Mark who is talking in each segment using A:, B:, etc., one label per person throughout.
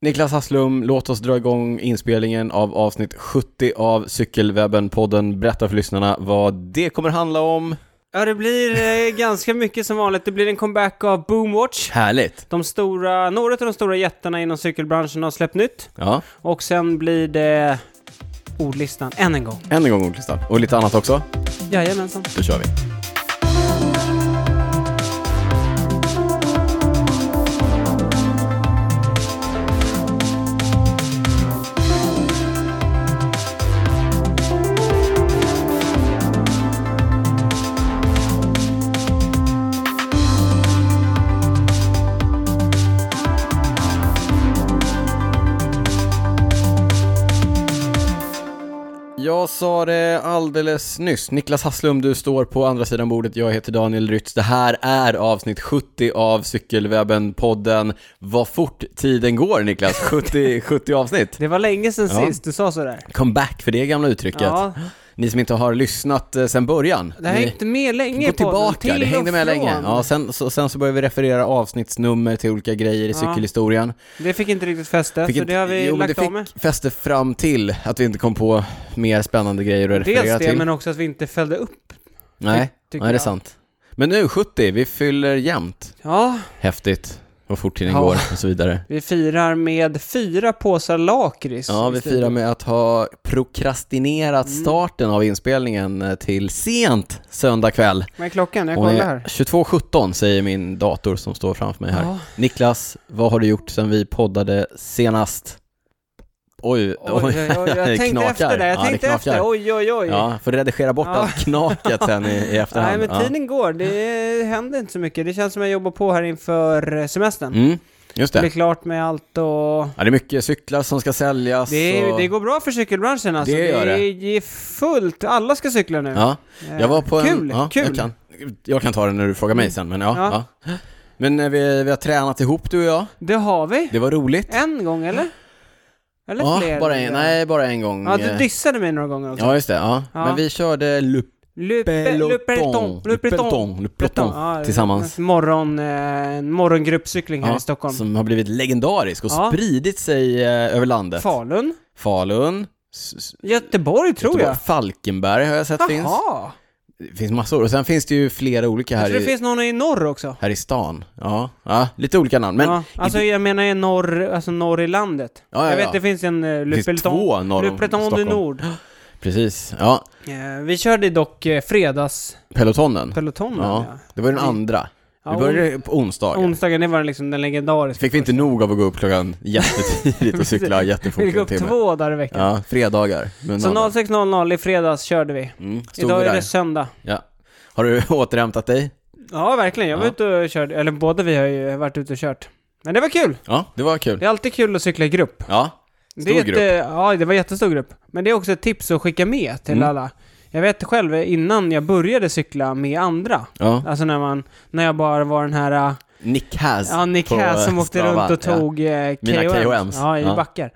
A: Niklas Hasslum, låt oss dra igång inspelningen av avsnitt 70 av Cykelwebben-podden. Berätta för lyssnarna vad det kommer handla om.
B: Ja, det blir eh, ganska mycket som vanligt. Det blir en comeback av Boomwatch.
A: Härligt!
B: De stora, några av de stora jättarna inom cykelbranschen har släppt nytt.
A: Ja,
B: Och sen blir det ordlistan än en gång.
A: än en gång ordlistan. Och lite annat också.
B: Jajamensan.
A: Då kör vi. Jag sa det alldeles nyss. Niklas Hasslum, du står på andra sidan bordet. Jag heter Daniel Rytz. Det här är avsnitt 70 av Cykelwebben-podden. Vad fort tiden går, Niklas. 70, 70 avsnitt.
B: Det var länge sedan
A: Ja.
B: sist du sa sådär.
A: Comeback för det gamla uttrycket.
B: Ja,
A: Ni som inte har lyssnat eh, sen början.
B: det har
A: ni-
B: hängt med länge
A: Gå
B: i podden.
A: tillbaka,
B: Till
A: det hängde
B: och
A: med
B: från.
A: länge. Ja, sen, så, sen så började vi referera avsnittsnummer till olika grejer i
B: Ja.
A: cykelhistorien.
B: Det fick inte riktigt fäste, så
A: Fick inte-
B: det har vi
A: jo, men
B: lagt
A: det
B: av med.
A: fick fäste fram till att vi inte kom på mer spännande grejer att referera
B: Dels det,
A: till.
B: men också att vi inte följde upp.
A: Nej,
B: tycker
A: nej det är
B: jag.
A: sant. Men nu, 70, vi fyller jämnt.
B: Ja,
A: Häftigt, vad fort tiden
B: Ja.
A: går och så vidare.
B: vi firar med fyra påsar lakrits.
A: Ja,
B: i
A: vi
B: studion.
A: firar med att ha prokrastinerat
B: Mm.
A: starten av inspelningen eh, till sent söndag kväll.
B: Vad är klockan? Jag
A: Hon
B: kollar
A: är
B: här.
A: 22.17 säger min dator som står framför mig här.
B: Ja.
A: Niklas, vad har du gjort sen vi poddade senast? Oj,
B: Oj, oj, oj, jag tänkte efter det, jag
A: Ja,
B: tänkte
A: knakar.
B: efter. Oj, oj, oj.
A: Ja, får redigera bort
B: Ja.
A: allt knaket sen i, i
B: Nej,
A: efterhand.
B: men tiden går. Det händer inte så mycket. Det känns som jag jobbar på här inför eh, semestern.
A: ja. mm, just
B: det blir
A: det.
B: klart med allt och...
A: Ja, det är mycket cyklar som ska säljas.
B: Det,
A: och...
B: det går bra för cykelbranschen alltså.
A: Det gör det.
B: är fullt. Alla ska cykla nu.
A: Ja, jag var på en...
B: Kul,
A: ja,
B: kul. Mm.
A: Jag kan, jag kan ta den när du frågar mig sen, men ja. ja.
B: Ja.
A: Men eh, vi, vi har tränat ihop du och jag.
B: Det har vi.
A: Det var roligt.
B: En gång eller? Eller
A: ja,
B: fler?
A: bara en, nej, bara en gång.
B: Ja, du
A: eh.
B: dissade mig några gånger också.
A: Ja, just det. Ja.
B: Ja.
A: Men vi körde Le
B: Le Pe- Le
A: Peloton.
B: Peloton.
A: Le Peloton. Le Peloton.
B: Ja,
A: Tillsammans.
B: En, morgon, eh, en morgongruppcykling här
A: Ja,
B: i Stockholm.
A: Som har blivit legendarisk och
B: Ja.
A: spridit sig eh, över landet.
B: Falun.
A: Falun. s- s-
B: Göteborg tror
A: Göteborg. Falkenberg har jag sett
B: jag.
A: finns.
B: Jaha.
A: Det finns massor. Och sen finns det ju flera olika
B: Jag
A: här
B: tror det
A: i,
B: finns någon i norr också.
A: här i stan. Ja. ja, lite olika namn. Men
B: ja, alltså jag menar i norr, alltså norr i landet.
A: Ja, ja,
B: jag vet
A: ja.
B: det finns en uh,
A: det finns två norr om
B: Lupreton du
A: Stockholm.
B: Nord.
A: Precis. Ja,
B: Eh, vi körde dock uh, fredagspelotonen.
A: Pelotonen. Ja,
B: ja.
A: det var ju den andra.
B: Ja,
A: Vi började på onsdagen.
B: Onsdagen, det var den liksom den legendariska.
A: Fick vi inte nog av att gå upp klockan jättetidigt och cykla
B: Vi
A: jättefort
B: gick
A: en
B: upp
A: timme.
B: två dagar i veckan.
A: Ja, fredagar. Men
B: Så
A: andra.
B: 06.00 i fredags körde vi.
A: Mm, stod vi
B: Idag är
A: där.
B: det söndag.
A: Ja. Har du återhämtat dig?
B: Ja, verkligen. Jag var
A: Ja.
B: ute och körde, eller båda vi har ju varit ute och kört. Men det var kul!
A: Ja, det var kul.
B: Det är alltid kul att cykla i grupp.
A: Ja,
B: Det
A: Stor
B: är ett,
A: grupp.
B: eh, Ja, det var en jättestor grupp. Men det är också ett tips att skicka med till
A: Mm.
B: alla. Jag vet själv eh, innan jag började cykla med andra.
A: ja.
B: Alltså när man, när jag bara var den här, eh,
A: Nick Has.
B: ja Nick
A: på,
B: Hass som
A: eh,
B: åkte
A: Strava,
B: runt och
A: ja.
B: tog eh,
A: Mina
B: KOMs.
A: KOMs.
B: Ja, i
A: Ja.
B: backar.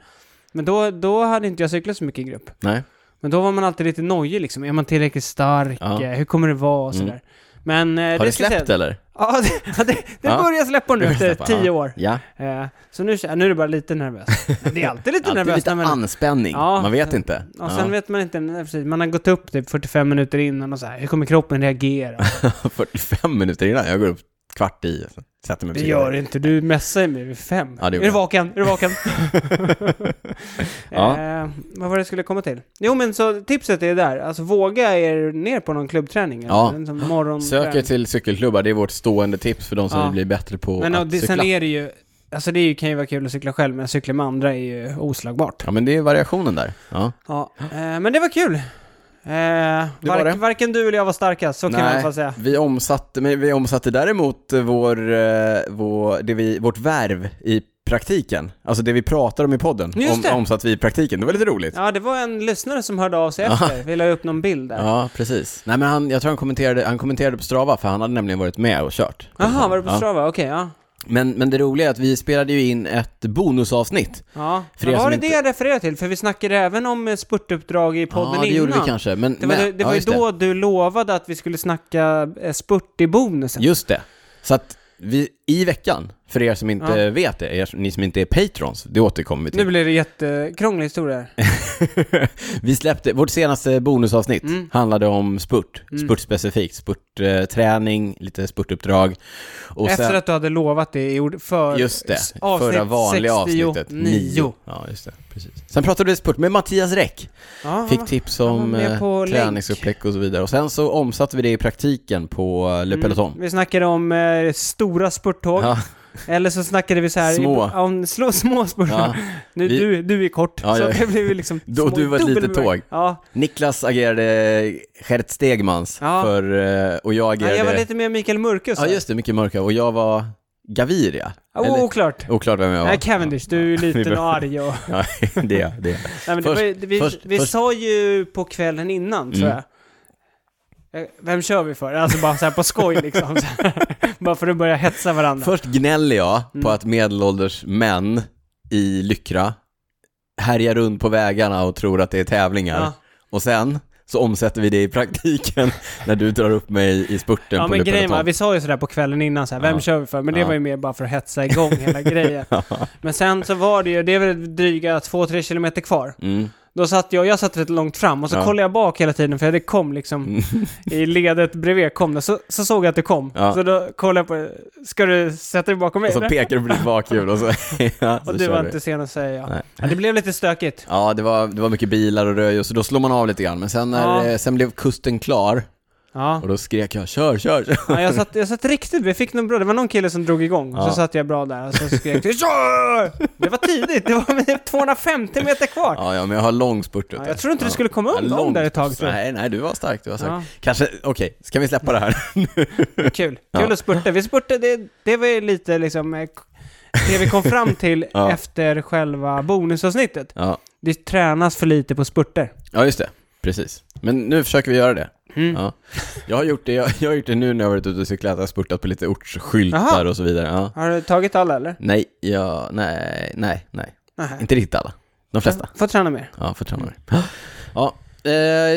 B: Men då, då hade inte jag cyklat så mycket i grupp.
A: Nej.
B: Men då var man alltid lite nojig liksom. Är man tillräckligt stark?
A: Ja.
B: Eh, Hur kommer det vara? Och
A: Mm.
B: sådär. Men... eh,
A: Har det
B: ska jag
A: släppt
B: säga-
A: eller?
B: Ja, det, det, det
A: Ja.
B: börjar släppa nu
A: Det börjar
B: efter
A: släppa,
B: tio
A: ja.
B: år.
A: Ja.
B: Eh, så nu, nu är det bara lite nervöst. Det är alltid lite
A: Alltid
B: nervöst.
A: lite
B: när man-
A: anspänning.
B: Ja.
A: Man vet inte.
B: Och sen vet man inte, nej, precis, man har gått upp typ 45 minuter innan och så här, hur kommer kroppen reagera?
A: 45 minuter innan. Jag går upp kvart i. Sätter mig på
B: Det
A: cykeln.
B: gör det inte, du messar mig vid fem.
A: Ja, det
B: är
A: gjorde
B: du
A: jag.
B: vaken? Är du vaken?
A: Ja.
B: eh, vad var det jag skulle komma till? Jo men så tipset är där, alltså våga er ner på någon klubbträning. eller
A: Ja.
B: en sån morgon
A: Sök er till cykelklubbar. Det är vårt stående tips för de som
B: Ja.
A: vill bli bättre på
B: Men och
A: att
B: det,
A: cykla.
B: sen är det ju, alltså det är ju- kan ju vara kul att cykla själv, men att cykla med andra är ju oslagbart.
A: Ja, men det är variationen där. Ja.
B: Ja, eh, men det var kul. Eh,
A: var
B: vark-
A: det.
B: Varken du eller jag var starkast, så kan jag i alla fall säga.
A: vi omsatte, men vi omsatte däremot eh, vår, eh, vår, det vi, vårt värv i praktiken. Alltså det vi pratar om i podden,
B: Just det.
A: omsatte vi i praktiken. Det var lite roligt.
B: Ja, det var en lyssnare som hörde av sig efter. Vi la upp någon bild där.
A: Ja, precis. Nej, men han, jag tror han kommenterade, han kommenterade på Strava, för han hade nämligen varit med och kört.
B: Jaha, var det på
A: Ja.
B: Strava? Okej, ja.
A: Men, men det roliga är att vi spelade ju in ett bonusavsnitt.
B: ja.
A: För
B: Men
A: er
B: var
A: som
B: det
A: inte-
B: det jag refererade till? För vi snackade även om eh, spurtuppdrag i podden
A: ja, det
B: innan.
A: gjorde vi kanske. Men,
B: Det var,
A: men,
B: det, det var
A: ja,
B: ju
A: just
B: då du lovade att vi skulle snacka eh, spurt i bonusen.
A: Just det. Så att vi, i veckan För er som inte
B: Ja.
A: vet det, er, ni som inte är patrons, det återkommer vi till.
B: Nu blir det jättekrånglig historia här.
A: Vi släppte, vårt senaste bonusavsnitt
B: Mm.
A: handlade om spurt, spurt specifikt, spurtträning, lite spurtuppdrag. Och
B: Efter
A: sen,
B: att du hade lovat det i ord för
A: just det,
B: s- avsnitt
A: förra vanliga avsnittet,
B: 69.
A: nio. Ja, just det, precis. Sen pratade vi spurt med Mattias Räck,
B: Ja,
A: fick tips
B: han var
A: om
B: med
A: eh,
B: på länk.
A: träningsupplägg och så vidare. Och sen så omsatte vi det i praktiken på eh,
B: Mm.
A: Le Peloton.
B: Vi snackade om eh, stora spurttåg,
A: Ja,
B: eller så snackade vi så här
A: Små.
B: i- om slå, små spurttåg.
A: ja.
B: Nu,
A: Vi-
B: du, du är kort,
A: Ja,
B: så
A: ja.
B: det blev ju liksom...
A: Då
B: små-
A: du var ett
B: dubbel-
A: litet tåg.
B: Ja.
A: Niklas agerade Gert Stegmans
B: Ja.
A: för, eh, och jag
B: ja,
A: agerade...
B: jag var lite mer Mikael Mörkus.
A: ja, just det, mycket mörka. Och jag var Gaviria.
B: oh,
A: Eller-
B: Oklart.
A: Oklart vem jag var.
B: Nej, Cavendish, du är liten och arg och...
A: Ja, det är det.
B: Nej, men det
A: Först-
B: var, ju- vi
A: först-
B: vi
A: först-
B: sa ju på kvällen innan, tror
A: Mm.
B: jag. Eh, Vem kör vi för? Alltså bara så här på skoj liksom. Så här. bara för att börja hetsa varandra.
A: Först gnäller jag
B: Mm.
A: på att medelålders män i Lyckra härjar runt på vägarna och tror att det är tävlingar.
B: Ja.
A: Och sen så omsätter vi det i praktiken när du drar upp mig i spurten
B: Ja
A: på
B: men grejen var,
A: Lupeloton.
B: vi sa ju sådär på kvällen innan så här, vem
A: Ja.
B: kör vi för? Men det
A: Ja.
B: var ju mer bara för att hetsa igång hela grejen. Men sen så var det ju, det är väl dryga 2-3 kilometer kvar.
A: Mm.
B: Då satt jag, jag satt rätt långt fram och så
A: Ja. Mm.
B: kollade jag bak hela tiden för det kom liksom i ledet bredvid kom det. Så, så såg jag att det kom.
A: Ja.
B: Så då kollade jag på det. Ska du sätta dig bakom mig
A: Och så
B: eller?
A: pekar du på ditt bakhjul och så, ja, så
B: Och du
A: kör
B: var
A: vi.
B: inte sen att säga ja.
A: Nej.
B: ja. Det blev lite stökigt.
A: Ja, det var, det var mycket bilar och röj och så då slår man av lite grann. Men sen, när,
B: Ja.
A: eh, sen blev kusten klar
B: Ja.
A: och då skrek jag kör, kör, kör.
B: Ja, jag, satt, jag satt riktigt vi fick någon bra, det var någon kille som drog igång,
A: Ja.
B: så satt jag bra där och så skrek jag "Kör!" Det var tidigt, det var 250 meter kvar.
A: Ja, ja, men jag har lång spurt ut
B: Ja,
A: där.
B: jag trodde inte
A: ja.
B: du skulle komma
A: Ja,
B: undan
A: långt.
B: där ett tag. Tror jag.
A: Nej, nej, du var stark, du var stark.
B: Ja,
A: Kanske, okej, ska vi släppa det här?
B: kul. Kul
A: Ja.
B: att spurta. Vi spurtade, det, det var ju lite liksom eh, k- det vi kom fram till
A: Ja.
B: efter själva bonusavsnittet.
A: Ja.
B: Det tränas för lite på spurter.
A: ja, just det. Precis. Men nu försöker vi göra det.
B: Mm.
A: Ja. Jag, har gjort det jag, jag har gjort det nu när jag har varit ute och cyklat, jag har spurtat på lite ortsskyltar
B: Aha.
A: och så vidare. Ja.
B: Har du tagit alla eller?
A: Nej, ja, nej, nej, nej.
B: Nej.
A: Inte riktigt alla. De flesta.
B: Får träna mer.
A: Ja, får träna mig. Ja. Eh,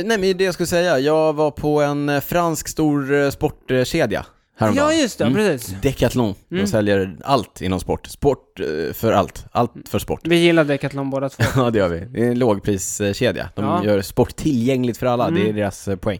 A: nej, men det jag skulle säga, jag var på en eh, fransk stor eh, sportkedja häromdagen.
B: Ja, just det.
A: Mm.
B: Precis.
A: Decathlon. De
B: Mm.
A: säljer allt inom sport. Sport eh, för allt.
B: Mm.
A: Allt för sport.
B: Vi gillar Decathlon båda två.
A: Ja, det gör vi. Det är en lågpriskedja. De
B: Ja.
A: gör sport tillgängligt för alla.
B: Mm.
A: Det är deras eh, poäng.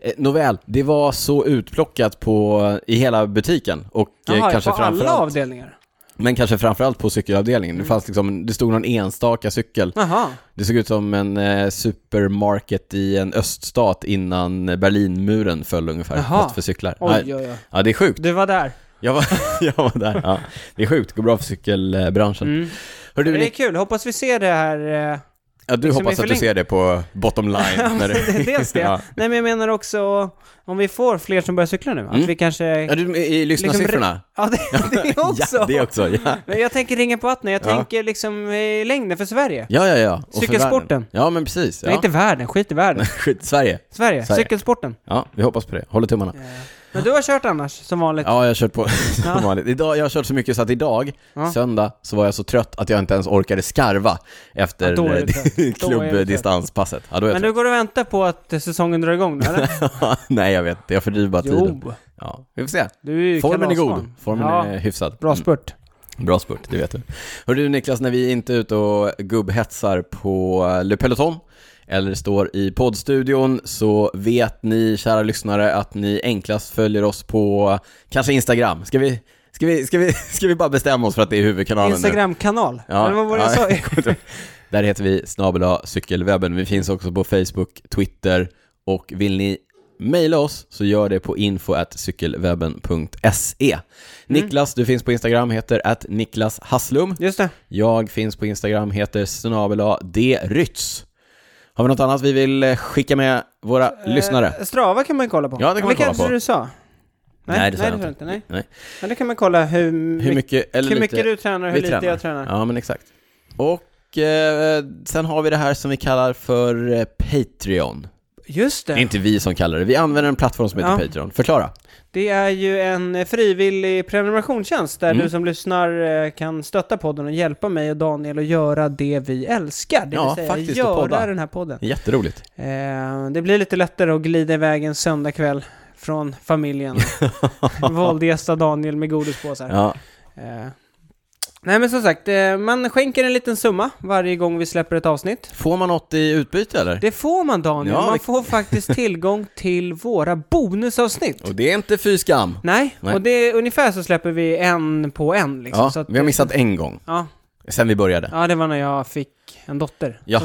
A: Eh, nåväl, det var så utplockat på, i hela butiken och eh,
B: Jaha,
A: kanske
B: på alla
A: framförallt,
B: avdelningar?
A: men kanske framförallt på cykelavdelningen.
B: Mm.
A: Det, fanns liksom, det stod någon enstaka cykel.
B: Jaha.
A: Det såg ut som en eh, supermarket i en öststat innan Berlinmuren föll ungefär.
B: Jaha.
A: Något för cyklar. Nej,
B: Oj, oj, oj.
A: Ja, det är sjukt.
B: Du var där.
A: Jag var, jag var där. Ja, det är sjukt. Det går bra för cykelbranschen.
B: Mm.
A: Hör du,
B: Det är
A: Nick,
B: kul. Hoppas vi ser det här. eh,
A: ja, du
B: liksom i
A: hoppas att du
B: förläng-
A: ser det på bottom line. när du-
B: Dels det.
A: Ja.
B: Nej, men jag menar också om vi får fler som börjar cykla nu. Att
A: Mm.
B: vi kanske...
A: Ja, du, i lyssnarsiffrorna?
B: Ja, det, det också.
A: Ja, det Liksom också. Ja,
B: Men jag tänker ringa på vattnet. Jag
A: Ja.
B: tänker liksom eh, längden för Sverige.
A: ja, ja. ja. Och för
B: Cykelsporten.
A: världen. Ja, men precis. Ja.
B: Nej, inte världen. Skit i världen.
A: Skit, Sverige.
B: Sverige.
A: Sverige.
B: Cykelsporten.
A: Ja, vi hoppas på det. Håller tummarna.
B: Eh, Men du har kört annars, som vanligt.
A: Ja, jag har kört på som
B: Ja.
A: vanligt. Idag, jag har kört så mycket så att idag,
B: Ja.
A: söndag, så var jag så trött att jag inte ens orkade skarva efter
B: Ja, då är det
A: eh,
B: trött. Då är det
A: klubbdistanspasset. Ja, då är jag
B: men
A: trött.
B: nu går du och väntar på att eh, säsongen drar igång nu, eller?
A: Nej, jag vet. Jag fördriver bara tiden.
B: jo.
A: Ja, vi får se.
B: Du är ju
A: Formen är god.
B: kalasman.
A: Formen
B: ja.
A: är hyfsad.
B: Bra spurt.
A: Mm, bra spurt, det vet du. Hör du Niklas, när vi är inte är ute och gubbhetsar på Le Peloton eller står i poddstudion så vet ni, kära lyssnare, att ni enklast följer oss på kanske Instagram. Ska vi, ska vi, ska vi, ska vi bara bestämma oss för att det är huvudkanalen nu?
B: Instagramkanal.
A: Ja.
B: Eller vad var det jag
A: Ja.
B: sa?
A: Där heter vi snabel cykelwebben. Vi finns också på Facebook, Twitter och vill ni mejla oss så gör det på info at cykelwebben.se.
B: Mm.
A: Niklas, du finns på Instagram, heter att Niklas Hasslum.
B: Just det.
A: Jag finns på Instagram, heter snabel-a drytz. Har vi något annat vi vill eh, skicka med våra lyssnare?
B: Eh, Strava kan man kolla på.
A: Ja, det kan man
B: Eller
A: kolla
B: kanske
A: på.
B: du sa?
A: Nej, det sa
B: nej,
A: jag inte.
B: sa du inte. Nej.
A: Nej.
B: Men det kan man kolla hur,
A: Hur
B: mycket,
A: mycket, eller
B: hur
A: lite,
B: mycket du tränar och
A: vi
B: hur lite jag tränar.
A: Ja, men exakt. Och eh, sen har vi det här som vi kallar för eh, Patreon.
B: Just det.
A: Det är inte vi som kallar det, vi använder en plattform som heter
B: Ja.
A: Patreon. Förklara.
B: Det är ju en eh, frivillig prenumerationstjänst där
A: Mm.
B: du som lyssnar eh, kan stötta podden och hjälpa mig och Daniel att göra det vi älskar. Det
A: Ja,
B: vill säga
A: faktiskt, och
B: göra
A: podda.
B: den här podden.
A: Jätteroligt.
B: Eh, det blir lite lättare att glida iväg en söndagkväll från familjen. Våldgästa Daniel med godispåsar.
A: Ja,
B: Eh, nej men som sagt, eh, man skänker en liten summa varje gång vi släpper ett avsnitt.
A: Får man något i utbyte eller?
B: Det får man Daniel,
A: Ja,
B: man
A: det-
B: får faktiskt tillgång till våra bonusavsnitt.
A: Och det är inte fy skam.
B: Nej,
A: Nej.
B: och det är ungefär så släpper vi en på en liksom.
A: Ja,
B: så att,
A: vi har missat en gång,
B: ja,
A: sen vi började.
B: ja, det var när jag fick en dotter.
A: Ja,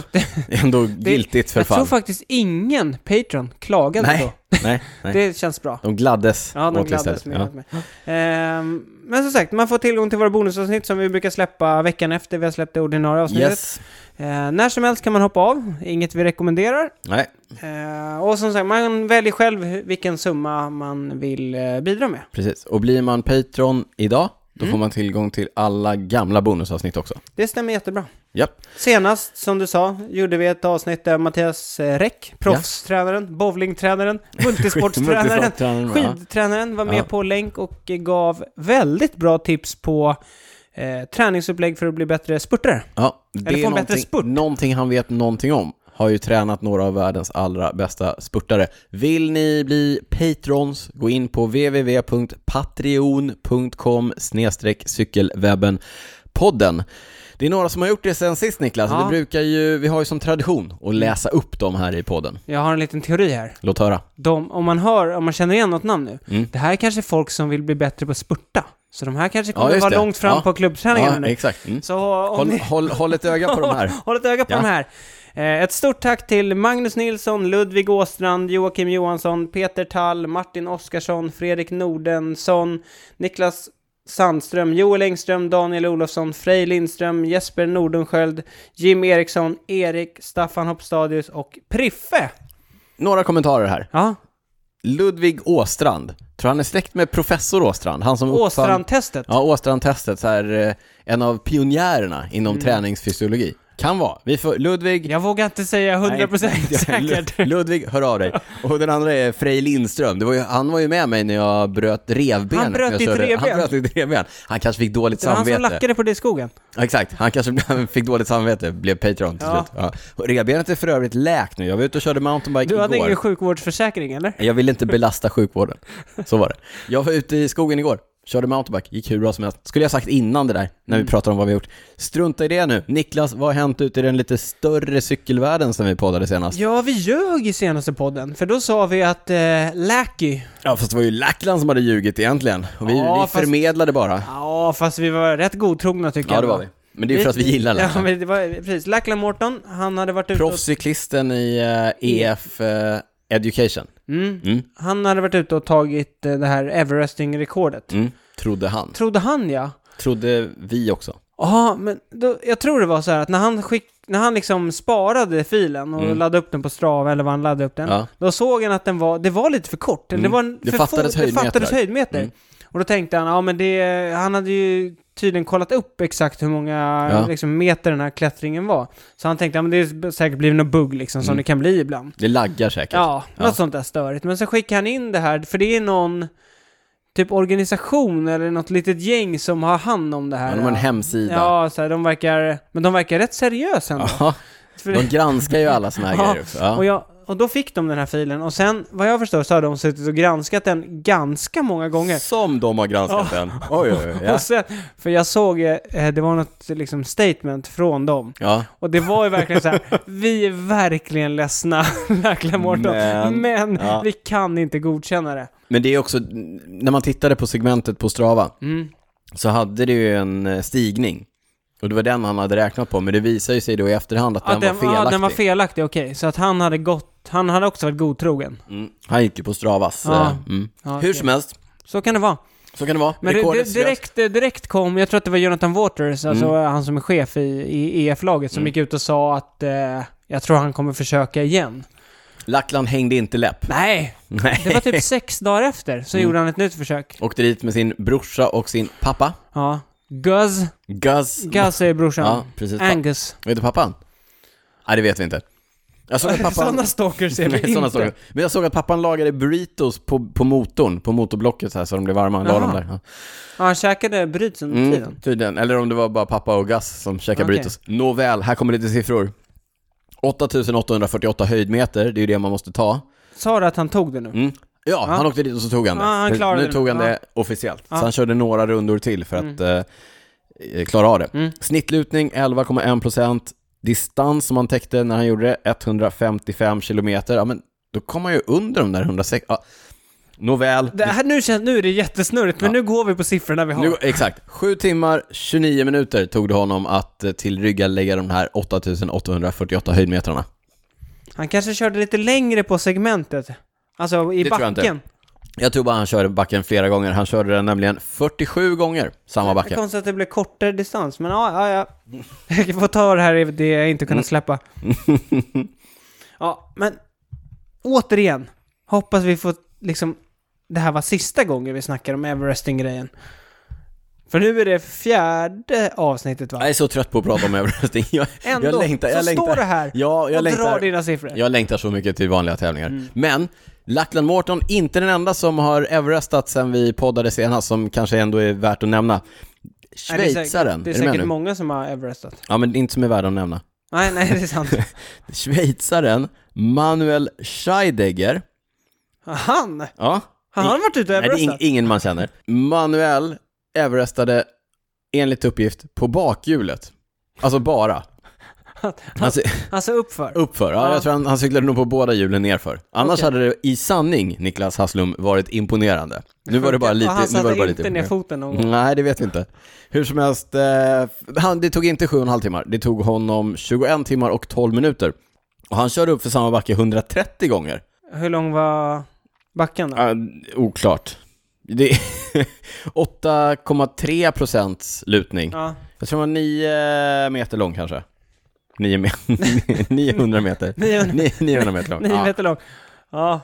A: ändå giltigt
B: jag
A: förfall.
B: tror faktiskt ingen Patreon klagade
A: Nej,
B: då.
A: nej, nej.
B: Det känns bra.
A: De gladdes
B: Ja, de
A: åt det
B: gladdes
A: istället.
B: med.
A: Ja.
B: med. Ehm, men som sagt, man får tillgång till våra bonusavsnitt som vi brukar släppa veckan efter vi har släppt det ordinarie avsnittet.
A: Yes.
B: Eh, när som helst kan man hoppa av, inget vi rekommenderar.
A: Nej,
B: Eh, och som sagt, man väljer själv hu- vilken summa man vill eh, bidra med.
A: precis. Och blir man Patreon idag, då
B: Mm.
A: får man tillgång till alla gamla bonusavsnitt också.
B: Det stämmer jättebra.
A: Japp.
B: Senast, som du sa, gjorde vi ett avsnitt där Mattias eh, Räck, proffstränaren, bowlingtränaren, multisportstränaren,
A: Multisportstränaren, va?
B: skidtränaren var med
A: Ja.
B: på länk och eh, gav väldigt bra tips på eh, träningsupplägg för att bli bättre spurtare.
A: Ja, det
B: Eller
A: är
B: få en bättre
A: någonting,
B: spurt.
A: någonting han vet någonting om. Har ju tränat några av världens allra bästa spurtare. Vill ni bli patrons, gå in på www.patreon.com cykelwebben podden. Det är några som har gjort det sen sist Niklas, och
B: Ja.
A: det brukar ju, vi har ju som tradition att läsa upp dem här i podden.
B: Jag har en liten teori här.
A: Låt höra.
B: De, om man hör, om man känner igen något namn nu,
A: Mm.
B: det här är kanske folk som vill bli bättre på att spurta. Så de här kanske kommer
A: just
B: vara
A: det.
B: långt fram
A: Ja.
B: på klubbträningarna
A: Ja,
B: nu.
A: exakt. Mm.
B: Så om
A: Håll,
B: ni...
A: håll, håll ett öga på de här.
B: Håll ett öga på
A: Ja.
B: de här. Eh, Ett stort tack till Magnus Nilsson, Ludvig Åstrand, Joakim Johansson, Peter Tall, Martin Oskarsson, Fredrik Nordensson, Niklas Sandström, Joel Engström, Daniel Olofsson, Frej Lindström, Jesper Nordenskjöld, Jim Eriksson, Erik, Staffan Hoppstadius och Priffe.
A: Några kommentarer här.
B: Ja,
A: Ludvig Åstrand. Tror han är släkt med professor Åstrand. Han som uppfann-
B: Åstrand-testet.
A: Ja, Åstrand-testet, så här, eh, en av pionjärerna inom
B: Mm.
A: träningsfysiologi. Kan vara. Vi får, Ludvig...
B: Jag vågar inte säga 100% säkert.
A: Lud- Ludvig, hör av dig. Och den andra är Frej Lindström. Det var ju, han var ju med mig när jag bröt revbenet.
B: Han
A: när
B: bröt
A: jag
B: ditt
A: körde-
B: revben.
A: Han bröt ditt revben. Han kanske fick dåligt
B: Det var han som
A: samvete.
B: lackade på det i skogen.
A: Ja, Exakt, han kanske blev- fick dåligt samvete, blev Patreon till
B: Ja.
A: slut. Ja. Och revbenet är för övrigt läkt nu. Jag var ute och körde mountainbike
B: Du hade
A: igår.
B: ingen sjukvårdsförsäkring eller?
A: Jag ville inte belasta sjukvården. Så var det. Jag var ute i skogen igår, körde mountainbike, gick hur bra som helst. Skulle jag sagt innan det där, när vi pratade om vad vi har gjort. Strunta i det nu. Niklas, vad har hänt ute i den lite större cykelvärlden sen vi poddade senast?
B: Ja, vi ljög i senaste podden, för då sa vi att eh, Läki...
A: Ja, fast det var ju Lackland som hade ljugit egentligen. Och vi,
B: Ja,
A: vi
B: fast-
A: förmedlade bara.
B: Ja, fast vi var rätt godtrogna tycker jag.
A: Ja, det var vi. Men det är ju för att vi gillar
B: Ja,
A: Lackland.
B: men det var, precis. Lachlan Morton, han hade varit ute
A: Proffscyklisten i eh, EF eh, Education,
B: och... Mm.
A: Mm.
B: Han hade varit ute och tagit eh, det här Everesting-rekordet.
A: mm, trodde han.
B: Trodde han ja.
A: Trodde vi också.
B: Ja, men då, jag tror det var så här att när han, skick, när han liksom sparade filen och
A: Mm.
B: laddade upp den på Strava eller vad han laddade upp den,
A: Ja.
B: då såg han att den var, det var lite för kort. Eller
A: Mm.
B: Det, var en,
A: Det
B: för
A: fattades
B: det fattades
A: höjdmeter.
B: höjdmeter.
A: Mm.
B: Och då tänkte han, ja men det, han hade ju tydligen kollat upp exakt hur många
A: Ja.
B: liksom, meter den här klättringen var. Så han tänkte, ja men det är säkert blivit någon bugg liksom, som det kan bli ibland.
A: Det laggar Mm. säkert.
B: Ja,
A: Ja.
B: något sånt där störigt. Men så skickar han in det här, för det är någon typ organisation eller något litet gäng som har hand om det här.
A: Ja, de har en
B: Ja.
A: hemsida.
B: Ja, så här, de verkar, men de verkar rätt seriösa ändå.
A: Ja,
B: För-
A: de granskar ju alla såna här
B: Ja,
A: grejer också. Ja.
B: och, jag, och då fick de den här filen och sen, vad jag förstår, så har de suttit och granskat den ganska många gånger.
A: Som de har granskat den. Oj, oj, oj. Ja.
B: Och sen, för jag såg, eh, det var något liksom statement från dem.
A: ja.
B: Och det var ju verkligen så här, vi är verkligen ledsna, verkligen Mårten, men,
A: Men- ja.
B: vi kan inte godkänna det.
A: Men det är också, när man tittade på segmentet på Strava
B: Mm.
A: så hade det ju en eh, stigning. Och det var den han hade räknat på, men det visar ju sig då i efterhand att,
B: Att
A: den, var felaktig.
B: Ja, den var felaktig, okej. Så att han hade gått, han hade också varit godtrogen.
A: mm. Han gick ju på Stravas.
B: Ja.
A: eh, Mm.
B: Ja,
A: Hur
B: okej.
A: som helst,
B: Så kan det vara.
A: så kan det vara.
B: Men det,
A: Rekordet
B: det,
A: skrevs.
B: direkt, eh, direkt kom, jag tror att det var Jonathan Waters, alltså
A: Mm.
B: han som är chef i, i EF-laget, som gick ut och sa att eh, jag tror han kommer försöka igen.
A: Lackland hängde inte läpp.
B: Nej,
A: Nej. Mm.
B: det var typ sex dagar efter så gjorde han ett nytt försök.
A: Åkte dit med sin brorsa och sin pappa.
B: Ja. Guz,
A: Gus.
B: Guz är brorsan.
A: Ja, precis. Pa-
B: Angus.
A: Vet du pappan? Nej, det vet vi inte. Jag såg att pappan...
B: Sådana stalkers är vi
A: Nej, såna
B: inte.
A: såg jag. Men jag såg att pappan lagade burritos på, på motorn, på motorblocket så här så de blev varma. Han la
B: Jaha.
A: dem där. Ja.
B: Ja, han käkade bryts under
A: Mm,
B: tiden.
A: tydligen. Eller om det var bara pappa och Gus som käkade
B: Okej.
A: burritos. Nåväl, här kommer lite siffror. 8848 höjdmeter, det är ju det man måste ta.
B: Sa du att han tog det nu?
A: Mm. Ja, han åkte dit och så tog han det.
B: Ja, han klarade
A: nu
B: det.
A: tog han
B: Ja. Mm.
A: det officiellt. Så han körde några rundor till för att eh, klara av det. Snittlutning 11,1%. Distans som han täckte när han gjorde det, 155 kilometer. Ja, men då kom han ju under de där 106. Ja. Nåväl.
B: Det här, nu, känns, nu är det jättesnurrigt, men nu går vi på siffrorna vi har.
A: Nu, exakt. 7 timmar, 29 minuter tog det honom att eh, tillrygga lägga de här 8848 höjdmetrarna.
B: Han kanske körde lite längre på segmentet. Alltså i
A: Det tror jag
B: backen.
A: inte. Jag tror bara han körde backen flera gånger. Han körde den nämligen 47 gånger, samma
B: Det är
A: backe.
B: konstigt att det blev kortare distans, men ja, ja, ja. Jag får ta det här, i det jag inte
A: Mm.
B: kunnat släppa. Ja, men återigen, hoppas vi får liksom, det här var sista gången vi snackar om Everesting-grejen. För nu är det fjärde avsnittet va?
A: Jag är så trött på att prata om Everesting. Jag,
B: Ändå,
A: jag längtar, jag
B: så
A: längtar.
B: står det här
A: Ja, jag
B: och
A: längtar.
B: drar Mm. dina siffror.
A: Jag längtar så mycket till vanliga tävlingar. Men Lachlan Morton, inte den enda som har Everestat sen vi poddade senast, som kanske ändå är värt att nämna.
B: Nej, det är säkert-
A: Schweizaren,
B: Det är
A: är, du med
B: säkert
A: nu?
B: många som har Everestat.
A: Ja, men inte som är värd att nämna.
B: Nej, nej, det är sant.
A: Schweizaren Manuel Scheidegger.
B: Han!
A: Ja.
B: Han har varit ute
A: Nej,
B: och
A: det är ing-
B: Everestat.
A: ingen man känner. Manuel Everestade, enligt uppgift, på bakhjulet. Alltså bara. Alltså,
B: Alltså uppför.
A: uppför. Ja,
B: Ja.
A: jag tror han, han cyklade nog på båda hjulen nerför. Annars
B: Okej.
A: hade det i sanning, Niklas Hasslum, varit imponerande. Nu var det bara lite...
B: Och han
A: nu var
B: satte
A: det bara
B: inte
A: lite
B: ner foten någon gång.
A: Nej, det vet vi inte. Hur som helst, eh, han, det tog inte 7,5 timmar. Det tog honom 21 timmar och 12 minuter. Och han körde upp för samma backe 130 gånger.
B: Hur lång var backen då?
A: Ja, oklart. Det är 8,3 procents lutning.
B: Ja.
A: Jag tror den var 9 meter lång kanske. 9 me 900 meter.
B: 900.
A: Ni- 900 meter lång.
B: Nio
A: Ja. Mm.
B: meter lång. Ja.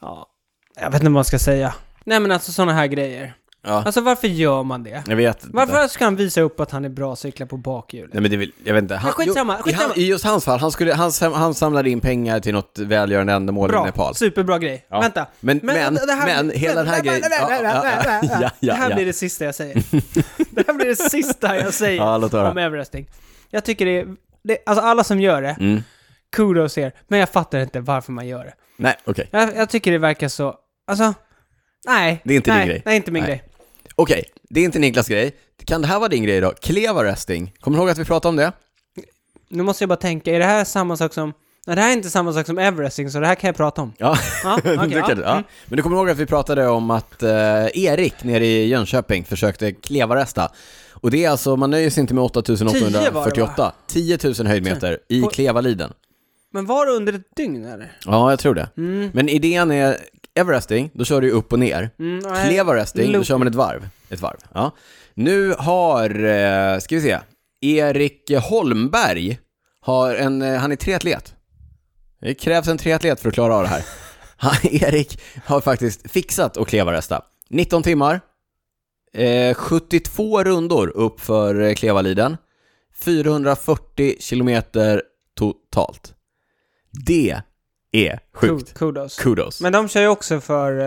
B: ja. Jag vet inte vad man ska säga. Nej men alltså sådana här grejer.
A: Ja.
B: Alltså varför gör man det?
A: Jag vet inte.
B: Varför ska han visa upp att han är bra att cykla på bakhjulet?
A: Nej men det vill, jag vet inte. Han,
B: Ja, skitsamma,
A: i,
B: skitsamma.
A: han, I just hans fall, han, skulle, han, sam- han samlade in pengar till något välgörande ändamål i
B: Bra,
A: Nepal.
B: superbra grej.
A: Ja.
B: Vänta.
A: Men- men- men, hela den här
B: men-
A: grejen-
B: men-
A: Ja,
B: men-
A: ja,
B: men-
A: ja,
B: men-
A: ja,
B: Det här
A: ja.
B: blir det sista jag säger. det här blir det sista jag säger
A: Ja, låt höra.
B: om Everesting. Jag tycker det är... Det, alltså alla som gör det,
A: Mm.
B: kudos er. Men jag fattar inte varför man gör det.
A: Nej, okej.
B: Jag, jag tycker det verkar så... Alltså... Nej.
A: Det är inte
B: nej,
A: din grej.
B: Nej, inte min
A: Nej.
B: grej.
A: Okej, det är inte Niklas grej. Kan det här vara din grej då? Kleva resting. Kommer du ihåg att vi pratade om det?
B: Nu måste jag bara tänka, är det här samma sak som... Nej, det här är inte samma sak som Everesting, så det här kan jag prata om.
A: Ja,
B: Ja, okej,
A: det kan
B: ja. Mm.
A: du. Ja. Men du kommer ihåg att vi pratade om att eh, Erik nere i Jönköping försökte klevaresta. Och det är alltså, man nöjer sig inte med
B: 10 var det,
A: 8848,
B: va?
A: 10 000 höjdmeter i
B: På-
A: Klevaliden.
B: Men var det under ett dygn eller?
A: Ja, jag tror det. Men idén är, Everesting, då kör du ju upp och ner.
B: Mm, nej.
A: Klevarresting, då
B: Loop.
A: kör man ett varv. Ett varv. Ja. Nu har, eh, ska vi se, Erik Holmberg har en, eh, han är triatlet. Det krävs en triatlet för att klara av det här. Han, Erik har faktiskt fixat att klevarresta. 19 timmar, eh, 72 rundor upp för eh, Klevaliden, 440 kilometer totalt. Det är sjukt.
B: Kudos.
A: Kudos.
B: Men de kör ju också för...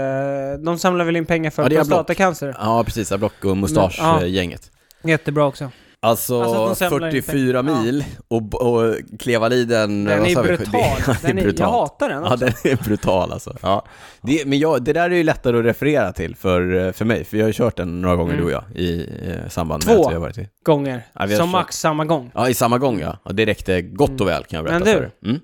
B: eh, De samlar väl in pengar för
A: Ja, det är Ablock.
B: prostatacancer?
A: Ja, precis. Ablock och
B: Men, ja.
A: mustaschgänget.
B: Jättebra också.
A: Alltså,
B: Alltså, de samlar
A: 44
B: inte-
A: mil och, och Klevaliden...
B: Den
A: vad
B: är
A: sa vi?
B: brutal.
A: Det-
B: Den är, jag hatar den
A: Ja,
B: också.
A: den är brutal alltså. Ja. Det, men jag, det där är ju lättare att referera till för, för mig, för jag har ju kört den några gånger du och jag i eh, samband med
B: Mm. Två.
A: att vi har varit i...
B: Gånger.
A: Ja, vi har
B: Som
A: kört-
B: max samma gång.
A: Ja, i samma gång ja. ja det räckte gott och väl kan jag berätta
B: Men du-
A: för dig. Mm.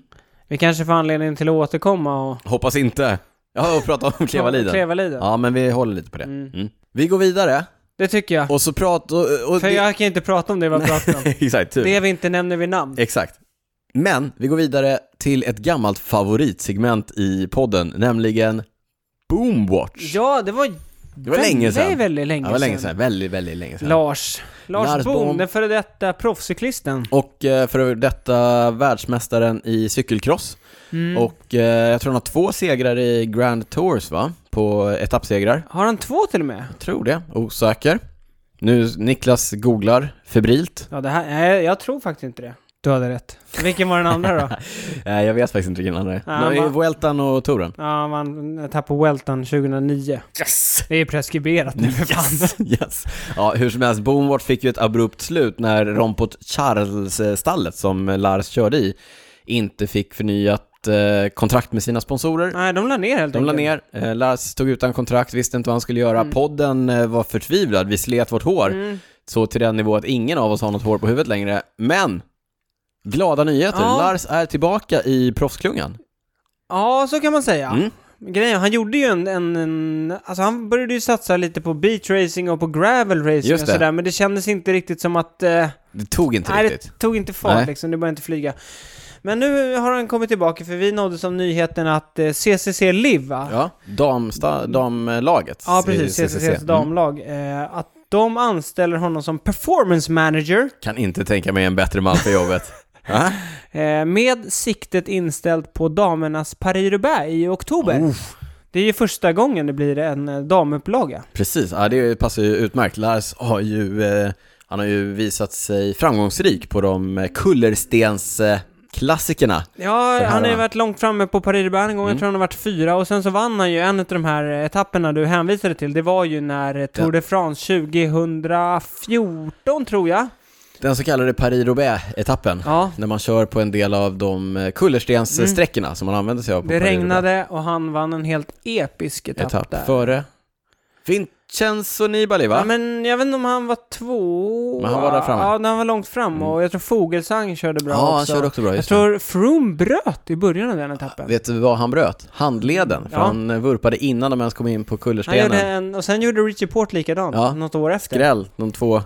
B: Vi kanske får anledning till att återkomma och...
A: Hoppas inte. Jag har pratat om Klevaliden.
B: Klevaliden.
A: Ja, men vi håller lite på det. Mm. Vi går vidare
B: Det tycker jag.
A: och så pratar... Och, och
B: För
A: det-
B: jag kan inte prata om det vad jag pratar om.
A: Exakt, tur.
B: Det vi inte nämner vid namn.
A: Exakt. Men vi går vidare till ett gammalt favoritsegment i podden, nämligen Boomwatch.
B: Ja, det var... Det
A: var länge
B: Det är
A: sedan.
B: väldigt länge,
A: Ja, det var länge
B: sedan.
A: sedan, väldigt, väldigt länge sedan.
B: Lars. Lars,
A: Lars
B: Bohm,
A: Bohm.
B: den före detta proffscyklisten.
A: Och eh, för detta världsmästaren i cykelcross.
B: Mm.
A: Och eh, jag tror han har två segrar i Grand Tours va? På etappsegrar.
B: Har han två till och med?
A: Jag tror det, osäker. Nu Niklas googlar febrilt.
B: Ja, det här, nej, jag tror faktiskt inte det. Du hade rätt. Vilken var den andra då?
A: Nej, Eh, jag vet faktiskt inte vilken han är.
B: Ja, han
A: Nej,
B: var-
A: Vueltan och touren.
B: Ja, han vann etapp på Welton 2009.
A: Yes!
B: Det är preskriberat nu för fan.
A: Yes, yes. Ja, hur som helst, Boomwatch fick ju ett abrupt slut när Rompot Charles-stallet som Lars körde i inte fick förnyat ett eh, kontrakt med sina sponsorer.
B: Nej, de la ner helt
A: De la
B: enkelt.
A: ner, eh, Lars stod utan kontrakt, visste inte vad han skulle
B: Mm.
A: göra. Podden eh, var förtvivlad, vi slet vårt hår. Så till den nivå att ingen av oss har något hår på huvudet längre. Men, glada nyheter,
B: Ja.
A: Lars är tillbaka i proffsklungan.
B: Ja, så kan man säga.
A: Mm.
B: Grejen, han gjorde ju en, en, en... Alltså han började ju satsa lite på beatracing och på gravel racing och
A: Just det.
B: sådär, men det kändes inte riktigt som att... Eh,
A: Det tog inte
B: nej,
A: riktigt.
B: det tog inte fart
A: Nej.
B: liksom, det började inte flyga. Men nu har han kommit tillbaka, för vi nåddes av nyheten att eh, CCC Live, va?
A: Ja, damsta, damlaget.
B: Ja,
A: i
B: precis. CCCs
A: Mm.
B: damlag. Eh, att de anställer honom som performance manager
A: Kan inte tänka mig en bättre man för jobbet. Va?
B: eh, med siktet inställt på damernas Paris-Roubaix i oktober. Det är ju första gången det blir en eh, damupplaga.
A: Precis, ja, det passar ju utmärkt. Lars har ju, eh, han har ju visat sig framgångsrik på de eh, kullerstens eh, klassikerna.
B: Ja,
A: här Mm.
B: han har ju
A: va?
B: varit långt framme på Paris-Roubaix en gång. Jag tror han har varit fyra och sen så vann han ju en av de här eh, etapperna du hänvisade till. Det var ju när eh, Tour de France 2014 tror jag.
A: Den så kallade Paris-Roubaix-etappen.
B: Ja.
A: När man kör på en del av de eh, kullerstenssträckorna som man använder sig av på
B: Mm. Det
A: Paris-Roubaix.
B: regnade och han vann en helt episk etapp,
A: Etapp
B: där.
A: före Vincenzo Nibali va?
B: Ja, men jag vet inte om han var två.
A: Men han var där framme. Mm.
B: Ja, han var långt fram och jag tror Fogelsang körde bra
A: Ja, han
B: också.
A: körde också bra,
B: Jag
A: just
B: tror Froome bröt i början av den etappen.
A: Vet du vad han bröt? Handleden, för
B: Ja.
A: han eh, vurpade innan de ens kom in på
B: han
A: kullerstenen.
B: gjorde en, och sen gjorde Richie Port likadant
A: Ja.
B: något år efter.
A: Gräll, de två,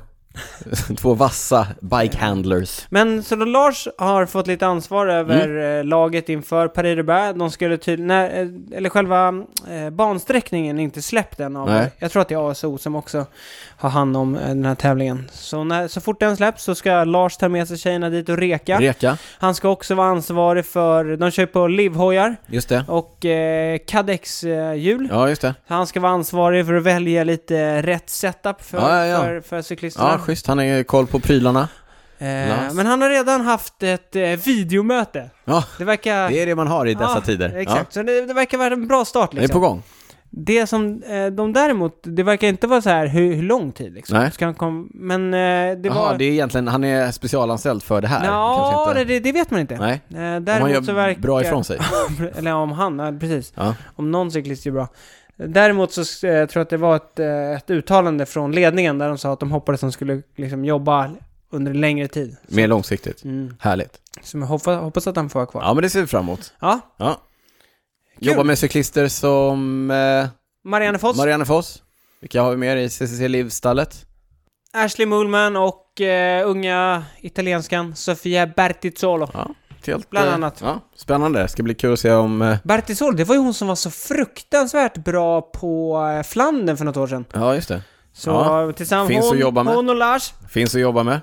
A: två vassa bike-handlers.
B: Men så då Lars har fått lite ansvar över
A: Mm.
B: eh, laget inför Paris Roubaix. De skulle tydligen, eller själva eh, bansträckningen är inte släppt än av,
A: Nej.
B: jag tror att det är ASO som också har hand om eh, den här tävlingen. Så, när, så fort den släpps så ska Lars ta med sig tjejerna dit och reka.
A: Reka,
B: Han ska också vara ansvarig för, de kör ju på livhojar
A: just det.
B: och eh, Cadex-hjul.
A: Ja, just det.
B: Han ska vara ansvarig för att välja lite eh, rätt setup för,
A: Ja, ja, ja.
B: för, för cyklisterna.
A: Ja, schysst. Han har ju koll på prylarna.
B: eh,
A: nice.
B: men han har redan haft ett eh, videomöte.
A: Ja,
B: Det verkar...
A: det är det man har i dessa
B: Ja,
A: tider.
B: Exakt, så det, det verkar vara en bra start
A: Ja. Det är på
B: liksom.
A: gång.
B: Det som eh, de däremot, det verkar inte vara så här hur, hur lång tid liksom.
A: Nej.
B: Ska han kom... Men eh, det
A: Jaha,
B: var...
A: det är egentligen, han är specialanställd för det här.
B: Ja,
A: Kanske
B: det,
A: inte...
B: det, det vet man inte.
A: Nej.
B: Eh,
A: Om han gör
B: däremot så verkar...
A: bra ifrån sig.
B: Eller om han, ja, precis.
A: Ja.
B: Om någon cyklist gör bra. Däremot så eh, tror jag att det var ett, eh, ett uttalande från ledningen där de sa att de hoppades att de skulle liksom jobba under en längre tid.
A: Mer långsiktigt.
B: Mm.
A: Härligt.
B: Så jag hoppas, hoppas att han får vara kvar. Ja.
A: Ja, men det ser vi fram emot. Ja.
B: Kul.
A: Jobba med cyklister som eh,
B: Marianne Foss,
A: Marianne Foss. Vilka har vi mer i CCC Livstallet?
B: Ashley Mullman och eh, unga italienskan Sofia Bertizzolo.
A: Ja, helt,
B: Bland
A: eh,
B: annat.
A: Ja, spännande. Det ska bli kul att se om... Eh,
B: Bertizzolo, det var ju hon som var så fruktansvärt bra på eh, Flandern för något år sedan.
A: ja, just det.
B: Så
A: Ja,
B: tillsammans,
A: finns att
B: hon,
A: jobba med.
B: hon och Lars.
A: Finns att jobba med.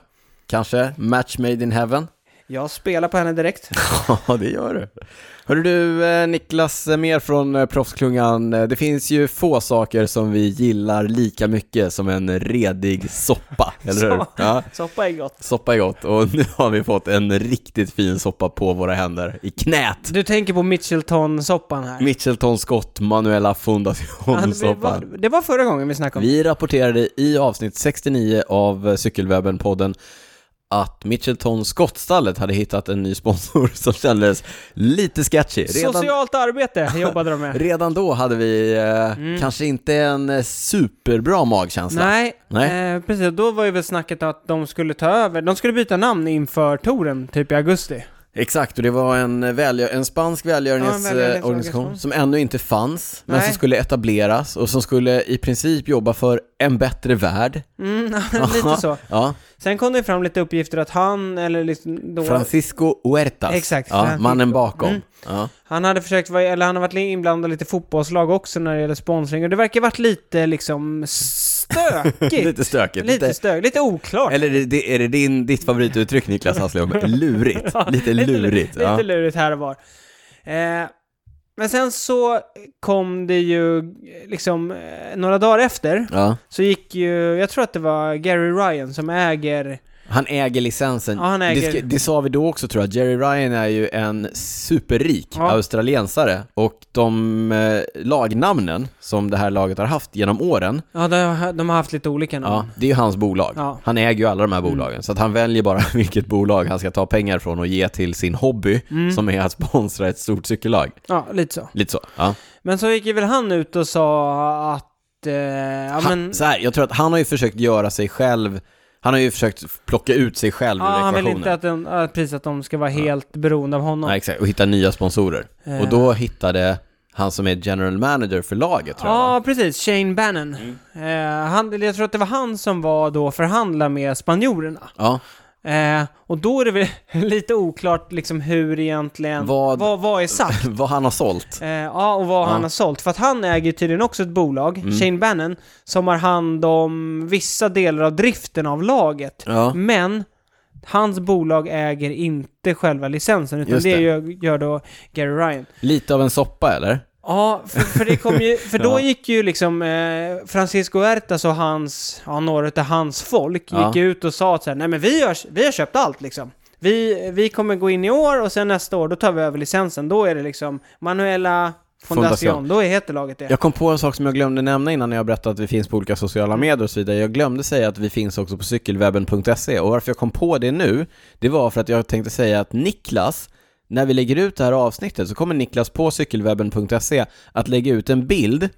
A: Kanske match made in heaven.
B: Jag spelar på henne direkt.
A: Ja, det gör du. Hörru du, eh, Niklas, eh, mer från eh, proffsklungan. Eh, Det finns ju få saker som vi gillar lika mycket som en redig soppa, eller hur?
B: Så.
A: Ja,
B: Soppa är gott.
A: soppa är gott och nu har vi fått en riktigt fin soppa på våra händer, i knät.
B: Du tänker på Mitchelton-soppan här.
A: Mitchelton Scott Manuela
B: Ja, det, var,
A: Fundationssoppan.
B: det var förra gången vi snackade om.
A: Vi rapporterade i avsnitt 69 av eh, Cykelwebben-podden att Mitchelton Skottstallet hade hittat en ny sponsor som kändes lite sketchy. Redan-
B: Socialt arbete jobbade de med.
A: Redan då hade vi eh, kanske inte en eh, superbra magkänsla.
B: Mm. Nej,
A: Nej.
B: Eh, precis. Då var ju väl snacket att de skulle ta över. De skulle byta namn inför touren, typ i augusti.
A: Exakt, och det var en, eh, välgör, en spansk
B: Ja, en välgörenhetsorganisation.
A: välgörenhetsorganisation som ännu inte fanns, men
B: Nej.
A: som skulle etableras och som skulle i princip jobba för en bättre värld.
B: Mm, lite så.
A: Ja,
B: Sen kom det fram lite uppgifter att han, eller liksom då,
A: Francisco Huertas,
B: Exakt, Mm.
A: ja,
B: Francisco.
A: mannen bakom. Ja.
B: han hade försökt vara, eller han har varit inblandad i lite fotbollslag också när det gäller sponsring. Och det verkar varit lite liksom stökigt.
A: Lite stökigt.
B: Lite stökigt, lite oklart.
A: Eller är det, är det din, ditt favorituttryck Niklas Hasslum? Lurigt. Lite lurigt.
B: Lite,
A: Ja.
B: lurigt här och var. Eh, men sen så kom det ju eh, liksom eh, några dagar efter
A: Ja.
B: så gick ju, jag tror att det var Gary Ryan som äger
A: Han äger licensen.
B: Ja, han äger-
A: Det, ska- det sa vi då också tror jag. Jerry Ryan är ju en superrik
B: Ja.
A: australiensare och de eh, lagnamnen som det här laget har haft genom åren,
B: Ja, de har, de har haft lite olika namn.
A: ja, det är ju hans bolag.
B: Mm. Ja. Mm.
A: Han äger ju alla de här bolagen, så att han väljer bara vilket bolag han ska ta pengar från och ge till sin hobby,
B: Mm.
A: som är att sponsra ett stort cykellag.
B: Ja, lite så.
A: Lite så. Ja.
B: Men så gick ju väl han ut och sa att... Eh, ja, men,
A: Han, så här, jag tror att han har ju försökt göra sig själv, han har ju försökt plocka ut sig själv
B: ja,
A: ur
B: han
A: ekvationen.
B: vill inte att, den, att, precis att de ska vara helt beroende av honom.
A: Ja, exakt. Och hitta nya sponsorer.
B: Eh.
A: Och då hittade han som är general manager för laget, tror jag. va?
B: Ja, precis. Shane Bannon. Eh, han, jag tror att det var han som var då och förhandlade med spanjorerna.
A: Ja.
B: Eh, och då är det väl lite oklart liksom hur egentligen...
A: Vad-
B: Vad, vad är sagt?
A: Vad han har sålt.
B: Eh, ja, och vad han har sålt. För att han äger ju tydligen också ett bolag,
A: Mm.
B: Shane Bannon, som har hand om vissa delar av driften av laget.
A: Ja.
B: Men hans bolag äger inte själva licensen, utan
A: Just
B: det,
A: det.
B: Gör, gör då Gary Ryan.
A: Lite av en soppa, eller?
B: Ja, för, för, det kom ju, för då
A: Ja.
B: gick ju liksom eh, Francisco Huertas och hans, ja, några utav hans folk
A: Ja.
B: gick ut och sa att så här, nej men vi har, vi har köpt allt liksom. Vi, vi kommer gå in i år och sen nästa år, då tar vi över licensen. Då är det liksom Manuela Fondacion,
A: Fondacion.
B: då heter laget det.
A: Jag kom på en sak som jag glömde nämna innan när jag berättade att vi finns på olika sociala medier och så vidare. Jag glömde säga att vi finns också på cykelwebben.se och varför jag kom på det nu, det var för att jag tänkte säga att Niklas, när vi lägger ut det här avsnittet så kommer Niklas på cykelwebben.se att lägga ut en bild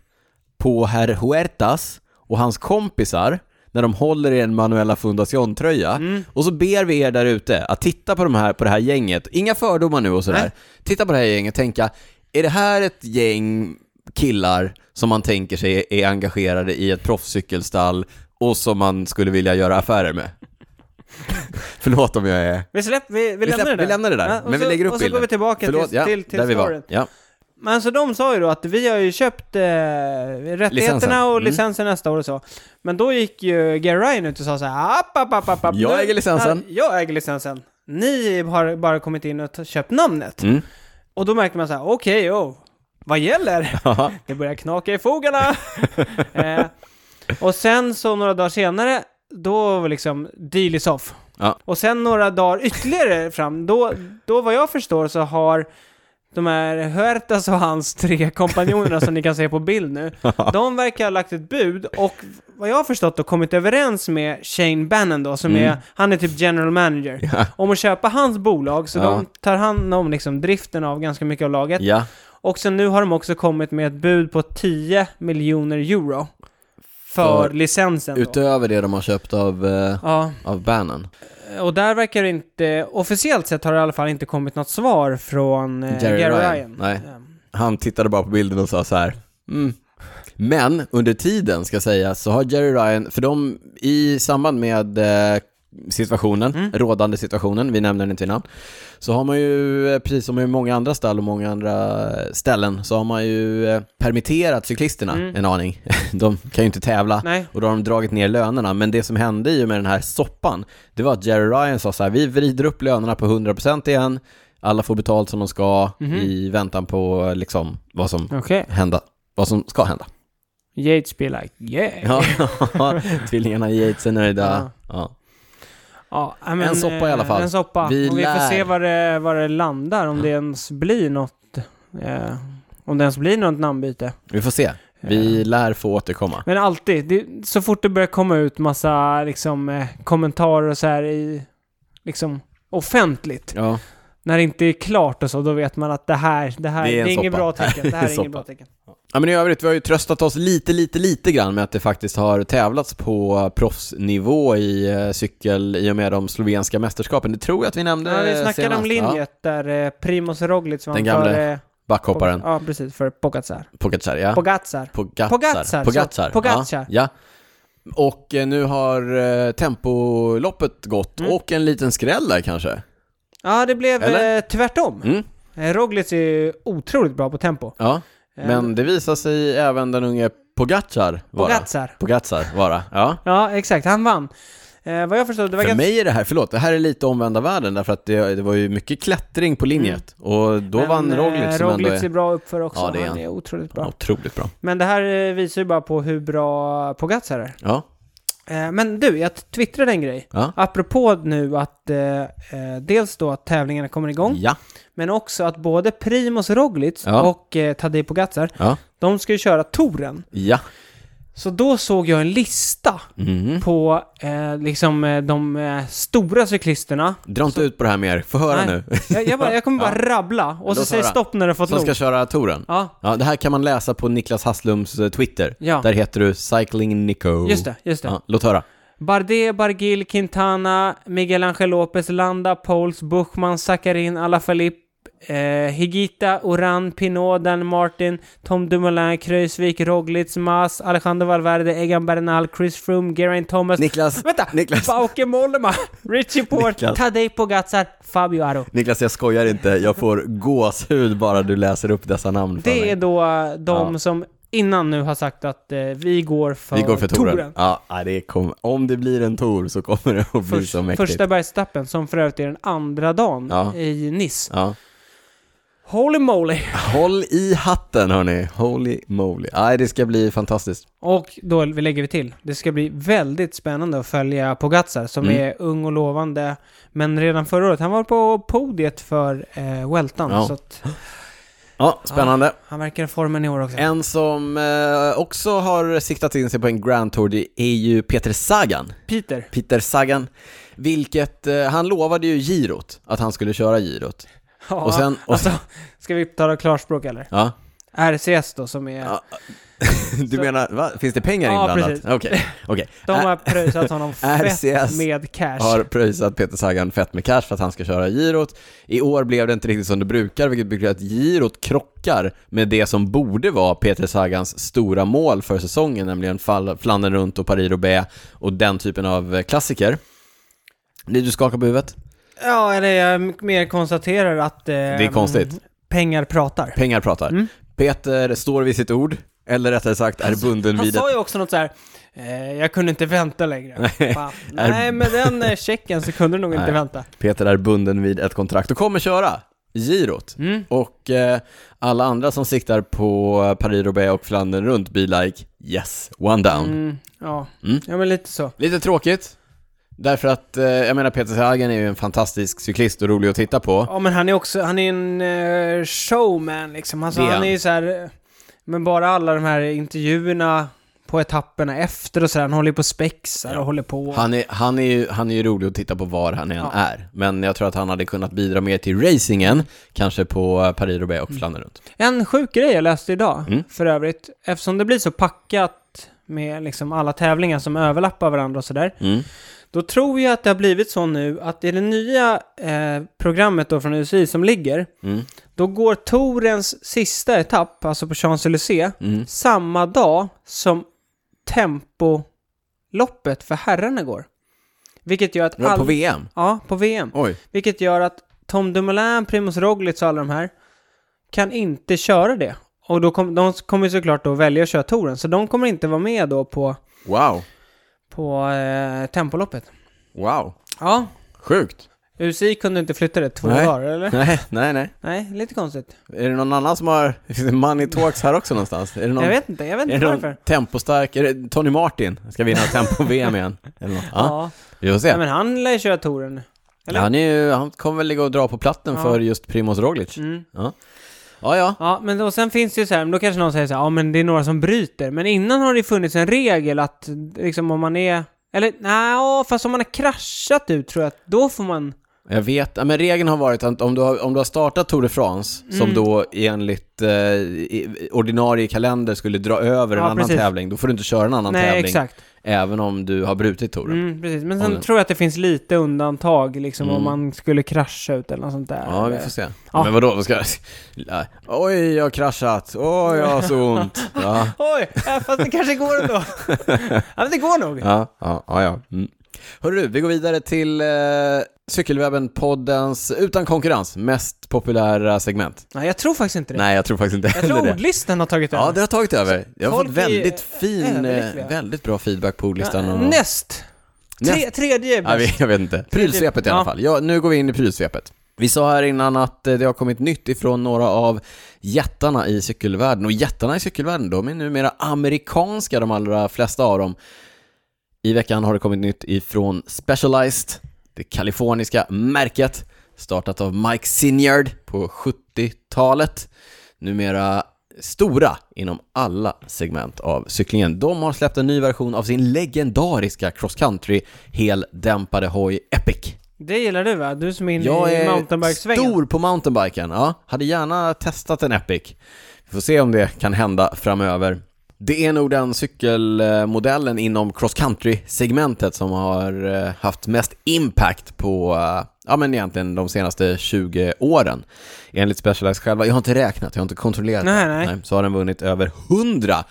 A: på herr Huertas och hans kompisar när de håller i en Manuela Fundación-tröja.
B: Mm.
A: Och så ber vi er där ute att titta på, de här, på det här gänget. Inga fördomar nu och sådär.
B: Nej.
A: Titta på det här gänget och tänka, är det här ett gäng killar som man tänker sig är engagerade i ett proffscykelstall och som man skulle vilja göra affärer med? Förlåt om jag är...
B: Vi, släpp, vi, vi,
A: Vi,
B: lämnar
A: släpp,
B: det där.
A: vi lämnar det där,
B: Ja, och
A: men
B: så,
A: vi lägger upp
B: Och så går vi tillbaka
A: Förlåt,
B: till,
A: ja,
B: till, till
A: där vi var.
B: storyn.
A: Ja.
B: Men så de sa ju då att vi har ju köpt eh, rättigheterna
A: Licensen.
B: och
A: Mm.
B: licensen nästa år och så. Men då gick ju Gary Ryan ut och sa så här, app, app, app, app, app.
A: Jag äger licensen."
B: Ja, jag äger licensen. Ni har bara kommit in och t- köpt namnet.
A: Mm.
B: Och då märkte man så här, okej, oh, vad gäller?
A: Ja.
B: Det börjar knaka i fogarna. eh, och sen så några dagar senare, då var liksom deal is off.
A: Ja.
B: Och sen några dagar ytterligare fram, då, då vad jag förstår så har de här Huertas och hans tre kompanjonerna som ni kan se på bild nu, de verkar ha lagt ett bud och vad jag har förstått då kommit överens med Shane Bannon då, som
A: Mm.
B: är, han är typ general manager, om att köpa hans bolag, så
A: Ja.
B: de tar hand om liksom driften av ganska mycket av laget.
A: ja.
B: Och sen nu har de också kommit med ett bud på 10 miljoner euro för,
A: För-
B: licensen då.
A: Utöver det de har köpt av, eh,
B: ja,
A: av Bannon.
B: Eh, och där verkar det inte, officiellt sett har det i alla fall inte kommit något svar från eh, Gary,
A: Jerry
B: Ryan.
A: Ryan. Nej.
B: Eh,
A: Han tittade bara på bilden och sa så här. Mm. Men under tiden, ska sägas, så har Jerry Ryan, för de i samband med eh, situationen, rådande situationen, vi nämner den inte vid namn, så har man ju, eh, precis som i många andra stall och många andra eh, ställen, så har man ju eh, permitterat cyklisterna en aning. De kan ju inte tävla
B: Nej.
A: och då har de dragit ner lönerna. Men det som hände ju med den här soppan, det var att Jerry Ryan sa så här, vi vrider upp lönerna på 100% igen, alla får betalt som de ska
B: Mhm.
A: i väntan på eh, liksom vad som
B: Okej.
A: hända, vad som ska hända.
B: Yates be like yeah.
A: Ja, tvillingarna Yates är nöjda. Ja.
B: Ja, men,
A: En soppa i
B: eh,
A: alla fall.
B: En soppa.
A: Vi
B: och vi får
A: lär.
B: se var det, var det landar, om det ens blir något, eh, om det ens blir något namnbyte. Eh,
A: Vi får se. Vi lär få återkomma.
B: Men alltid, det, så fort det börjar komma ut massa liksom, eh, kommentarer och så här i, liksom, offentligt.
A: Ja,
B: När det inte är klart och så, då vet man att det här, det här,
A: Det
B: det
A: är
B: är,
A: en
B: inget
A: soppa.
B: bra tecken. Det här är
A: Soppa.
B: inget bra tecken.
A: ja men i övrigt, vi har ju tröstat oss lite, lite, lite grann med att det faktiskt har tävlats på proffsnivå i eh, cykel i och med de slovenska mästerskapen. Det tror jag att vi nämnde
B: Ja, vi
A: eh,
B: snackade
A: senast.
B: om Linjet där eh, Primoz Roglic vann
A: Den gamle
B: för... eh,
A: Ja, backhopparen,
B: Poga- Ja, precis. För Pogacar.
A: Pogacar, ja.
B: Pogacar.
A: Pogacar.
B: Pogacar, så.
A: Pogacar.
B: Pogacar.
A: Ja. ja. Och eh, nu har eh, tempoloppet gått
B: Mm.
A: och en liten skräll där kanske.
B: Ja, det blev
A: Eller?
B: eh, tvärtom.
A: Mm.
B: Eh, Roglic är ju otroligt bra på tempo.
A: Ja.
B: Eh,
A: Men det visar sig även den unge Pogacar vara.
B: Pogacar.
A: Pogacar vara, ja.
B: Ja, exakt. Han vann. Eh, vad jag förstod, det var
A: För
B: ganska...
A: mig är det här, förlåt, det här är lite omvända världen därför att det, det var ju mycket klättring på linjet och då vann
B: Mm. Men, eh,
A: Roglic som ändå
B: Roglic är
A: är
B: bra uppför också.
A: Ja, det är
B: han.
A: han.
B: är otroligt bra.
A: ja, otroligt bra.
B: Men det här eh, visar ju bara på hur bra Pogacar är.
A: Ja,
B: Eh, Men du, jag twittrade en grej.
A: Ja.
B: Apropå nu att eh, eh, dels då att tävlingarna kommer igång,
A: Ja.
B: men också att både Primoz Roglic
A: Ja.
B: och eh, Tadej Pogacar,
A: Ja.
B: de ska ju köra touren.
A: Ja.
B: Så då såg jag en lista
A: Mm.
B: på eh, liksom eh, de eh, stora cyklisterna.
A: Dra inte ut på det här mer. Få höra
B: Nej,
A: nu.
B: Jag, jag, bara, jag kommer bara rabbla och
A: Låt
B: så
A: oss
B: säger
A: höra.
B: stopp när du fått
A: Som
B: nog.
A: ska köra touren.
B: Ja,
A: Ja, det här kan man läsa på Niklas Hasslums eh, Twitter.
B: Ja.
A: Där heter du Cycling Nico.
B: just det, just det.
A: Ja, låt höra.
B: Bardet, Bargil, Quintana, Miguel Angel Lopez, Landa, Pols, Buchman, Sakarin, Alaphilippe, eh, Higita, Oran, Pinot, Dan Martin, Tom Dumoulin, Kreuzvik, Roglic, Mas, Alejandro Valverde, Egan Bernal, Chris Froome, Geraint Thomas,
A: Niklas,
B: Vänta!
A: Niklas.
B: Bauke Mollema, Richie Port,
A: Niklas.
B: Tadej Pogacar, Fabio Aro.
A: Niklas, jag skojar inte. Jag får gåshud bara du läser upp dessa namn för
B: Det
A: mig.
B: är då eh, de
A: Ja.
B: som innan nu har sagt att eh, vi går för,
A: Vi går för touren.
B: touren.
A: Ja, nej, det kom, om det blir en tour så kommer det att bli
B: Först,
A: så mäktigt.
B: första bergstappen som för övrigt är den andra dagen
A: Ja.
B: i Nice.
A: Ja.
B: Holy moly!
A: Håll i hatten hörni. Holy moly. Nej, det ska bli fantastiskt.
B: Och då lägger vi till, det ska bli väldigt spännande att följa Pogacar som
A: Mm.
B: är ung och lovande. Men redan förra året, han var på podiet för eh, Weltan,
A: Ja.
B: så att
A: Ja, spännande.
B: han verkar i formen i år också.
A: En som eh, också har siktat in sig på en Grand Tour, det är ju Peter Sagan.
B: Peter,
A: Peter Sagan, vilket, eh, han lovade ju girot, att han skulle köra girot.
B: ja,
A: Och sen, och,
B: alltså, ska vi tala klarspråk eller?
A: ja,
B: RCS då som är,
A: Ja, du menar, va? finns det pengar
B: Ja,
A: inblandat?
B: precis.
A: Okej, okej.
B: de har pröjsat honom fett
A: RCS
B: med cash.
A: har pröjsat Peter Sagan fett med cash för att han ska köra girot. I år blev det inte riktigt som det brukar, vilket betyder att girot krockar med det som borde vara Peter Sagans stora mål för säsongen, nämligen Fall- Flandern runt och Paris-Roubaix och den typen av eh, klassiker. Ni, du skakar på huvudet?
B: Ja, eller jag mer konstaterar att eh,
A: är konstigt.
B: pengar pratar.
A: Pengar pratar.
B: Mm.
A: Peter står vid sitt ord, eller rättare sagt är bunden
B: Alltså, Han
A: vid ett...
B: sa ju också något så här. Eh, jag kunde inte vänta längre. Fan. Nej, med den eh, checken så kunde du nog inte
A: Nej.
B: vänta.
A: Peter är bunden vid ett kontrakt och kommer köra girot.
B: Mm.
A: Och eh, alla andra som siktar på Paris-Roubaix och Flandern runt blir like yes, one down.
B: Mm, ja.
A: Mm.
B: ja, men lite så.
A: Lite tråkigt, därför att eh, jag menar Peter Sagan är ju en fantastisk cyklist och rolig att titta på.
B: Ja, men han är också, han är en eh, showman liksom. Alltså,
A: Det är
B: han
A: han.
B: är ju så här, eh, men bara alla de här intervjuerna på etapperna efter och så där, han håller ju på och spexar och håller på.
A: Han är, han, är ju, han är ju rolig att titta på var han än
B: Ja.
A: är, men jag tror att han hade kunnat bidra mer till racingen, kanske på Paris-Roubaix
B: Mm.
A: och Flandern runt.
B: En sjuk grej jag läste idag,
A: Mm.
B: för övrigt, eftersom det blir så packat med liksom alla tävlingar som överlappar varandra och sådär.
A: Mm.
B: Då tror jag att det har blivit så nu att i det nya eh, programmet då från UCI som ligger,
A: Mm.
B: då går Torens sista etapp, alltså på Champs-Élysées,
A: Mm.
B: samma dag som tempoloppet för herrarna går. Vilket gör att...
A: Ja, På
B: all-
A: VM?
B: Ja, på VM.
A: Oj.
B: Vilket gör att Tom Dumoulin, Primoz Roglic och alla de här kan inte köra det. Och då kom, de kommer ju såklart då välja att köra touren, så de kommer inte vara med då på,
A: Wow.
B: på eh, tempoloppet.
A: Wow.
B: Ja,
A: Sjukt.
B: UCI kunde inte flytta det två
A: Nej.
B: dagar, eller?
A: Nej, nej, nej.
B: Nej, lite konstigt.
A: Är det någon annan som har, finns det money talks här också någonstans? Är det någon,
B: Jag vet inte, jag vet
A: är
B: inte
A: det
B: varför.
A: någon tempostark, är det Tony Martin? Ska vinna tempo-VM igen? Eller något? Ja,
B: Ja.
A: vi får
B: Nej,
A: se.
B: men han lär ju köra touren. eller?
A: Han, är ju, han kommer väl ligga och dra på platten
B: Ja.
A: för just Primoz Roglic.
B: Mm.
A: Ja. ja, ja.
B: Ja, men då, sen finns det ju så här, men då kanske någon säger så här, ja men det är några som bryter. Men innan har det ju funnits en regel att liksom om man är, eller nej, ja, fast om man har kraschat ut tror jag att då får man,
A: Jag vet, ja, men regeln har varit att om du har, om du har startat Tour de France,
B: Mm.
A: som då enligt eh, i- ordinarie kalender skulle dra över en
B: Ja,
A: annan
B: precis.
A: tävling, då får du inte köra en annan
B: nej
A: tävling,
B: exakt.
A: även om du har brutit touren.
B: Mm, precis. Men
A: Om
B: sen
A: den-
B: tror jag att det finns lite undantag liksom om
A: Mm.
B: man skulle krascha ut eller något sånt där.
A: Ja, vi
B: Eller-
A: får se.
B: Ja.
A: Men vadå, vad ska jag... Nej. Oj, jag har kraschat. Oj, jag har så ont. Ja,
B: Oj, ja, fast det kanske går ändå. ja, men det går nog.
A: ja, ja. ja, ja. Mm. Hörru du, vi går vidare till eh, Cykelwebben-poddens utan konkurrens mest populära segment.
B: Nej, jag tror faktiskt inte det.
A: Nej, jag tror faktiskt inte
B: jag tror
A: heller det.
B: ordlistan har tagit
A: Ja,
B: över.
A: det har tagit över. Jag har
B: folk
A: fått
B: är
A: väldigt fin,
B: överlyckliga.
A: eh, väldigt bra feedback på ordlistan.
B: Ja,
A: Och...
B: Näst. Tre, tredje är
A: Ja, vi-
B: bäst.
A: jag vet inte. Prylsvepet i
B: Ja.
A: alla fall. Ja, nu går vi in i prylsvepet. Vi sa här innan att eh, det har kommit nytt ifrån några av jättarna i cykelvärlden. Och jättarna i cykelvärlden, de är numera amerikanska, de allra flesta av dem. I veckan har det kommit nytt ifrån Specialized, det kaliforniska märket, startat av Mike Sinyard på 70-talet. Numera stora inom alla segment av cyklingen. De har släppt en ny version av sin legendariska cross country heldämpade hoj Epic.
B: Det gillar du va? Du som är inne
A: Jag
B: i
A: är
B: mountainbikesvängen.
A: stor på mountainbiken, ja. Hade gärna testat en Epic. Vi får se om det kan hända framöver. Det är nog den cykelmodellen inom cross country-segmentet som har eh, haft mest impact på, eh, ja men egentligen de senaste 20 åren. Enligt Specialized själva, jag har inte räknat, jag har inte kontrollerat
B: Nej,
A: det.
B: nej.
A: Så har den vunnit över 100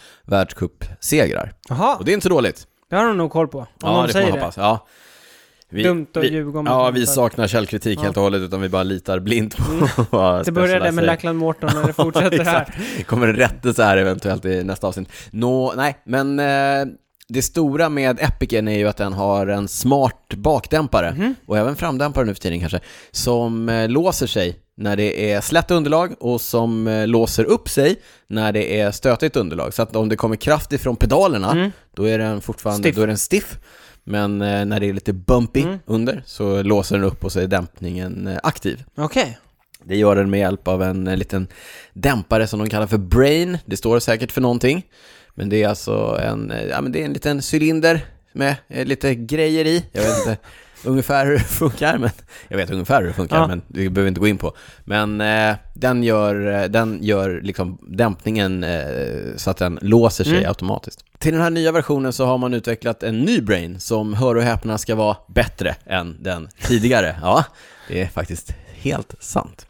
A: världscupsegrar.
B: Jaha,
A: Och det är inte så dåligt.
B: det har de nog koll på. Om någon
A: det får man
B: säger
A: hoppas. Ja. Vi,
B: Dumt att
A: vi,
B: ljuga om
A: Ja,
B: något
A: vi
B: sånt.
A: saknar källkritik helt och hållet, utan vi bara litar blint
B: Mm.
A: på vad
B: det. Det började
A: Specialized
B: med
A: säger.
B: Lackland Morton när det fortsätter här.
A: Exakt. Kommer en rättelse här eventuellt i nästa avsnitt. Nå, nej, men eh, det stora med Epicen är ju att den har en smart bakdämpare,
B: Mhm.
A: och även framdämpare nu för tiden kanske, som eh, låser sig när det är slätt underlag och som eh, låser upp sig när det är stötigt underlag. Så att om det kommer kraft ifrån pedalerna, då är den fortfarande
B: Mm. Stiff. Mm.
A: Då är den stiff. Men eh, när det är lite bumpy under så låser den upp och så är dämpningen eh, aktiv.
B: Okej.
A: Det gör den med hjälp av en eh, liten dämpare som de kallar för brain. Det står säkert för någonting. Men det är alltså en, eh, ja, men det är en liten cylinder med eh, lite grejer i. Jag vet inte ungefär hur det funkar, men jag vet ungefär hur det funkar,
B: Ja.
A: men det behöver vi inte gå in på. Men eh, den gör, eh, den gör liksom dämpningen eh, så att den låser sig automatiskt. Till den här nya versionen så har man utvecklat en ny brain som, hör och häpna, ska vara bättre än den tidigare. Ja, det är faktiskt helt sant.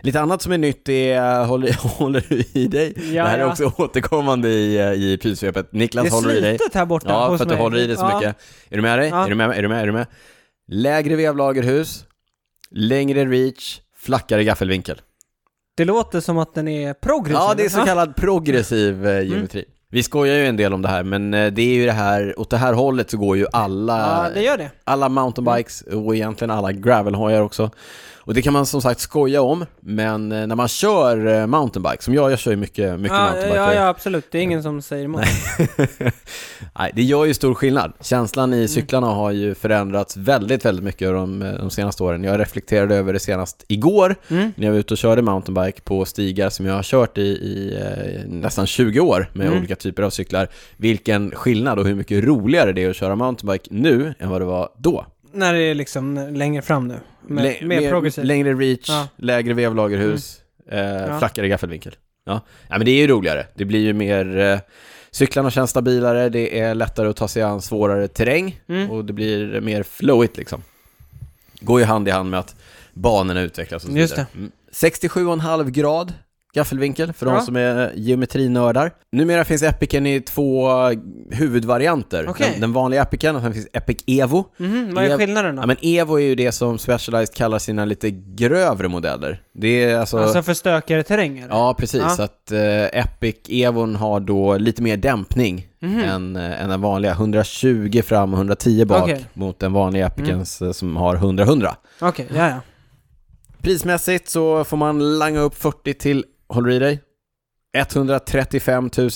A: Lite annat som är nytt är, håller, håller du i dig?
B: Ja,
A: det här
B: ja.
A: är också återkommande i, i prylsvepet. Niklas
B: Det är
A: håller i dig.
B: slitet här borta
A: Ja,
B: hos
A: för att du
B: mig.
A: håller i det så
B: Ja.
A: mycket. Är du med dig?
B: Ja.
A: Är du med? Är du med? Är du med? Lägre vevlagerhus, längre reach, flackare gaffelvinkel.
B: Det låter som att den är progressiv.
A: Ja, det är så kallad progressiv
B: Mm.
A: eh, geometri. Vi skojar ju en del om det här, men eh, det är ju det här, åt det här hållet så går ju alla,
B: Ja, det gör det.
A: alla mountainbikes och egentligen alla gravelhojar också. Och det kan man som sagt skoja om, men eh, när man kör eh, mountainbike, som jag, jag kör ju mycket, mycket
B: Ja,
A: mountainbike.
B: ja, ja, absolut. Det är ingen som säger emot.
A: Nej, det gör ju stor skillnad. Känslan
B: Mm.
A: i cyklarna har ju förändrats väldigt, väldigt mycket de, eh, de senaste åren. Jag reflekterade över det senast igår
B: Mm.
A: när jag var ute och körde mountainbike på stigar som jag har kört i, i eh, nästan 20 år med
B: Mm.
A: olika typer av cyklar. Vilken skillnad och hur mycket roligare det är att köra mountainbike nu än vad det var då.
B: När det är liksom längre fram nu. Med,
A: Lä-
B: mer progressiv.
A: Längre reach,
B: Ja. Mm.
A: lägre vevlagerhus, eh,
B: Ja.
A: flackare gaffelvinkel. Ja. ja, men det är ju roligare. Det blir ju mer... Eh, cyklarna känns stabilare, det är lättare att ta sig an svårare terräng
B: Mm.
A: och det blir mer flowigt liksom. Går ju hand i hand med att banorna utvecklas och så
B: Just
A: vidare. Mm. 67,5 grad gaffelvinkel för de
B: Ja.
A: som är geometrinördar. Numera finns Epicen i två huvudvarianter.
B: Okej.
A: Den, den vanliga Epicen, och sen finns Epic Evo.
B: Mhm, vad är
A: Lev-
B: skillnaden då?
A: Ja, Alltså- men Evo är ju det som Specialized kallar sina lite grövre modeller. Det är alltså...
B: Alltså för stökigare terränger?
A: ja, precis.
B: Ja.
A: Så att eh, Epic Evon har då lite mer dämpning
B: Mhm.
A: än, eh, än den vanliga. 120 fram och 110 bak
B: Okej. Mhm.
A: mot den vanliga Epicens eh, som har 100-100.
B: Okej, ja, ja.
A: Prismässigt så får man langa upp 40 till, håller du i dig? 135 000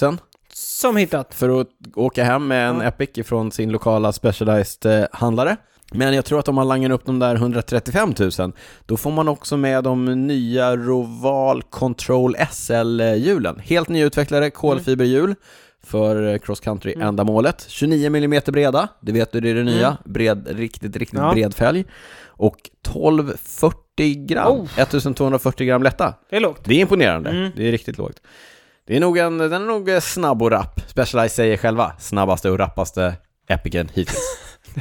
B: Som hittat.
A: för att åka hem med en
B: Ja.
A: Epic ifrån sin lokala Specialized-handlare. Men jag tror att om man langar upp de där 135 000, då får man också med de nya Roval Control SL-hjulen. Helt nyutvecklade kolfiberhjul för eh, cross
B: Mm.
A: country-ändamålet. 29 mm breda, det vet du det är det nya. Bred, riktigt, riktigt
B: Ja.
A: bred fälg. Och 1240 gram,
B: Oh.
A: 1240 gram lätta.
B: Det är lågt.
A: Det är imponerande.
B: Mm.
A: Det är riktigt lågt. Det är nog en, den är nog eh, snabb och rapp. Specialized säger själva, snabbaste och rappaste Epicen hittills.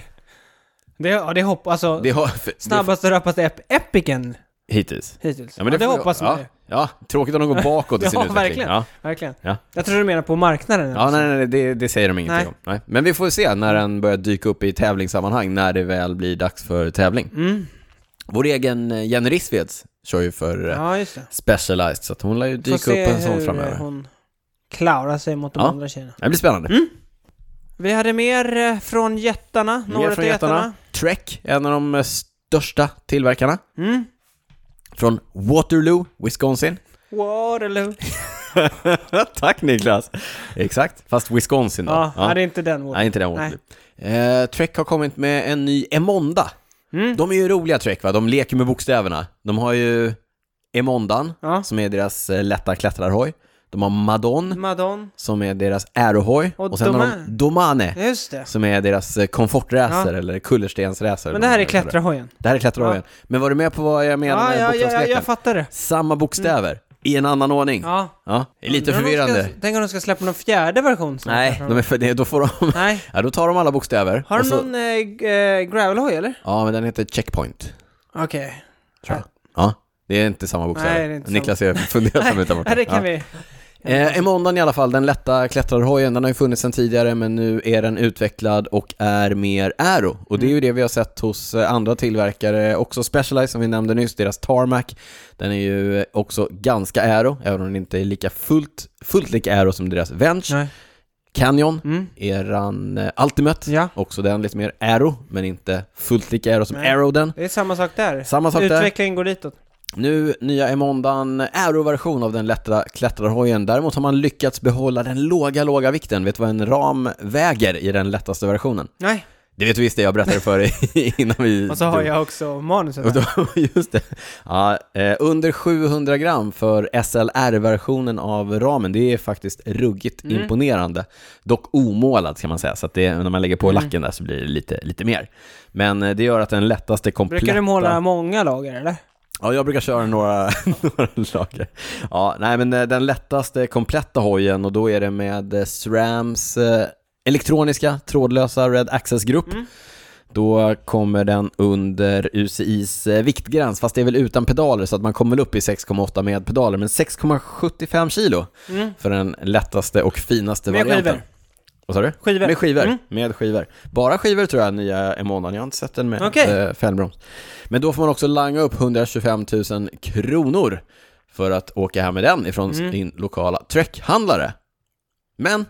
B: Det, ja, det hoppas... Alltså,
A: Det har,
B: snabbaste rappaste ep Epicen
A: det, hittills.
B: hittills.
A: men
B: det
A: får vi-
B: hoppas man
A: ja,
B: ju.
A: ja, tråkigt om de går bakåt i sin
B: Ja,
A: utveckling.
B: verkligen.
A: Ja,
B: Verkligen.
A: Ja.
B: Jag tror du menar på marknaden.
A: ja nej, nej, nej det, det säger de ingenting
B: Nej.
A: om. Nej. Men vi får se när den börjar dyka upp i tävlingssammanhang, när det väl blir dags för tävling.
B: Mm.
A: Vår egen eh, Jenny Rissveds kör ju för eh,
B: Ja, just det.
A: Specialized, så att hon lär ju dyka upp en sån framöver.
B: hur hon klarar sig mot de
A: Ja.
B: andra tjejerna.
A: Det blir spännande.
B: Vi hade mer eh, från jättarna.
A: Mer
B: några
A: från
B: till
A: jättarna. Trek, en av de eh, största tillverkarna.
B: Mm.
A: från Waterloo, Wisconsin.
B: Waterloo.
A: Tack Niklas! Exakt, fast Wisconsin då.
B: Ja, ja. det är inte den
A: Nej, inte den Waterloo. Eh, Trek har kommit med en ny Emonda.
B: Mm.
A: De är ju roliga Trek va, de leker med bokstäverna. De har ju Emondan,
B: Ja.
A: som är deras eh, lätta klättrarhoj. De har Madon,
B: Madon.
A: som är deras aerohoj.
B: Och
A: Och, sen har
B: Domane.
A: de Domane,
B: Just det.
A: som är deras eh, komfortracer
B: Ja.
A: eller kullerstensracer.
B: Men det här
A: De
B: är
A: kallar
B: klättrarhojen.
A: Det här är klättrarhojen. Men var du med på vad jag menar
B: Ja,
A: med
B: ja, ja, ja,
A: bokstavsleken?
B: jag fattar det.
A: Samma bokstäver, i en annan ordning. Ja.
B: Ja.
A: det är lite
B: Undrar om de
A: förvirrande.
B: Ska, tänk om de ska släppa någon fjärde version snart.
A: Nej, de alltså- är för, det- då får de...
B: Nej.
A: Ja, då tar de alla bokstäver.
B: Har
A: och
B: de
A: så-
B: någon eh, g- eh, gravelhoj eller?
A: Ja, men den heter Checkpoint.
B: Okej.
A: Tror jag. Ja, det är inte samma bokstäver.
B: Nej, det är inte
A: Niklas är fundersam utan
B: Nej,
A: borta.
B: det kan
A: ja.
B: vi.
A: eh, I måndagen i alla fall, den lätta klättrarhojen, den har ju funnits sedan tidigare, men nu är den utvecklad och är mer aero. Och det är ju
B: Mm.
A: det vi har sett hos eh, andra tillverkare, också Specialized som vi nämnde nyss, deras Tarmac. Den är ju eh, också ganska aero, även om den inte är lika fullt, fullt lika aero som deras Venge.
B: Nej.
A: Canyon,
B: Mm.
A: eran eh, Ultimate,
B: Ja.
A: också den lite mer aero, men inte fullt lika aero som
B: Nej.
A: aero den.
B: Det är samma sak där.
A: Samma sak där.
B: Utvecklingen går ditåt.
A: Nu nya är måndagen aeroversion av den lätta klättrarhojen. Däremot har man lyckats behålla den låga, låga vikten. Vet du vad en ram väger i den lättaste versionen?
B: Nej.
A: Det vet du visst det, jag berättade för dig innan vi...
B: Och så har
A: drog.
B: jag också manuset.
A: Och
B: här.
A: då- Just det. Ja, eh, under 700 gram för SLR-versionen av ramen. Det är faktiskt ruggigt
B: Mm.
A: imponerande. Dock omålad ska man säga, så att det, när man lägger på
B: Mm.
A: lacken där så blir det lite, lite mer. Men eh, det gör att den lättaste kompletta...
B: Brukar du måla många lager eller?
A: Ja, jag brukar köra några, några lager. Ja, nej, men eh, den lättaste kompletta hojen och då är det med eh, SRAMs eh, elektroniska trådlösa Red Access-grupp.
B: Mm.
A: Då kommer den under UCIs eh, viktgräns, fast det är väl utan pedaler så att man kommer väl upp i 6,8 med pedaler, men 6,75 kilo
B: Mm.
A: för den lättaste och finaste
B: Med
A: varianten.
B: skivor.
A: Vad sa du?
B: Skivor.
A: Med skivor.
B: Mm.
A: Med skivor. Bara skivor tror jag, nya Emonan. Jag har inte sett den med
B: Okej.
A: eh, fällbroms. Men då får man också langa upp 125 000 kronor för att åka hem med den ifrån
B: Mm.
A: sin lokala träckhandlare. Men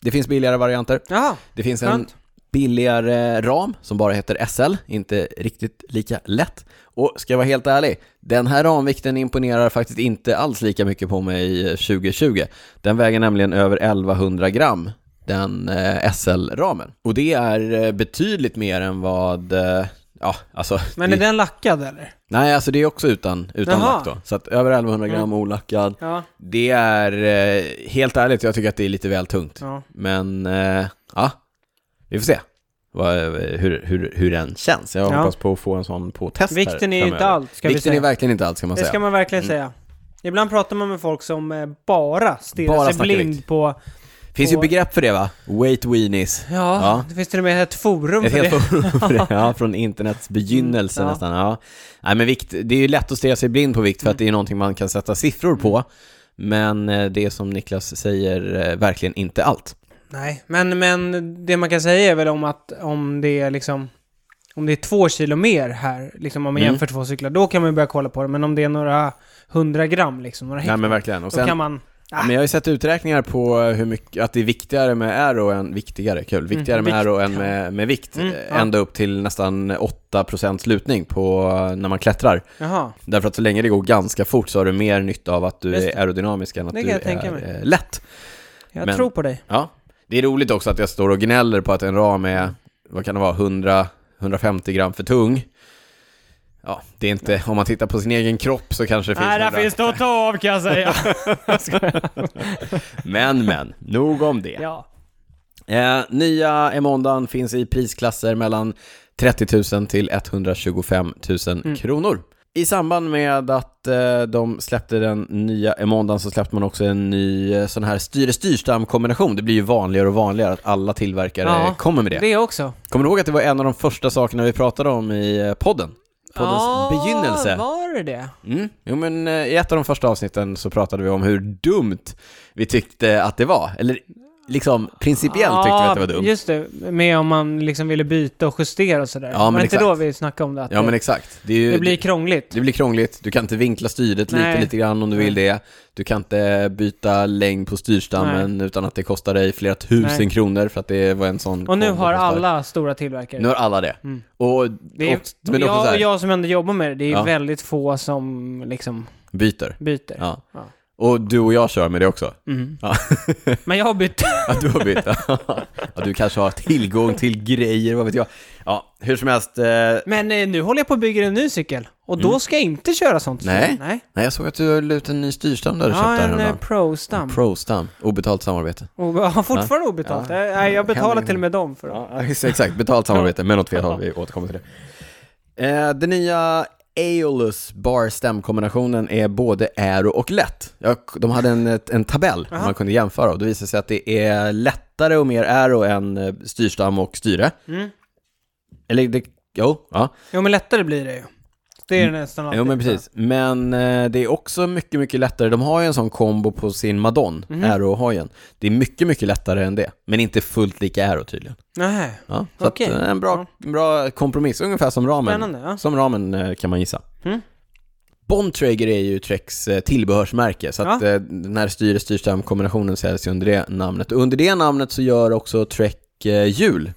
A: det finns billigare varianter.
B: Jaha.
A: Det finns en
B: Skönt.
A: billigare ram som bara heter SL, inte riktigt lika lätt. Och ska jag vara helt ärlig, den här ramvikten imponerar faktiskt inte alls lika mycket på mig 2020. Den väger nämligen över 1100 gram, den eh, SL-ramen. Och det är eh, betydligt mer än vad, eh, ja alltså...
B: Men
A: det,
B: är den lackad eller?
A: Nej, alltså det är också utan, utan
B: Jaha. Mm.
A: lack då. Så att över 1100 gram olackad.
B: Ja.
A: Det är, eh, helt ärligt, jag tycker att det är lite väl tungt.
B: Ja.
A: Men eh, ja, vi får se vad, hur, hur, hur den känns. Jag
B: Ja.
A: hoppas på att få en sån på test
B: Vikten är ju
A: framöver.
B: inte allt, ska vi
A: Vikten
B: säga.
A: är verkligen inte allt, ska man
B: Det
A: säga. Mm.
B: ska man verkligen säga. Ibland pratar man med folk som eh, bara stirrar
A: Bara
B: sig
A: snackar
B: blind
A: vikt.
B: på...
A: Finns ju begrepp för det va? Weight weenies.
B: Ja,
A: Ja.
B: det finns till och med ett forum
A: Ett
B: för
A: helt
B: det.
A: forum för det. Ja, från internets begynnelse
B: Mm, ja.
A: nästan. Ja. Nej, men vikt, det är ju lätt att stirra sig blind på vikt för
B: Mm.
A: att det är någonting man kan sätta siffror på. Men eh, det är som Niklas säger, eh, verkligen inte allt.
B: Nej, men, men det man kan säga är väl om att om det är liksom... Om det är två kilo mer här, liksom om man
A: Mm.
B: jämför två cyklar, då kan man ju börja kolla på det. Men om det är några hundra gram liksom, några
A: Nej,
B: hektar,
A: men verkligen. Och
B: då
A: sen,
B: kan man...
A: Ja, men jag har ju sett uträkningar på hur mycket, att det är viktigare med aero än, viktigare, kul, viktigare med
B: Mm. vikt,
A: aero än med, med vikt.
B: Mm,
A: Eh,
B: ja.
A: Ända upp till nästan 8% lutning på eh, när man klättrar.
B: Jaha.
A: Därför att så länge det går ganska fort så har du mer nytta av att du
B: Just
A: är aerodynamisk än att
B: Det
A: du
B: kan jag tänka
A: är
B: mig.
A: eh, lätt.
B: Jag
A: Men-
B: tror på dig.
A: Ja. Det är roligt också att jag står och gnäller på att en ram är, vad kan det vara, 100, 150 gram för tung. Ja, det är inte, om man tittar på sin egen kropp så kanske det finns
B: Nej, där
A: några-
B: finns det att ta av kan jag säga.
A: Men, men, nog om det.
B: ja.
A: Eh, nya Emondan finns i prisklasser mellan 30 000 till 125 000 kronor. I samband med att eh, de släppte den nya Emondan så släppte man också en ny eh, sån här styre-styrstam-kombination. Det blir ju vanligare och vanligare att alla tillverkare
B: Ja,
A: eh, kommer med det.
B: Det också.
A: Kommer du ihåg att det var en av de första sakerna vi pratade om i eh, podden? Poddens
B: Ah.
A: begynnelse.
B: var det det?
A: Mm. Jo men eh, i ett av de första avsnitten så pratade vi om hur dumt vi tyckte att det var. Eller liksom principiellt tyckte vi att det var dumt.
B: just det. Med om man liksom ville byta och justera och sådär.
A: Ja,
B: var
A: men
B: det inte
A: exakt.
B: då vi snackade om det? Att
A: Ja men
B: det,
A: exakt. Det, är ju,
B: det blir krångligt.
A: det blir krångligt, du kan inte vinkla styret lite,
B: Nej.
A: lite grann om du vill det. Du kan inte byta längd på styrstammen utan att det kostar dig flera tusen
B: Nej.
A: kronor för att det var en sån...
B: och nu
A: kombo
B: har
A: kostar.
B: alla stora tillverkare.
A: Nu har alla det. Och,
B: det är,
A: och, men också
B: jag,
A: så
B: och
A: här,
B: jag som ändå jobbar med det, det är
A: Ja.
B: väldigt få som liksom
A: byter.
B: byter.
A: Ja.
B: Ja. Mhm.
A: Och du och jag kör med det också? Ja.
B: Men jag har bytt.
A: Ja, du har bytt. ja, du kanske har tillgång till grejer, vad vet jag. Ja, hur som helst. Eh,
B: Men eh, nu håller jag på och bygger en ny cykel. Och då ska jag inte köra sånt.
A: Mm. Nej.
B: Nej.
A: nej, jag såg att du la ut en ny styrstam du hade
B: Ja,
A: köpt där
B: en eh,
A: häromdagen.
B: pro-stam.
A: Pro-stam. Obetalt samarbete.
B: Och jag har fortfarande obetalt.
A: Ja.
B: Eh, Nej, jag
A: Kan
B: betalar
A: ingenting.
B: till och med dem för det.
A: Ja, just det, exakt. Betalt samarbete, men åt fel håll. Vi återkommer till det. Eh, den nya Aeolus bar-stem-kombinationen är både aero och lätt. Jag, de hade en, ett- en tabell man kunde jämföra och det visade sig att det är lättare och mer aero än eh, styrstam och styre.
B: Mm.
A: Eller det, jo, ja.
B: Jo, men lättare blir det ju. Det är det nästan alltid.
A: Mm. Jo men precis. Men eh, det är också mycket, mycket lättare. De har ju en sån kombo på sin Madon,
B: Mhm.
A: Aero-hojen. Det är mycket, mycket lättare än det. Men inte fullt lika Aero tydligen.
B: Nej.
A: Ja, så
B: Okej.
A: att, eh, en bra, bra kompromiss, ungefär som ramen.
B: Spännande, ja.
A: Som ramen eh, kan man gissa.
B: Mm.
A: Bontrager är ju Treks eh, tillbehörsmärke, så att
B: Ja.
A: eh, när styr styrstam kombinationen säljs ju under det namnet. Och under det namnet så gör också Trek eh, hjul.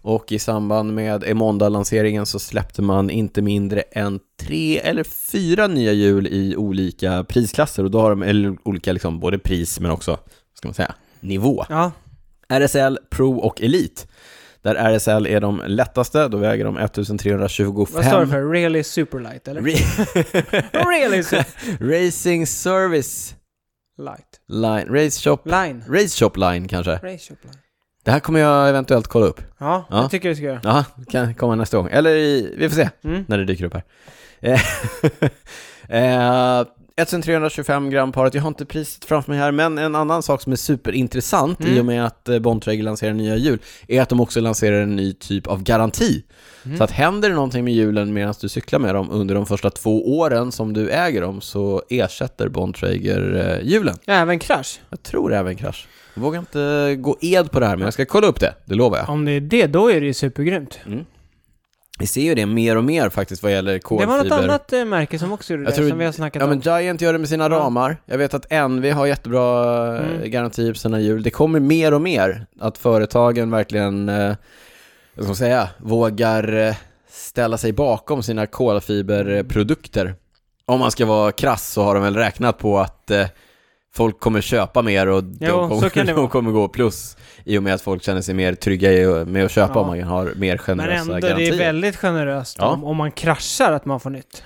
A: Och i samband med Emonda-lanseringen så släppte man inte mindre än tre eller fyra nya hjul i olika prisklasser. Och då har de, eller olika liksom, både pris men också, vad ska man säga, nivå.
B: Ja.
A: RSL, Pro och Elite. Där RSL är de lättaste, då väger de 1325.
B: Vad står det för? Really superlight, eller?
A: Re-
B: really superlight.
A: Racing Service Line, Race Shop,
B: Line.
A: Race Shop Line kanske.
B: Race shop line.
A: Det här kommer jag eventuellt kolla upp.
B: Ja,
A: Ja.
B: jag tycker vi ska göra.
A: Ja, kan komma nästa gång. Eller i, vi får se
B: Mm.
A: när det dyker upp här. Eh, eh, 1325 gram paret, jag har inte priset framför mig här, men en annan sak som är superintressant
B: Mm.
A: i och med att eh, Bontrager lanserar nya hjul är att de också lanserar en ny typ av garanti.
B: Mm.
A: Så att händer det någonting med hjulen medan du cyklar med dem under de första två åren som du äger dem så ersätter Bontrager eh, hjulen.
B: Även krasch.
A: Jag tror även krasch. Jag vågar inte eh, gå ed på det här, men jag ska kolla upp det, det lovar jag.
B: Om det är det, då är det ju supergrymt.
A: Vi ser ju det mer och mer faktiskt vad gäller
B: Det
A: kolfiber.
B: var något annat eh, märke som också gjorde
A: Jag
B: det,
A: tror-
B: som vi har snackat
A: Ja
B: om.
A: men Giant gör det med sina ramar. Jag vet att NV har jättebra eh,
B: Mm.
A: garantier på sina hjul. Det kommer mer och mer att företagen verkligen, eh, vad ska man säga, vågar eh, ställa sig bakom sina kolfiberprodukter. Om man ska vara krass så har de väl räknat på att eh, folk kommer köpa mer och de,
B: Jo, så
A: kommer,
B: kan det vara.
A: de kommer gå plus i och med att folk känner sig mer trygga i- med att köpa
B: Ja.
A: om man har mer
B: Men
A: generösa
B: ändå,
A: garantier.
B: det är väldigt generöst
A: Ja.
B: om, om man kraschar att man får nytt.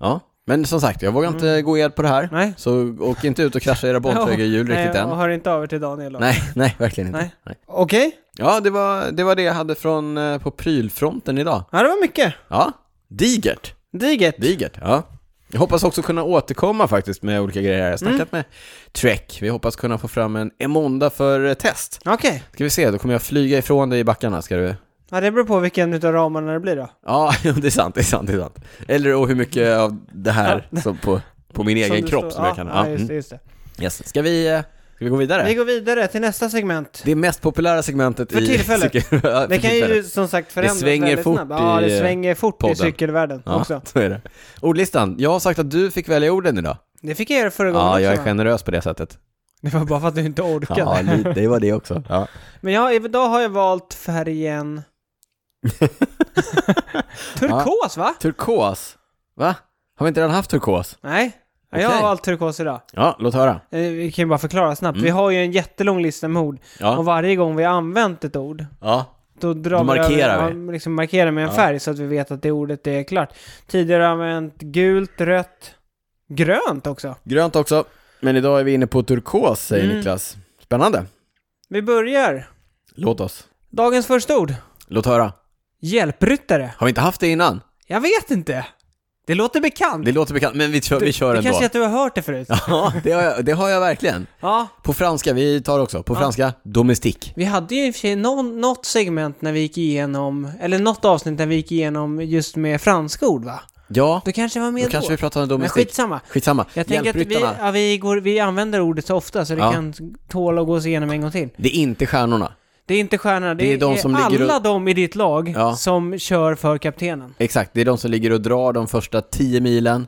A: Ja, men som sagt, jag vågar inte
B: Mm.
A: gå ed på det här.
B: Nej.
A: Så åk inte ut och krascha era Bontrager-hjul
B: Nej,
A: riktigt
B: jag
A: än.
B: hör inte av er till Daniel då.
A: Nej, nej, verkligen inte.
B: Nej. Okej,
A: Ja, det var, det var det jag hade från eh, på prylfronten idag.
B: ja det var mycket.
A: Ja, digert.
B: Digert.
A: Digert, ja. Jag hoppas också kunna återkomma faktiskt med olika grejer. Jag har snackat
B: Mm.
A: med Trek. Vi hoppas kunna få fram en Emonda för eh, test.
B: Okej,
A: Ska vi se, då kommer jag flyga ifrån dig i backarna, ska du...
B: ja, det beror på vilken utav ramarna det blir då.
A: Ja, jo, det är sant, det är sant, det är sant. Eller och hur mycket av det här som på, på min
B: Som
A: egen
B: det
A: kropp
B: står-
A: som jag kan...
B: Ja,
A: Ja,
B: just det,
A: mm.
B: just det.
A: yes. Ska vi... eh, Ska vi gå vidare?
B: Vi går vidare till nästa segment.
A: Det mest populära segmentet
B: För
A: i
B: tillfället.
A: cykel- Ja, för
B: Det kan ju
A: tillfället.
B: som sagt förändras
A: svänger
B: väldigt
A: fort
B: snabbt. Ja,
A: i,
B: det
A: eh,
B: svänger fort
A: podden.
B: i cykelvärlden också.
A: Ja, så är det. Ordlistan. Jag har sagt att du fick välja orden idag.
B: Det fick jag göra förra gången
A: Ja, jag är
B: också, va?
A: generös på det sättet.
B: Det var bara för att du inte orkade.
A: Ja, li- det var det också. Ja.
B: Men jag, idag har jag valt färgen... turkos va?
A: Turkos. Va? Har vi inte redan haft turkos?
B: Nej, Ja, jag har
A: Okej.
B: valt turkos idag.
A: Ja, låt höra.
B: Eh, Vi kan ju bara förklara snabbt. Vi har ju en jättelång lista med ord. Och
A: Mm. Ja.
B: varje gång vi har använt ett ord,
A: ja.
B: då drar
A: Då markerar
B: över, Ja, liksom markerar med en färg så att vi vet att det ordet är klart. Tidigare har vi använt gult, rött, grönt också.
A: Grönt också. Men idag är vi inne på turkos, säger
B: Mm.
A: Niklas. Spännande.
B: Vi börjar.
A: Låt oss.
B: Dagens första ord.
A: Låt höra.
B: Hjälpryttare.
A: Har vi inte haft det innan?
B: Jag vet inte. Det låter bekant.
A: Det låter bekant, men vi kör, vi kör
B: det
A: ändå.
B: kanske är att du har hört det förut. Ja.
A: Ja, det har, jag, det har jag verkligen. På franska, vi tar det också. På franska, domestik.
B: Vi hade ju i och för sig någon, något segment när vi gick igenom, eller något avsnitt när vi gick igenom just med franska ord va?
A: Ja,
B: Då kanske jag var med
A: då kanske
B: då.
A: vi pratar om
B: Men
A: domestik.
B: skitsamma.
A: Skitsamma.
B: Jag tänker att vi,
A: Hjälpryttarna.
B: ja, vi, går, vi använder ordet så ofta så det
A: Ja.
B: kan tåla att gås igenom en gång till.
A: Det är inte stjärnorna.
B: Det är inte stjärnorna, det,
A: Det är de som ligger
B: alla
A: och-
B: de i ditt lag
A: Ja.
B: som kör för kaptenen.
A: Exakt, det är de som ligger och drar de första 10 milen.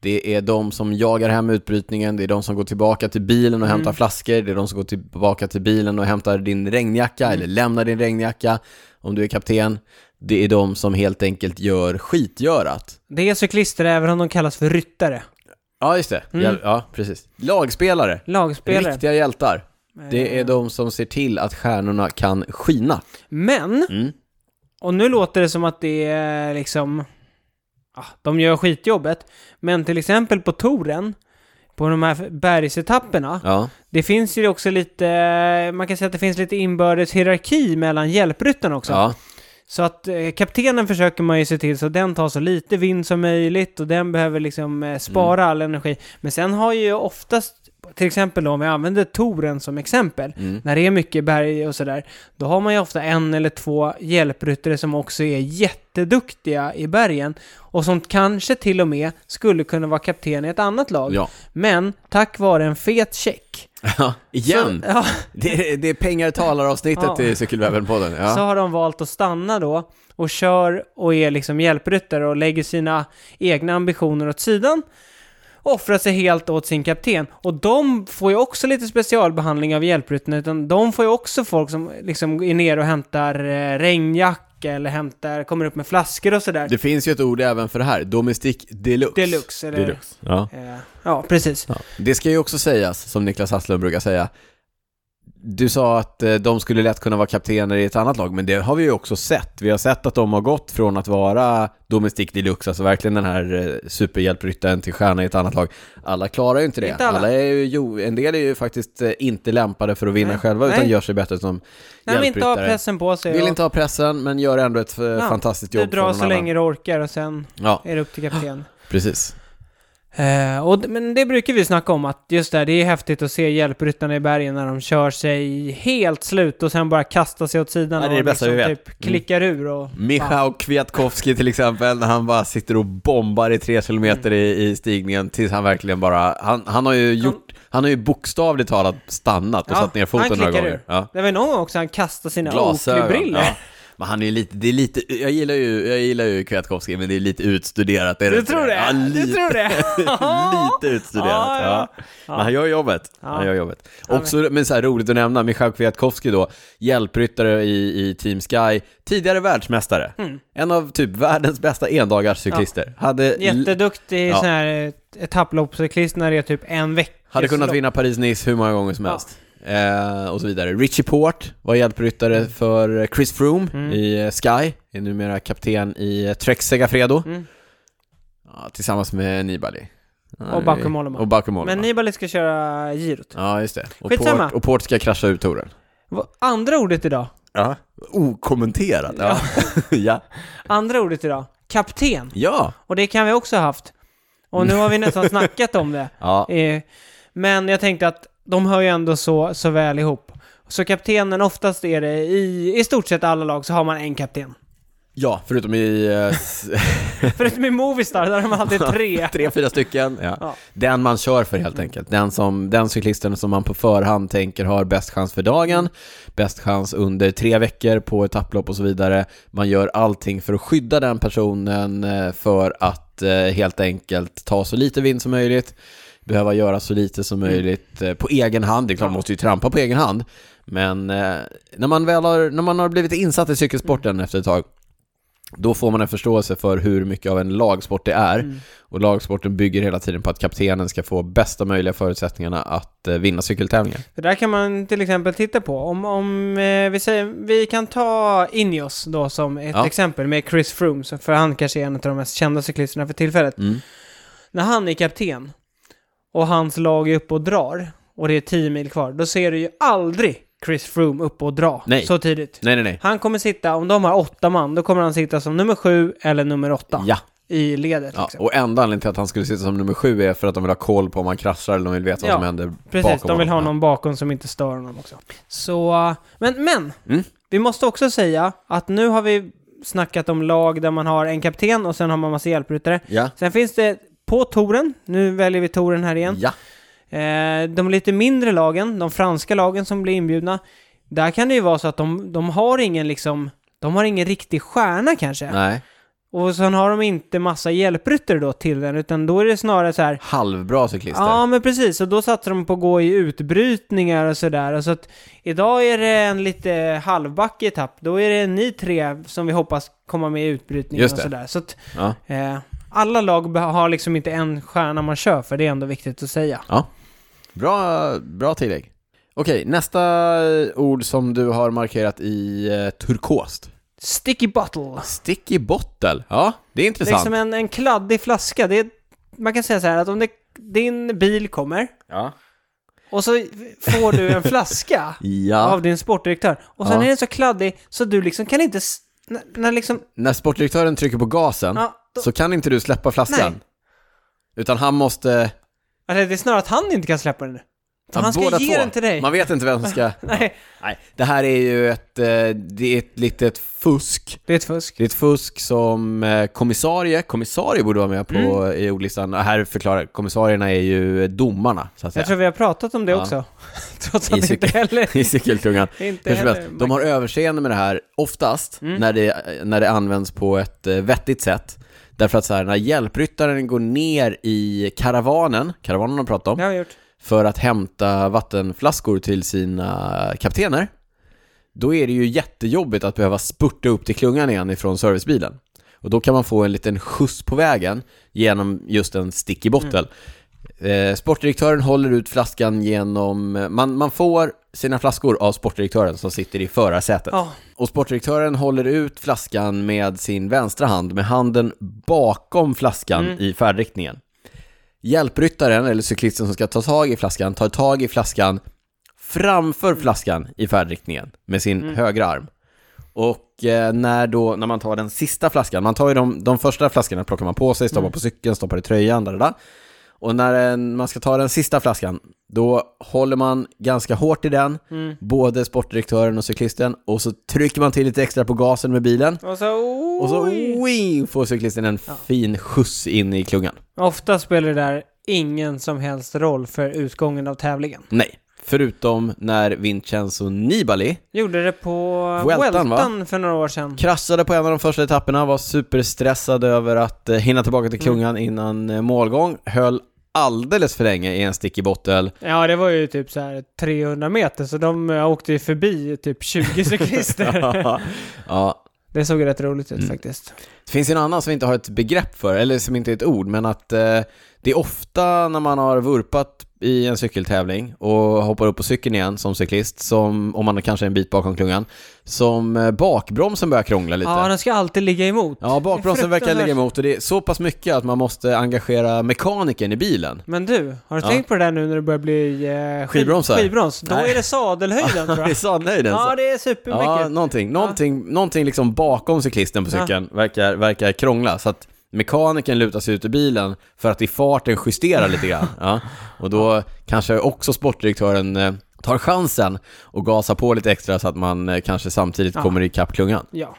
A: Det är de som jagar hem utbrytningen, det är de som går tillbaka till bilen
B: Mm.
A: och hämtar flaskor, det är de som går tillbaka till bilen och hämtar din regnjacka
B: Mm.
A: eller lämnar din regnjacka om du är kapten. Det är de som helt enkelt gör skitgörat.
B: Det är cyklister även om de kallas för ryttare.
A: Ja, just det. Ja, ja, precis. Lagspelare.
B: Mm. Lagspelare. Eh.
A: Riktiga hjältar. Det är de som ser till att stjärnorna kan skina.
B: Men,
A: Mm.
B: och nu låter det som att det är liksom... Ah, de gör skitjobbet, men till exempel på touren, på de här bergsetapperna,
A: Ja,
B: det finns ju också lite... Man kan säga att det finns lite inbördes hierarki mellan hjälpryttarna också.
A: ja,
B: Så att eh, kaptenen försöker man ju se till så att den tar så lite vind som möjligt och den behöver liksom eh, spara
A: Mm.
B: all energi. Men sen har ju oftast, till exempel då, om jag använder toren som exempel,
A: Mm.
B: när det är mycket berg och sådär, då har man ju ofta en eller två hjälpryttare som också är jätteduktiga i bergen och som kanske till och med skulle kunna vara kapten i ett annat lag.
A: ja.
B: Men tack vare en fet check.
A: ja. Igen!
B: Så, ja,
A: Det, det är pengar talar-avsnittet
B: Ja.
A: i Cykelwebben-podden.
B: så
A: Ja.
B: har de valt att stanna då och kör och är liksom hjälpryttare och lägger sina egna ambitioner åt sidan. Offrar sig helt åt sin kapten. Och de får ju också lite specialbehandling av hjälpryttarna, utan de får ju också folk som liksom är ner och hämtar eh, regnjacka eller hämtar, kommer upp med flaskor och sådär.
A: Det finns ju ett ord även för det här, domestic deluxe.
B: Deluxe, eller-
A: Deluxe. Ja.
B: Eh, ja, precis.
A: Ja. Det ska ju också sägas, som Niklas Hasslund brukar säga, du sa att eh, de skulle lätt kunna vara kaptener i ett annat lag, men det har vi ju också sett. Vi har sett att de har gått från att vara Domestic Deluxe, alltså verkligen den här eh, superhjälpryttaren till stjärna i ett annat lag. Alla klarar ju inte det.
B: Inte alla.
A: är ju, jo, en del är ju faktiskt eh, inte lämpade för att vinna
B: Nej.
A: själva, utan
B: Nej.
A: gör sig bättre som
B: När vi inte har
A: hjälpryttare.
B: pressen på sig.
A: Vill
B: och
A: inte ha pressen, men gör ändå ett eh,
B: Ja,
A: fantastiskt
B: du
A: jobb
B: drar
A: från
B: så
A: någon
B: länge du orkar och sen
A: Annan. Ja,
B: är det upp till kapten.
A: precis.
B: Eh, och, d- men det brukar vi snacka om att just det, det är häftigt att se hjälpryttarna i bergen när de kör sig helt slut och sen bara kastar sig åt sidan
A: Ja, det är det
B: och
A: bästa vi vet. Mm.
B: typ klickar ur och...
A: Michał Kwiatkowski till exempel, när han bara sitter och bombar i tre kilometer i, i stigningen tills han verkligen bara, han, han har ju gjort, han har ju bokstavligt talat stannat och
B: Ja,
A: satt ner foten
B: han
A: några
B: klickar
A: gånger.
B: ur.
A: Ja.
B: Det var ju någon gång också han kastade sina
A: Glasögon.
B: Oakley-brillor.
A: Ja. Men han är ju lite, det är lite, jag gillar ju, jag gillar ju Kwiatkowski men det är lite utstuderat. Är det
B: Du
A: inte
B: tror det?
A: Ja,
B: du
A: lite,
B: tror det?
A: lite utstuderat.
B: Ja,
A: ja.
B: ja.
A: Men han gör jobbet. Han gör jobbet. Också, men så här roligt att nämna, Michał Kwiatkowski då, hjälpryttare i, i Team Sky, tidigare världsmästare.
B: Mm.
A: En av typ världens bästa endagarscyklister. Hade,
B: Jätteduktig
A: Ja.
B: sån här eh, etapploppscyklist när det är typ en vecka.
A: hade kunnat vinna Paris-Nice hur många gånger som
B: Ja.
A: helst. Eh, och så vidare. Richie Port var
B: Mm.
A: hjälpryttare för Chris Froome i eh, Sky, är numera kapten i eh, Trek Segafredo.
B: Mm.
A: Ja, tillsammans med Nibali. Ja,
B: Och Bacco Mollema.
A: Och Bacco Mollema.
B: Men Nibali ska köra girot.
A: Ja, just det. Och
B: Skitsamma.
A: Port, och Port ska krascha ur touren.
B: Vad- Andra ordet idag.
A: Ja. Okommenterat. Ja. ja.
B: Andra ordet idag. Kapten.
A: ja.
B: Och det kan vi också ha haft. Och nu har vi nästan snackat om det.
A: Ja.
B: Eh, Men jag tänkte att de hör ju ändå så, så väl ihop. Så kaptenen, oftast är det i, i stort sett alla lag så har man en kapten.
A: förutom i eh, s-
B: Förutom i Movistar, där har man alltid tre.
A: tre, fyra stycken. Ja.
B: Ja.
A: Den man kör för helt enkelt. Den, som, den cyklisten som man på förhand tänker har bäst chans för dagen, bäst chans under tre veckor på etapplopp och så vidare. Man gör allting för att skydda den personen eh, för att eh, helt enkelt ta så lite vind som möjligt, behöva göra så lite som
B: Mm.
A: möjligt eh, på egen hand. Det är klart, man måste ju trampa på egen hand. Men eh, när, man väl har, när man har blivit insatt i cykelsporten
B: Mm.
A: efter ett tag, då får man en förståelse för hur mycket av en lagsport det är.
B: Mm.
A: Och lagsporten bygger hela tiden på att kaptenen ska få bästa möjliga förutsättningarna att eh, vinna cykeltävlingar.
B: Det där kan man till exempel titta på. Om, om eh, vi säger, vi kan ta Ineos då som ett
A: Ja.
B: exempel med Chris Froome, så- för han kanske är en av de mest kända cyklisterna för tillfället.
A: Mm.
B: När han är kapten och hans lag är uppe och drar och det är 10 mil kvar, då ser du ju aldrig Chris Froome uppe och dra
A: Nej.
B: så tidigt.
A: Nej, nej, nej.
B: Han kommer sitta, om de har åtta man, då kommer han sitta som nummer sju eller nummer åtta
A: Ja.
B: i ledet.
A: ja.
B: liksom.
A: Och enda anledningen till att han skulle sitta som nummer sju är för att de vill ha koll på om han kraschar eller de vill veta
B: Ja,
A: vad som händer
B: Precis,
A: bakom
B: de vill ha
A: honom.
B: någon bakom som inte stör honom också. Så, men, men!
A: Mm.
B: Vi måste också säga att nu har vi snackat om lag där man har en kapten och sen har man massa hjälpryttare.
A: Ja.
B: Sen finns det på touren, nu väljer vi touren här igen,
A: Ja.
B: Eh, de lite mindre lagen, de franska lagen som blir inbjudna, där kan det ju vara så att de, de har ingen liksom, de har ingen riktig stjärna kanske.
A: Nej.
B: Och sen har de inte massa hjälpryttare då till den, utan då är det snarare så här,
A: Halvbra cyklister.
B: Ja, men precis. Och då satsar de på att gå i utbrytningar och sådär. Och Så att idag är det en lite halvbackig etapp. Då är det ni tre som vi hoppas komma med i utbrytningar och
A: Just det.
B: sådär. Så att,
A: Ja.
B: eh, alla lag be- har liksom inte en stjärna man kör för, det är ändå viktigt att säga.
A: Ja. Bra, bra tillägg. Okej, nästa ord som du har markerat i eh, turkost.
B: Sticky bottle.
A: Sticky bottle. Ja, det är
B: Det är
A: intressant.
B: som Liksom en, en kladdig flaska. Det är, man kan säga så här att om det, din bil kommer
A: Ja.
B: och så får du en flaska
A: ja.
B: av din sportdirektör och sen
A: Ja.
B: är den så kladdig så du liksom kan inte... s- När, när liksom...
A: När sportdirektören trycker på gasen
B: Ja, då,
A: så kan inte du släppa flaskan.
B: Nej.
A: Utan han måste...
B: eller alltså det är snarare att han inte kan släppa den. För han ska
A: båda
B: ge
A: två.
B: den till dig.
A: Man vet inte vem som ska...
B: Nej,
A: Nej, det här är ju ett, eh, det är ett litet fusk.
B: det är ett fusk.
A: Det är ett fusk som eh, kommissarie, kommissarie borde vara med på
B: Mm.
A: i ordlistan. Och Här förklarar kommissarierna är ju domarna, så att
B: Jag
A: säga.
B: tror vi har pratat om det
A: Ja.
B: också. Trots
A: I
B: att det inte
A: cykel-
B: heller...
A: I cykeltungan.
B: Inte
A: Hur som
B: heller. Mm.
A: helst, de har överseende med det här oftast när, det, när det används på ett eh, vettigt sätt. Därför att så här, när hjälpryttaren går ner i karavanen, karavanen har pratat om,
B: Det har vi gjort.
A: för att hämta vattenflaskor till sina kaptener, då är det ju jättejobbigt att behöva spurta upp till klungan igen ifrån servicebilen. Och då kan man få en liten skjuts på vägen genom just en stick i bottel. Eh, sportdirektören håller ut flaskan genom... Man, man får sina flaskor av sportdirektören som sitter i förarsätet.
B: Ja,
A: Och sportdirektören håller ut flaskan med sin vänstra hand, med handen bakom flaskan i färdriktningen. Hjälpryttaren, eller cyklisten som ska ta tag i flaskan, tar tag i flaskan framför flaskan i färdriktningen med sin högra arm. Och eh, när, då, när man tar den sista flaskan, man tar ju de, de första flaskorna, plockar man på sig, stoppar på cykeln, stoppar i tröjan, där, där, där. Och när eh, man ska ta den sista flaskan, då håller man ganska hårt i den, både sportdirektören och cyklisten, och så trycker man till lite extra på gasen med bilen,
B: och så...
A: och så
B: Oj.
A: oi, får cyklisten en fin skjuts in i klungan.
B: Ofta spelar det där ingen som helst roll för utgången av tävlingen.
A: Nej, förutom när Vincenzo Nibali
B: Gjorde det på
A: Vueltan,
B: Vueltan,
A: va?
B: för några år sedan.
A: kraschade på en av de första etapperna, var superstressad över att eh, hinna tillbaka till klungan innan eh, målgång, höll alldeles för länge i en stickig bottel.
B: Ja, det var ju typ så här 300 meter, så de eh, åkte ju förbi typ 20 cyklister.
A: ja,
B: det såg rätt roligt
A: Mm.
B: ut faktiskt.
A: Det finns ju en annan som vi inte har ett begrepp för, eller som inte är ett ord, men att eh, det är ofta när man har vurpat i en cykeltävling och hoppar upp på cykeln igen som cyklist, som, om man kanske är en bit bakom klungan, som eh, bakbromsen börjar krångla lite.
B: Ja,
A: Ja,
B: den ska alltid ligga emot.
A: bakbromsen verkar
B: fruktansvärt.
A: ligga emot och det är så pass mycket att man måste engagera mekanikern i bilen.
B: Men du, har du
A: Ja.
B: tänkt på det där nu när det börjar bli eh,
A: Skivbromsar?
B: skivbroms? Då
A: Nej.
B: är det sadelhöjden tror
A: I
B: jag.
A: sandhöjden?
B: Ja,
A: så-
B: det är
A: Ja,
B: supermycket.
A: någonting. Någonting, någonting liksom bakom cyklisten på cykeln verkar, verkar krångla. Så att mekanikern lutar sig ut ur bilen för att i farten justera lite grann. Ja. Och då kanske också sportdirektören eh, tar chansen och gasar på lite extra så att man eh, kanske samtidigt
B: Ja.
A: kommer ikapp klungan.
B: Ja.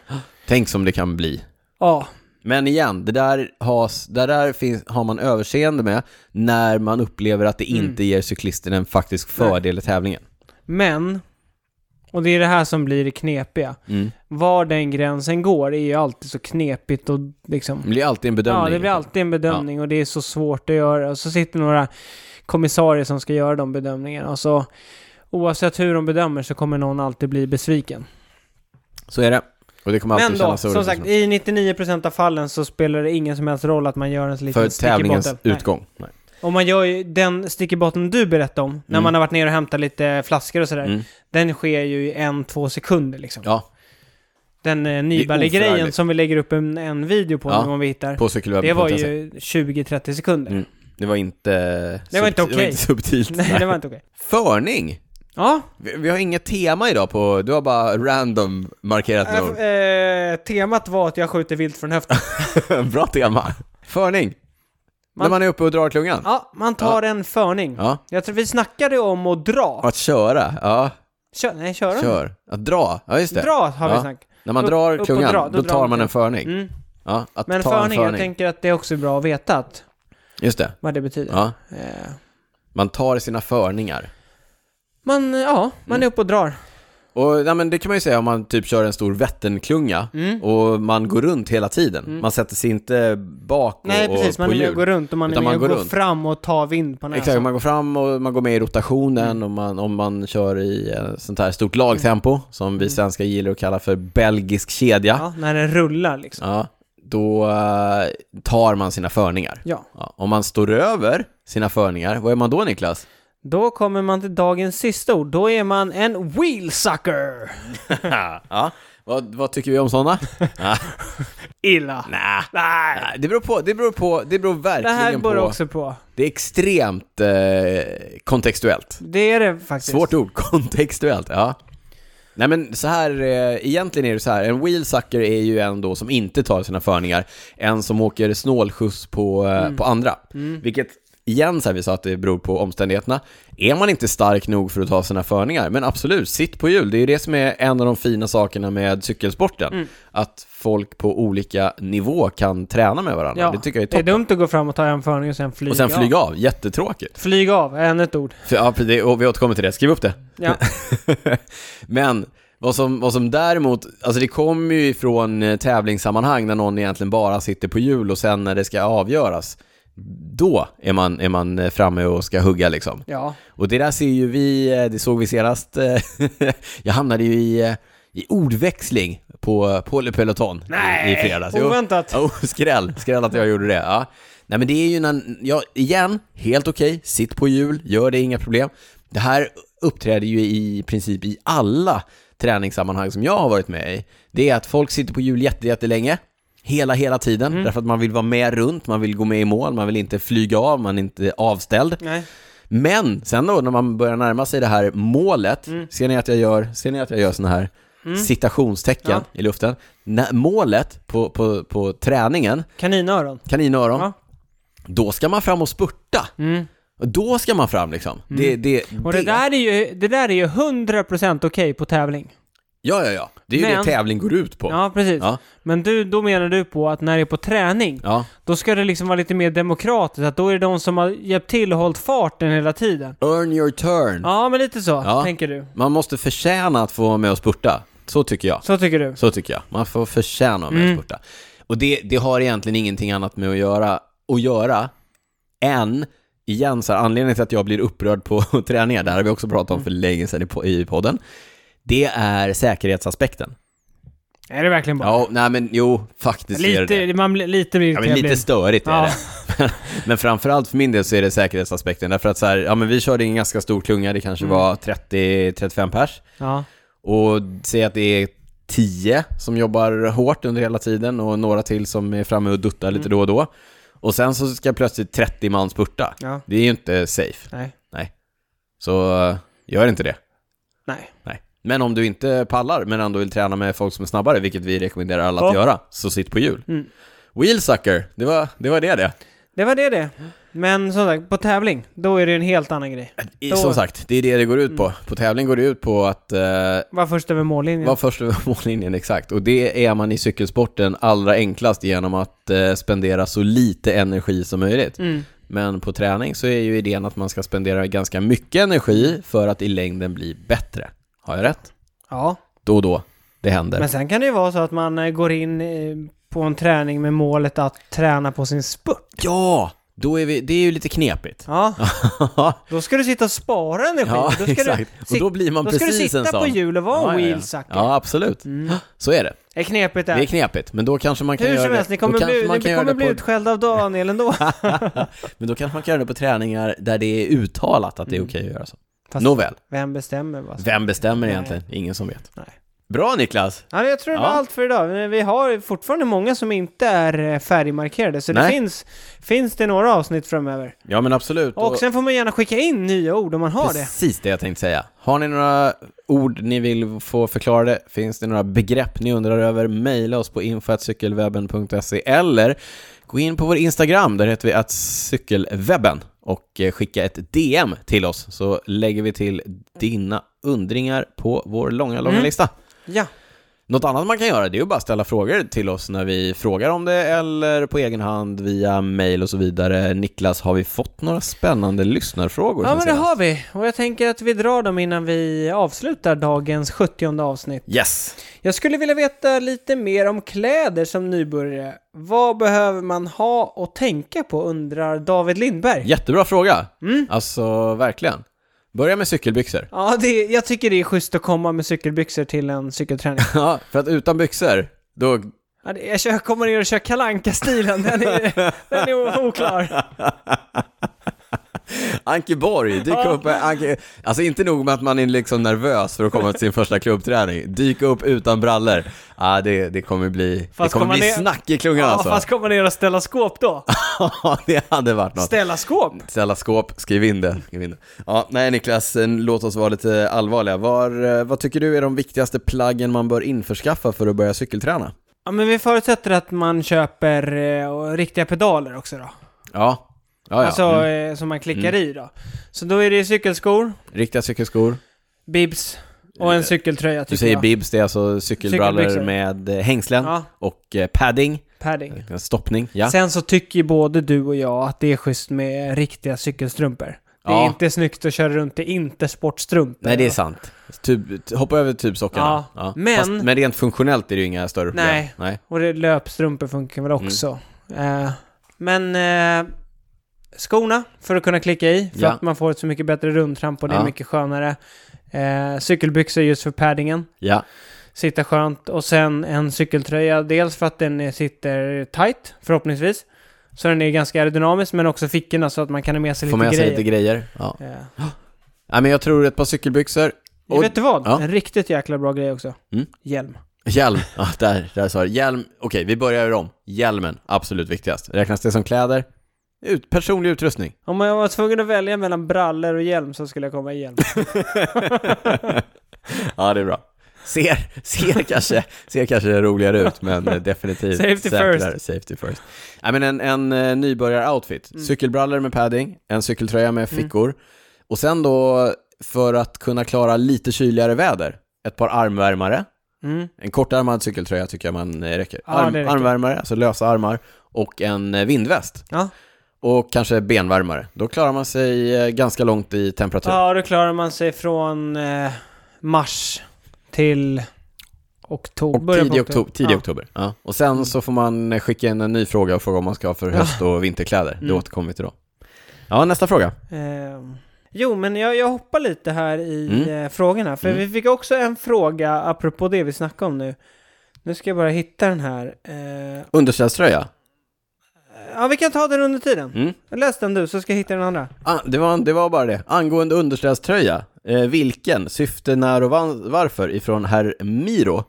A: Tänk som det kan bli.
B: ja.
A: Men igen, det där, has, det där finns, har man överseende med när man upplever att det
B: Mm.
A: inte ger cyklisten en faktisk fördel i tävlingen.
B: Men, och det är det här som blir det knepiga.
A: Mm.
B: Var den gränsen går är ju alltid så knepigt och liksom...
A: Det blir alltid en bedömning. liksom.
B: Ja, det blir alltid en bedömning och det är så svårt att göra. Och så sitter några kommissarier som ska göra de bedömningarna och så oavsett hur de bedömer så kommer någon alltid bli besviken.
A: Så är det. Och det kommer alltid
B: Men då,
A: kännas
B: som sagt, i 99% av fallen så spelar det ingen som helst roll att man gör en
A: för
B: liten stick i
A: tävlingens
B: botten. Nej.
A: utgång. Nej.
B: Och man gör ju den stick i botten du berättade om, när man har varit ner och hämtat lite flaskor och sådär.
A: Mm.
B: Den sker ju i en, två sekunder liksom.
A: Ja,
B: Den eh, Nibali-grejen
A: oförargligt.
B: som vi lägger upp en, en video på
A: Ja,
B: nu om vi hittar.
A: på
B: Det var
A: cykelwebben.se.
B: ju 20-30 sekunder.
A: Mm. Det var inte...
B: Det var inte
A: subtilt-
B: okej.
A: subtilt.
B: Nej, det var inte okej.
A: Förning!
B: Ja,
A: Vi, vi har inget tema idag på... Du har bara random markerat
B: Äh,
A: med ord.
B: eh, temat var att jag skjuter vilt från höften.
A: Bra tema. Förning. När
B: Man-
A: man är uppe och drar klungan. Ja.
B: Ja, man tar en förning. Jag tror vi snackade om att
A: Och
B: dra.
A: att köra. Ja,
B: Kör, nej, köra.
A: kör. Att dra. Ja, just det.
B: Dra har vi
A: Ja.
B: snackat.
A: När man
B: Upp- upp
A: drar
B: och
A: klungan,
B: dra, då
A: då,
B: drar
A: tar
B: man
A: man en förning.
B: Mm.
A: Ja, att
B: Men
A: ta
B: förning,
A: en
B: jag
A: förning.
B: tänker att det är också bra att veta att,
A: Just det.
B: vad det betyder.
A: Ja.
B: Eh,
A: Man tar sina förningar.
B: man, ja,
A: Mm.
B: man är uppe och drar.
A: Och ja, men det kan man ju säga om man typ kör en stor vättenklunga
B: Mm.
A: och man går runt hela tiden. Man sätter sig inte bak och,
B: Nej, precis.
A: och på
B: Man är med
A: hjul.
B: och går runt alltså. och man är
A: Utan
B: med
A: man går
B: och går
A: runt.
B: fram och tar vind på
A: Exakt,
B: näsan.
A: man går fram och man går med i rotationen
B: Mm.
A: och man, om man kör i eh, sånt här stort
B: Mm.
A: lagtempo som vi svenskar gillar att kalla för belgisk kedja.
B: Ja, när den rullar liksom.
A: Ja. då eh, tar man sina förningar.
B: Ja.
A: Ja, om man står över sina förningar, vad är man då Niklas?
B: Då kommer man till dagens sista ord. Då är man en wheelsucker.
A: ja. Vad, vad tycker vi om sådana? ah,
B: Illa.
A: nah.
B: Nej.
A: Nej, Det beror på, det beror på, det beror
B: Det här
A: verkligen
B: beror
A: på.
B: också på.
A: Det är extremt eh, kontextuellt.
B: Det är det faktiskt.
A: Svårt ord, kontextuellt, ja. Nej men så här, eh, egentligen är det så här, en wheelsucker är ju en då som inte tar sina förningar, en som åker snålskjuts på, eh,
B: Mm.
A: på andra. Vilket, igen så här, vi sa att det beror på omständigheterna. Är man inte stark nog för att ta sina förningar, men absolut, sitt på hjul. Det är ju det som är en av de fina sakerna med cykelsporten.
B: Mm.
A: Att folk på olika nivå kan träna med varandra.
B: Ja.
A: Det tycker jag är
B: Det är
A: toppen.
B: dumt att gå fram och ta en förning och sen flyga
A: Och sen
B: av.
A: flyga av, jättetråkigt.
B: Flyg av, än ett ord.
A: För, ja, det, och vi återkommer till det, skriv upp det.
B: Ja.
A: Men vad som, vad som däremot, alltså det kommer ju ifrån eh, tävlingssammanhang när någon egentligen bara sitter på hjul och sen när det ska avgöras, då är man, är man eh, framme och ska hugga liksom.
B: ja.
A: Och det där ser ju vi, eh, det såg vi senast, eh, jag hamnade ju i, eh, i ordväxling på, på Le Peloton i- i fredags. Jo.
B: oväntat.
A: Jo, skräll. Skräll att jag gjorde det. Ja. Nej men det är ju när, ja, igen, helt okej, sitt på hjul, gör det, inga problem. Det här uppträder ju i princip i alla träningssammanhang som jag har varit med i. Det är att folk sitter på hjul jätte, jättelänge, hela, hela tiden, därför att man vill vara med runt, man vill gå med i mål, man vill inte flyga av, man är inte avställd.
B: Nej.
A: Men sen då när man börjar närma sig det här målet,
B: Mm.
A: ser ni att jag gör, ser ni att jag gör såna här citationstecken
B: Ja.
A: i luften? När, målet på, på, på träningen,
B: Kaninöron.
A: kaninöron,
B: Ja.
A: då ska man fram och spurta.
B: Mm.
A: Och Då ska man fram liksom. Det, det,
B: Och det, där är ju, det där är ju 100% okej på tävling.
A: Ja, ja, ja. Det är ju
B: Men-
A: det tävling går ut på.
B: Ja, precis.
A: Ja.
B: Men du, då menar du på att när det är på träning,
A: Ja.
B: då ska det liksom vara lite mer demokratiskt. Att då är det de som har hjälpt till och hållit farten hela tiden.
A: Earn your turn.
B: Ja, men lite så
A: Mm. Ja.
B: tänker du.
A: Man måste förtjäna att få vara med och spurta. Så tycker jag.
B: Så tycker du.
A: Så tycker jag. Man får förtjäna att vara med
B: Mm.
A: och spurta. Och det, det har egentligen ingenting annat med att göra, att göra än, igen, så här, anledningen till att jag blir upprörd på träningar, det här har vi också pratat om
B: Mm.
A: för länge sedan i po- i podden, det är säkerhetsaspekten.
B: Är det verkligen bara?
A: Ja, nej men jo, faktiskt är det det.
B: lite, man blir lite blir
A: Ja, men lite störigt är
B: Ja.
A: det. Men, men framförallt för min del så är det säkerhetsaspekten. Därför att så här, ja men vi körde en ganska stor klunga, det kanske
B: Mm.
A: var 30-35 pers.
B: Ja.
A: Och säg att det är 10 som jobbar hårt under hela tiden och några till som är framme och duttar lite
B: Mm.
A: då och då. Och sen så ska plötsligt 30 man spurta.
B: ja.
A: Det är ju inte safe.
B: Nej.
A: Nej. Så eh, gör inte det.
B: Nej.
A: Nej. Men om du inte pallar men ändå vill träna med folk som är snabbare, vilket vi rekommenderar alla
B: Ja.
A: att göra, så sitt på hjul.
B: Mm.
A: Wheelsucker, det var det. Var det, det.
B: Det var det det. Men som sagt, på tävling, då är det en helt annan grej.
A: I-
B: Då-
A: Som sagt, det är det det går ut på. På tävling går det ut på att eh,
B: Var först över mållinjen.
A: vara först över mållinjen, exakt. Och det är man i cykelsporten allra enklast genom att eh, spendera så lite energi som möjligt.
B: Mm.
A: Men på träning så är ju idén att man ska spendera ganska mycket energi för att i längden bli bättre. Har jag rätt?
B: Ja.
A: Då och då, det händer.
B: Men sen kan det ju vara så att man eh, går in eh, på en träning med målet att träna på sin spurt.
A: Ja! Då är vi, det är ju lite knepigt.
B: Ja, då ska du sitta och spara energi.
A: Ja,
B: då ska
A: exakt.
B: Du,
A: och då
B: sit-
A: blir man
B: då ska du
A: precis en sån.
B: sitta på hjul och vara
A: Ja,
B: en
A: ja, ja.
B: wheelsucker.
A: Ja, absolut. Så är det.
B: Det är knepigt det.
A: Det är knepigt, men då kanske man kan
B: Mm. Hur
A: göra
B: som helst,
A: det.
B: ni
A: Då
B: kommer
A: kanske
B: bli,
A: man
B: ni
A: kan göra
B: kommer
A: det
B: bli
A: på-
B: utskällda av Daniel ändå.
A: Men då kanske man kan göra det på träningar där det är uttalat att det är
B: Mm.
A: okej att göra så.
B: Fast-
A: Nåväl,
B: Vem bestämmer vad som...
A: vem bestämmer egentligen? Ingen som vet.
B: Nej.
A: Bra Niklas!
B: Ja, jag tror det var
A: Ja.
B: allt för idag. Men Vi har fortfarande många som inte är eh, färdigmarkerade, så det
A: Nej.
B: finns, finns det några avsnitt framöver.
A: Ja men absolut.
B: Och sen får man gärna skicka in nya ord om man har det.
A: Precis det jag tänkte säga. Har ni några ord ni vill få förklarade? Finns det några begrepp ni undrar över? Maila oss på info.cykelwebben.se eller gå in på vår Instagram, där heter vi att cykelwebben och eh, skicka ett DM till oss så lägger vi till dina undringar på vår långa, långa
B: Mm.
A: lista.
B: Ja,
A: Något annat man kan göra det är ju bara att ställa frågor till oss när vi frågar om det eller på egen hand via mail och så vidare. Niklas, har vi fått några spännande lyssnarfrågor?
B: ja
A: sen
B: men det
A: senast?
B: har vi. Och jag tänker att vi drar dem innan vi avslutar dagens 70 avsnitt.
A: Yes!
B: Jag skulle vilja veta lite mer om kläder som nybörjare. Vad behöver man ha och tänka på undrar David Lindberg.
A: Jättebra fråga!
B: Mm.
A: Alltså, verkligen. Börja med cykelbyxor.
B: Ja, det, jag tycker det är schysst att komma med cykelbyxor till en cykelträning.
A: Ja, för att utan byxor, då
B: Ja, det- Jag kör, kommer in och kör kalanka stilen den är, den är oklar.
A: Anke Borg, dyk
B: Ja.
A: upp. Anke... Alltså inte nog med att man är liksom nervös för att komma till sin första klubbträning. Dyk upp utan brallor. Ah, det, det kommer bli, det
B: Fast
A: kommer
B: kommer
A: bli
B: ner-
A: snack i klungan
B: Ja,
A: alltså.
B: fast kommer ner och ställa skåp då?
A: Ja, det hade varit något.
B: Ställa skåp?
A: Ställa skåp, skriv in det. Skriv in det. Ja, nej Niklas, eh, låt oss vara lite allvarliga. Var, eh, vad tycker du är de viktigaste plaggen man bör införskaffa för att börja cykelträna?
B: Ja, men vi förutsätter att man köper eh, och riktiga pedaler också då.
A: Ja, ja, ja.
B: alltså
A: Mm.
B: eh, som man klickar i då. Så då är det ju cykelskor,
A: Riktiga cykelskor.
B: bibs och en cykeltröja
A: Eh, Du
B: tycker
A: säger
B: jag.
A: bibs, det är alltså cykelbrallor
B: Cykelbyxor.
A: med eh, hängslen
B: Ja,
A: och eh, padding,
B: padding.
A: stoppning. Ja.
B: Sen så tycker ju både du och jag att det är schysst med riktiga cykelstrumpor. Det är
A: Ja.
B: inte snyggt att köra runt i inte sportstrumpor.
A: Nej, det är sant. Tub, hoppa över tubsockarna.
B: Ja, men-
A: Fast, men rent funktionellt är det ju inga större problem.
B: Nej.
A: Nej.
B: Och det, löpstrumpor funkar väl
A: Mm.
B: också. Eh, men eh, skorna för att kunna klicka i, för
A: Ja.
B: att man får ett så mycket bättre rundtramp och det är
A: Ja.
B: mycket skönare. Eh, cykelbyxor just för paddingen,
A: Ja.
B: sitta skönt. Och sen en cykeltröja, dels för att den eh, sitter tight, förhoppningsvis. Så den är ganska aerodynamisk, men också fickorna så att man kan ha med sig
A: Får
B: lite
A: med sig
B: grejer.
A: lite grejer. Ja.
B: Eh,
A: Nej, men jag tror ett par cykelbyxor. Och
B: vet du vad?
A: ja.
B: En riktigt jäkla bra grej också.
A: Mm.
B: Hjälm.
A: hjälm. Ja, där, där sa du. Hjälm. Okej, vi börjar om. Hjälmen, absolut viktigast. Räknas det som kläder? Ut, personlig utrustning.
B: Om jag var tvungen att välja mellan brallor och hjälm så skulle jag komma i hjälm.
A: Ja, det är bra. Ser, ser, kanske, ser kanske roligare ut, men eh, definitivt
B: Safety
A: säkrare. Safety first. Nej, men en, en eh, nybörjaroutfit. Cykelbrallor med padding, en cykeltröja med fickor. Och sen då, för att kunna klara lite kyligare väder, ett par armvärmare.
B: Mm.
A: En kortärmad cykeltröja tycker jag man eh, räcker.
B: Ja,
A: Arm,
B: det räcker.
A: Armvärmare, alltså lösa armar. Och en eh, vindväst.
B: Ja.
A: Och kanske benvärmare. Då klarar man sig eh, ganska långt i temperatur.
B: Ja, då klarar man sig från eh, mars till oktober.
A: Och
B: början på
A: tidig oktober. Tidig
B: Ja. Mm.
A: oktober. Ja. Och sen så får man eh, skicka in en ny fråga och fråga om man ska ha för höst och vinterkläder. Det
B: Mm.
A: återkommer vi till då. Ja, nästa fråga.
B: Ehm, jo, men jag, jag hoppar lite här i
A: Mm.
B: eh, frågorna. För
A: Mm.
B: vi fick också en fråga apropå det vi snackade om nu. Nu ska jag bara hitta den här. Eh,
A: Underställströja.
B: ja, vi kan ta den under tiden.
A: Mm.
B: Läs den du, så ska jag hitta den andra.
A: Ah, det, var, det var bara det. Angående underställströja. Eh, vilken? Syfte, när och van, varför? Ifrån herr Miro.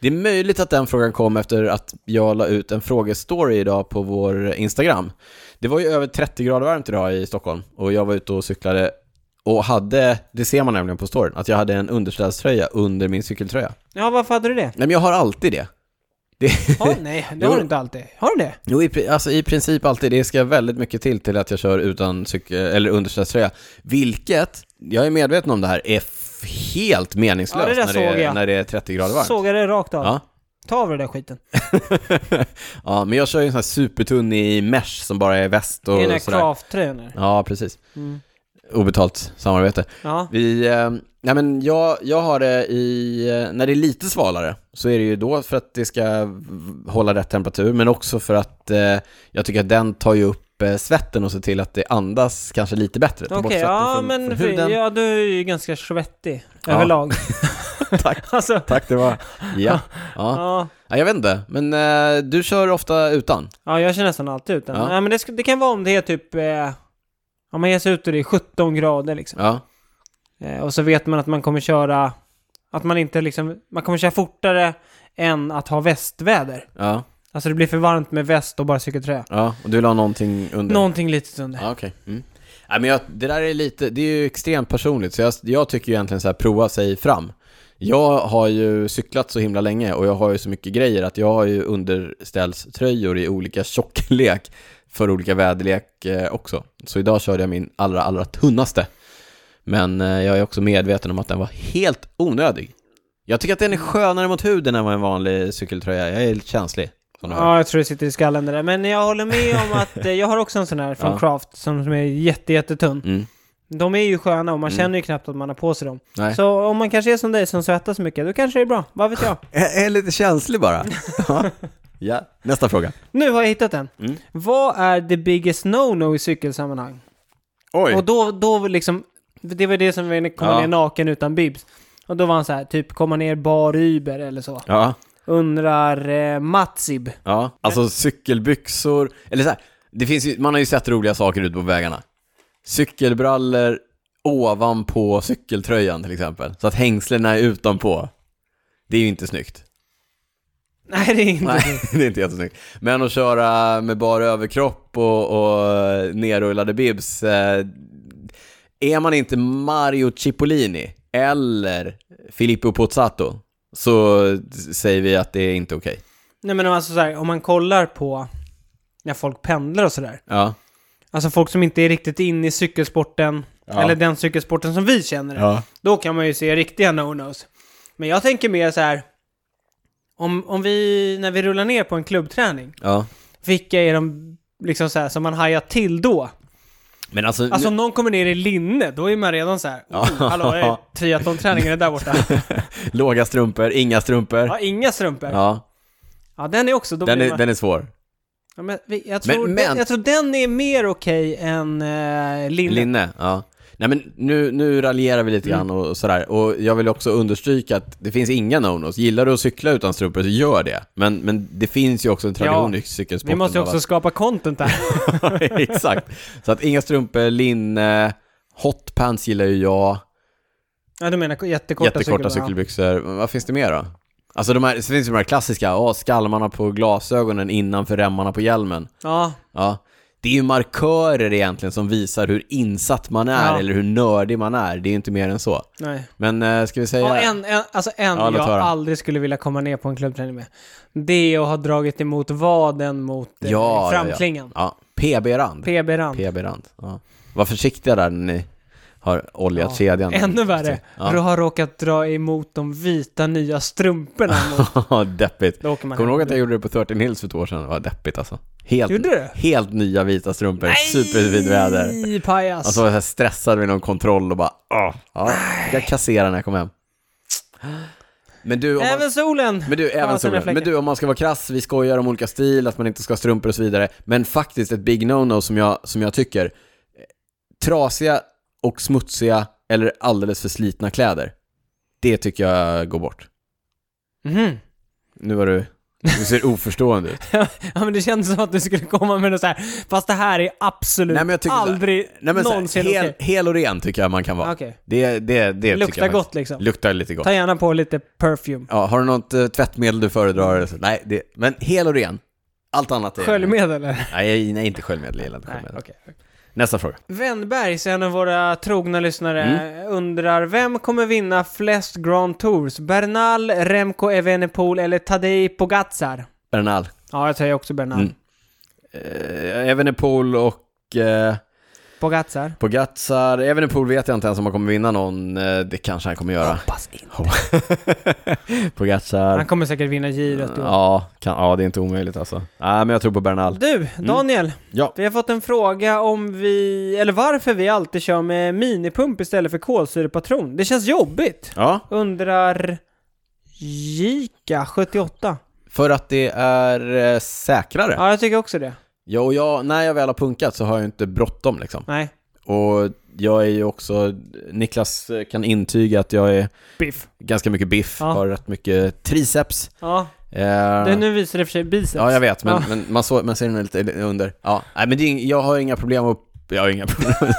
A: Det är möjligt att den frågan kom efter att jag la ut en frågestory idag på vår Instagram. Det var ju över 30 grader varmt idag i Stockholm och jag var ute och cyklade och hade, det ser man nämligen på storyn, att jag hade en underställströja under min cykeltröja.
B: Ja, varför hade du det?
A: Nej men jag har alltid det. det
B: Ja, nej, det
A: Jo.
B: har du inte alltid. Har du det?
A: jo, i, pri- alltså, i princip alltid. Det ska väldigt mycket till till att jag kör utan cyk- eller underställströja. Vilket, jag är medveten om det här, är f- helt meningslöst
B: Ja, det där
A: när,
B: såg
A: det är,
B: jag.
A: när det är 30 grader varmt.
B: Sågar det rakt av.
A: Ja.
B: Ta av dig den där skiten.
A: ja, men jag kör ju en sån här supertunn i mesh som bara är väst
B: I den här
A: och sådär.
B: krafttröjan. här.
A: Ja, precis.
B: Mm.
A: Obetalt samarbete.
B: Ja.
A: Vi, eh, nej men jag, jag har det i, eh, när det är lite svalare så är det ju då för att det ska v- hålla rätt temperatur men också för att eh, jag tycker att den tar ju upp eh, svetten och ser till att det andas kanske lite bättre. Ta
B: Okej,
A: bort svetten
B: ja
A: från,
B: men
A: från
B: för,
A: huden.
B: ja, du är ju ganska svettig
A: Ja.
B: överlag.
A: Tack,
B: Alltså,
A: tack det var. Ja, ja.
B: ja.
A: ja, jag vet inte, men eh, du kör ofta utan.
B: ja, jag kör nästan alltid ut den.
A: Ja.
B: Ja. men det, sk- det kan vara om det är typ, eh, om man ger sig ut och det är 17 grader liksom.
A: Ja,
B: Eh, och så vet man att man kommer köra, att man inte liksom, man kommer köra fortare än att ha västväder.
A: ja,
B: Alltså det blir för varmt med väst och bara cykeltröja.
A: ja. Och du la någonting under?
B: Någonting litet under.
A: Ja, okej. Mm. Nej, men jag, det där är lite, det är ju extremt personligt, så jag, jag tycker ju egentligen så här, prova sig fram. Jag har ju cyklat så himla länge och jag har ju så mycket grejer att jag har ju underställströjor i olika tjocklek för olika väderlek eh, också. Så idag körde jag min allra, allra tunnaste. Men eh, jag är också medveten om att den var helt onödig. Jag tycker att den är skönare mot huden än vad en vanlig cykeltröja är. Jag är känslig. som du hör.
B: Ja, jag tror det sitter i skallen det där. Men jag håller med om att eh, jag har också en sån här från
A: Ja.
B: Craft som, som är jätte, jättetunn.
A: Mm.
B: De är ju sköna och man känner ju knappt att man har på sig dem.
A: Nej.
B: Så om man kanske är som dig som svettas mycket, då kanske det är bra. Vad vet jag?
A: Jag är lite känslig bara. Ja. ja. Nästa fråga.
B: Nu har jag hittat den.
A: Mm.
B: Vad är the biggest no-no i cykelsammanhang?
A: Oj.
B: Och då, då liksom, det var det som vi kom
A: Ja.
B: ner naken utan bibs. Och då var han så här, typ komma ner bar Uber eller så.
A: Ja.
B: Och undrar eh, Matsib.
A: Ja, alltså cykelbyxor, eller så här, det finns ju, man har ju sett roliga saker ute på vägarna. Cykelbrallor ovanpå cykeltröjan till exempel, så att hängslena är utanpå. Det är ju inte snyggt.
B: Nej, det är inte
A: Nej, det är inte jättesnyggt. Men att köra med bara överkropp och, och nerrullade bibs, eh, är man inte Mario Cipollini eller Filippo Pozzato så säger vi att det är inte okej.
B: Nej men alltså så här, om man kollar på när folk pendlar och sådär.
A: Ja.
B: Alltså folk som inte är riktigt inne i cykelsporten,
A: Ja.
B: eller den cykelsporten som vi känner det.
A: ja.
B: Då kan man ju se riktiga no-nos. Men jag tänker mer så här, om, om vi, när vi rullar ner på en klubbträning,
A: Ja.
B: vilka är de liksom så här, som man hajar till då?
A: Men alltså,
B: Alltså om någon kommer ner i linne, då är man redan så här, oh,
A: Ja.
B: hallå, är det triathlonträningen är där borta?
A: låga strumpor, inga strumpor.
B: Ja, inga strumpor. Ja,
A: Ja,
B: den är också, då
A: den
B: blir
A: är,
B: man...
A: den är svår.
B: Ja, men, vi- jag, tror,
A: Men- men-
B: Den, jag tror den är mer okej än eh, linne. Mm.
A: Linne, ja. Nej men nu, nu raljerar vi lite grann och, och sådär. Och jag vill också understryka att det finns inga no-nos. Gillar du att cykla utan strumpor så gör det. Men, men det finns ju också en tradition
B: Ja.
A: i cykelsporten.
B: Vi måste ju
A: av
B: också skapa content där.
A: att- Exakt. Så att inga strumpor, linne, hotpants gillar ju jag,
B: ja, du menar jättekorta,
A: jättekorta
B: cykelbyxor.
A: cykelbyxor. Vad finns det mer då? Alltså de här, så finns det de här klassiska, ja, skalmarna på glasögonen innanför remmarna på hjälmen.
B: Ja.
A: Ja. Det är ju markörer egentligen som visar hur insatt man är
B: Ja.
A: eller hur nördig man är. Det är ju inte mer än så.
B: ja, nej.
A: Men eh, ska vi säga...
B: Ja, en, en, alltså en
A: Ja, låt
B: jag
A: höra.
B: aldrig skulle vilja komma ner på en klubbträning med. Det är att ha dragit emot vaden mot eh,
A: Ja,
B: framklingan.
A: Ja, PB-rand.
B: PB-rand.
A: PB-rand. Ja. Var försiktiga där när ni har oljat
B: Ja.
A: kedjan.
B: Ännu värre.
A: Ja.
B: Du har råkat dra emot de vita nya strumporna. mot-
A: Ja, deppigt.
B: Då åker man
A: Kommer du
B: hem.
A: ihåg att jag gjorde det på 13 Hills för två år sedan? Det var deppigt alltså. Helt,
B: Gjorde du?
A: helt nya vita strumpor, superfint väder.
B: Nej, pajas.
A: Alltså jag var så här stressad vid någon kontroll och bara, åh, ja, jag kasserar när jag kommer hem. Men du, om man...
B: Även solen.
A: Men du, även
B: Ja,
A: solen.
B: fläckar.
A: Men du, om man ska vara krass, vi skojar om olika stil, att man inte ska ha strumpor och så vidare. Men faktiskt ett big no-no som jag, som jag tycker, eh, trasiga och smutsiga eller alldeles för slitna kläder. Det tycker jag går bort.
B: Mhm.
A: Nu var du, du ser oförstående ut.
B: Ja men det kändes som att du skulle komma med något så här. fast det här är absolut
A: Nej, men jag tycker så här-
B: aldrig
A: Nej men så här,
B: någonsin
A: hel,
B: okej.
A: hel och ren tycker jag man kan vara.
B: Okej.
A: Det, det, det tycker
B: Luktar
A: jag
B: gott
A: faktiskt.
B: liksom.
A: Luktar lite gott.
B: Ta gärna på lite perfume.
A: Ja, har du något eh, tvättmedel du föredrar? Alltså, Nej, det, men hel och ren. Allt annat är...
B: Mm. Sköljmedel eller?
A: Nej, nej, inte sköljmedel. Jag gillar inte
B: Nej,
A: sköljmedel.
B: okej.
A: Nästa fråga.
B: Wennbergs, en av våra trogna lyssnare,
A: Mm.
B: undrar vem kommer vinna flest Grand Tours? Bernal, Remco Evenepoel eller Tadej Pogacar?
A: Bernal.
B: Ja, jag säger också Bernal.
A: Mm. Eh, Evenepoel och eh,
B: Pogacar?
A: Pogacar. Evenepoel vet jag inte ens om han kommer vinna någon. Eh, det kanske han kommer göra.
B: Hoppas inte. Han
A: Pogacar.
B: kommer säkert vinna girot i år.
A: Ja, kan, ja, det är inte omöjligt alltså. Nej, men jag tror på Bernal.
B: Du, Daniel.
A: Mm. Ja.
B: Vi har fått en fråga om vi, eller varför vi alltid kör med minipump istället för kolsyrepatron. Det känns jobbigt.
A: Ja,
B: Undrar Jika78.
A: för att det är eh, säkrare. Ja.
B: Ja, jag tycker också det.
A: och jag, när jag väl har punkat så har jag inte bråttom liksom.
B: Nej.
A: Och jag är ju också, Niklas eh, kan intyga att jag är
B: Biff.
A: ganska mycket biff,
B: Ja.
A: har rätt mycket triceps.
B: Ja,
A: Eh,
B: det nu visar det för sig biceps.
A: Ja, jag vet, men,
B: Ja.
A: men man, så, man ser den lite under. Ja, nej, men det är, ing- jag har inga problem att... Jag har inga problem.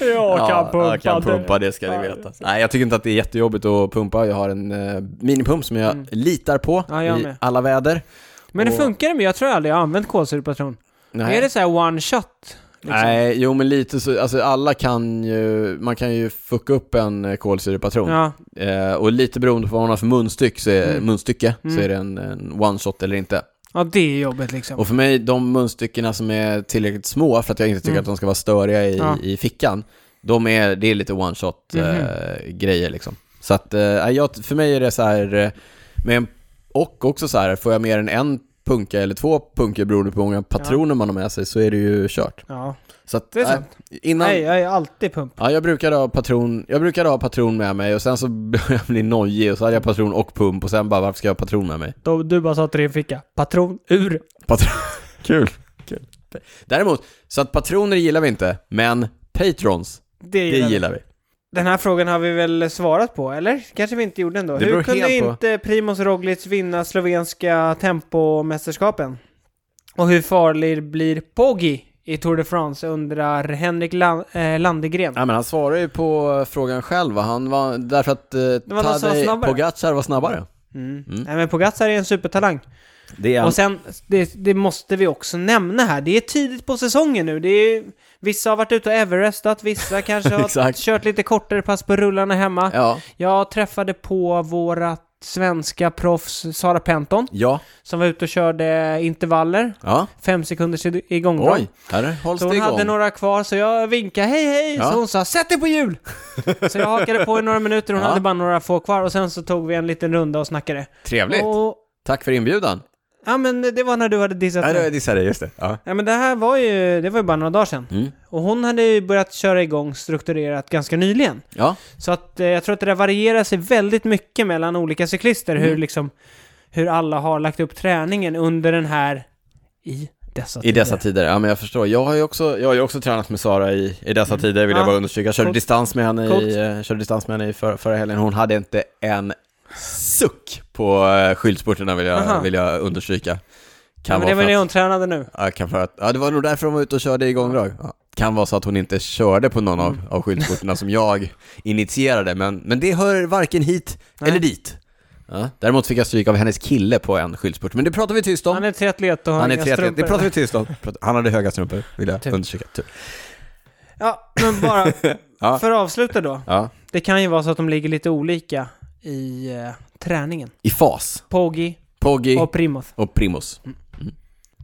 B: Jag kan pumpa
A: jag kan
B: det.
A: pumpa, det ska ni veta. Nej, jag tycker inte att det är jättejobbigt att pumpa. Jag har en eh, minipump som jag litar på
B: Mm. Ja, jag
A: i
B: med.
A: alla väder.
B: Men det
A: Och-
B: funkar med, jag tror aldrig jag har använt kolsyrepatron.
A: Nej.
B: Är det så här one shot? liksom?
A: Nej, jo men lite så, alltså alla kan ju, man kan ju fucka upp en eh, kolsyrepatron.
B: Ja,
A: Eh, och lite beroende på vad man har för munstyck så är,
B: Mm.
A: munstycke, så
B: Mm.
A: är det en, en one-shot eller inte.
B: ja det är jobbigt liksom.
A: Och för mig, de munstyckena som är tillräckligt små för att jag inte tycker
B: Mm.
A: att de ska vara störiga i,
B: Ja. Mhm.
A: i fickan, de är, det är lite one-shot-grejer liksom. Så att, eh, jag, för mig är det så här, eh, med en, och också så här, får jag mer än en punka eller två punkor beroende på hur många patroner man har med sig så är det ju kört.
B: Ja,
A: Så att,
B: Det är
A: nej,
B: sant.
A: innan,
B: nej jag är alltid pump.
A: Ja, jag brukade, ha patron, jag brukade ha patron med mig och sen så började jag bli nojig och så hade jag patron och pump och sen bara varför ska jag ha patron med mig?
B: Då- Du bara sa att det är en ficka. Patron ur.
A: Patron. Kul. Kul. Däremot, så att patroner gillar vi inte, men patrons,
B: Det
A: det
B: gillar jag.
A: gillar vi.
B: Den här frågan har vi väl svarat på, eller? Kanske vi inte gjorde ändå.
A: Det
B: Hur
A: beror
B: kunde
A: helt på.
B: inte Primoz Roglic vinna slovenska tempomästerskapen? Och hur farlig blir Poggi i Tour de France, undrar Henrik Lan- eh, Landegren.
A: Nej, men han svarar ju på eh, frågan själv, va? han var, därför att eh,
B: var någon som var
A: Tadej
B: snabbare.
A: Pogacar var snabbare.
B: Mm. Nej, men Pogacar är en supertalang.
A: Det är
B: Och sen, det, det måste vi också nämna här, det är tidigt på säsongen nu. Det är, vissa har varit ute och Everestat, vissa kanske har
A: Exakt.
B: kört lite kortare pass på rullarna hemma.
A: Ja.
B: Jag träffade på våra svenska proffs Sara Penton,
A: Ja.
B: som var ute och körde intervaller,
A: Ja.
B: fem sekunders i- igångdrag.
A: Oj, här hålls
B: Så
A: det
B: hon
A: igång.
B: hade några kvar, så jag vinkade hej hej,
A: Ja.
B: så hon sa sätt dig på hjul! så jag hakade på i några minuter, hon
A: Ja.
B: hade bara några få kvar och sen så tog vi en liten runda och snackade.
A: Trevligt.
B: Och,
A: Tack för inbjudan.
B: ja men det var när du hade dissat mig.
A: dissade just det. Ja.
B: Ja men det här var ju, det var ju bara några dagar sedan.
A: Mm.
B: Och hon hade ju börjat köra igång strukturerat ganska nyligen.
A: ja.
B: Så att eh, jag tror att det där varierar sig väldigt mycket mellan olika cyklister, hur
A: Mm.
B: liksom, hur alla har lagt upp träningen under den här, i dessa
A: I dessa tider, ja men jag förstår. Jag har ju också, jag har ju också tränat med Sara i, i dessa tider vill
B: Mm. Ja.
A: jag bara understryka. Jag körde
B: Coolt.
A: distans med henne,
B: Coolt.
A: i, eh, körde distans med henne i för, förra helgen. Hon hade inte en suck på eh, skyltspurterna vill
B: Aha.
A: jag, vill jag understryka.
B: ja,
A: Kan
B: men
A: vara
B: det var
A: för
B: det
A: att,
B: hon tränade nu.
A: ja, kan för att, ja, det var nog därför hon var ute och körde igångdrag. Ja. Kan vara så att hon inte körde på någon
B: Mm.
A: av, av skyltspurterna som jag initierade, men, men det hör varken hit
B: Nej.
A: eller dit. Ja. Däremot fick jag stryk av hennes kille på en skyltspurt, men det pratar vi tyst om.
B: Han är triatlet och har
A: Han är
B: inga
A: 3
B: strumpor. Typ.
A: det pratar vi tyst om. Pratar- Han hade höga strumpor, vill jag
B: Tur.
A: understryka. Typ. Tur.
B: Ja, men bara
A: Ja.
B: för att avsluta då.
A: Ja.
B: Det kan ju vara så att de ligger lite olika i eh, träningen.
A: I fas.
B: Poggi
A: Poggi
B: och Primoz.
A: och Primus.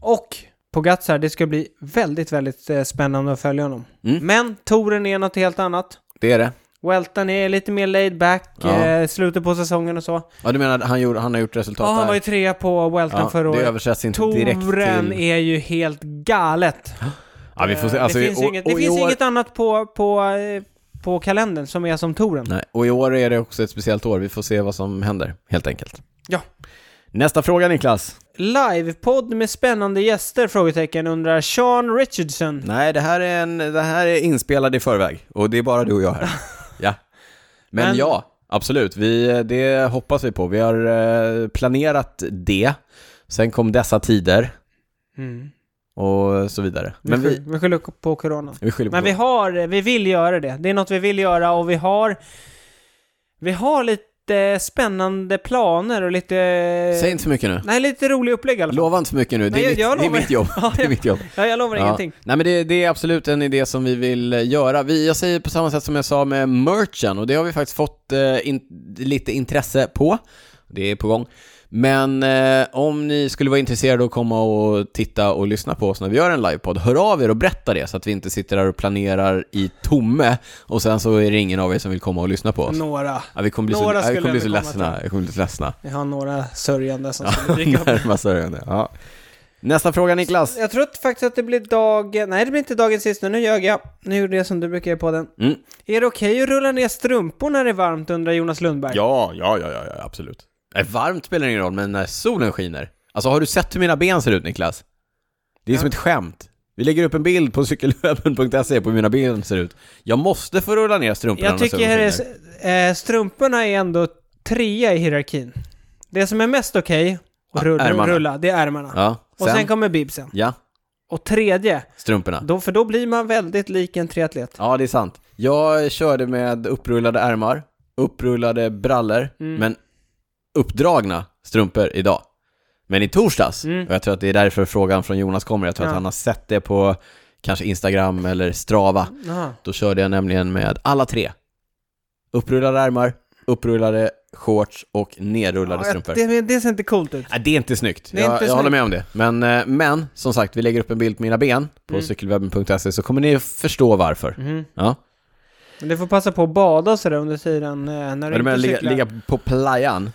B: Och Pogacar, det ska bli väldigt, väldigt eh, spännande att följa honom.
A: Mm.
B: Men touren är något helt annat.
A: Det är det.
B: Welton är lite mer laid back,
A: Ja.
B: eh, slutet på säsongen och så.
A: Ja, du menar att han, gjorde, han har gjort resultat
B: Ja, han
A: där?
B: var ju trea på Welton
A: ja,
B: förra
A: det
B: året.
A: översätts inte direkt
B: Touren
A: till...
B: är ju helt galet.
A: Ja, vi får se.
B: Eh,
A: Alltså,
B: det finns,
A: och,
B: ju inget, det
A: och i
B: finns
A: år...
B: inget annat på, på, eh, på kalendern som är som touren.
A: Nej, och i år är det också ett speciellt år. Vi får se vad som händer, helt enkelt.
B: Ja.
A: Nästa fråga, Niklas.
B: Livepodd med spännande gäster? Frågetecken undrar Sean Richardson.
A: Nej, det här är, en, det här är inspelad i förväg. Och det är bara du och jag här. ja. Men,
B: Men-
A: ja, absolut. Vi, det hoppas vi på. Vi har eh, planerat det. Sen kom dessa tider.
B: Mm.
A: och så vidare.
B: Men
A: Men
B: vi,
A: vi,
B: vi skyller på corona.
A: vi skyller på
B: Men vi har, eh, vi vill göra det. Det är något vi vill göra och vi har, vi har lite spännande planer och lite...
A: Säg inte för mycket nu.
B: Nej, lite rolig upplägg i alla fall.
A: Lova inte för mycket nu, det
B: Nej,
A: är, mitt,
B: jag- jag
A: det är
B: lovar.
A: mitt jobb.
B: Ja,
A: Det är mitt jobb.
B: Ja, jag lovar
A: Ja.
B: ingenting.
A: Nej men det, det är absolut en idé som vi vill eh, göra. Vi, jag säger på samma sätt som jag sa med merchen och det har vi faktiskt fått eh, in, lite intresse på. Det är på gång. Men eh, om ni skulle vara intresserade av att komma och titta och lyssna på oss när vi gör en livepodd, hör av er och berätta det så att vi inte sitter där och planerar i tomme och sen så är det ingen av er som vill komma och lyssna på oss.
B: Några.
A: Ja, vi kommer bli så,
B: Några
A: ja, vi
B: skulle
A: kommer bli
B: jag
A: så
B: vilja komma
A: ledsna. Vi kommer bli så ledsna.
B: Vi har några sörjande som skulle dyka upp.
A: Närmast sörjande, ja. Nästa fråga Niklas.
B: Jag tror att faktiskt att det blir dag... Nej, det blir inte dagens sista. Nu ljög jag. Nu gjorde jag som du brukar göra på den.
A: Mm.
B: Är det okej att rulla ner strumpor när det är varmt, undrar Jonas Lundberg.
A: Ja, ja, ja, ja, ja, absolut. Nej, varmt spelar ingen roll, men när solen skiner. Alltså har du sett hur mina ben ser ut Niklas? Det är som ett skämt. Vi lägger upp en bild på cykelwebben.se på hur mina ben ser ut. Jag måste få rulla ner strumporna
B: Jag tycker här
A: när solen skiner.
B: är, eh, strumporna är ändå trea i hierarkin. Det som är mest okej att
A: Ja,
B: rulla,
A: ärmarna.
B: rulla, det är ärmarna.
A: Ja,
B: Och sen kommer bibsen.
A: Ja,
B: Och tredje,
A: strumporna.
B: då, för då blir man väldigt lik en triatlet.
A: Ja, det är sant. Jag körde med upprullade ärmar, upprullade brallor,
B: Mm.
A: men uppdragna strumpor idag. Men i torsdags, och jag tror att det är därför frågan från Jonas kommer, jag tror
B: Mm. Ja.
A: att han har sett det på kanske Instagram eller Strava,
B: Aha.
A: då körde jag nämligen med alla tre. Upprullade ärmar, upprullade shorts och nerrullade
B: Ja,
A: strumpor.
B: det, det ser inte coolt ut.
A: Nej, det är inte snyggt.
B: Det är
A: jag,
B: inte
A: jag
B: snyggt.
A: håller med om det. Men, eh, men som sagt, vi lägger upp en bild på mina ben på
B: Mm.
A: cykelwebben.se så kommer ni förstå varför.
B: Mhm.
A: Ja.
B: Men du får passa på att bada och sådär under tiden eh, när du
A: Ja, du menar
B: inte
A: ligga,
B: cyklar.
A: ligga på playan?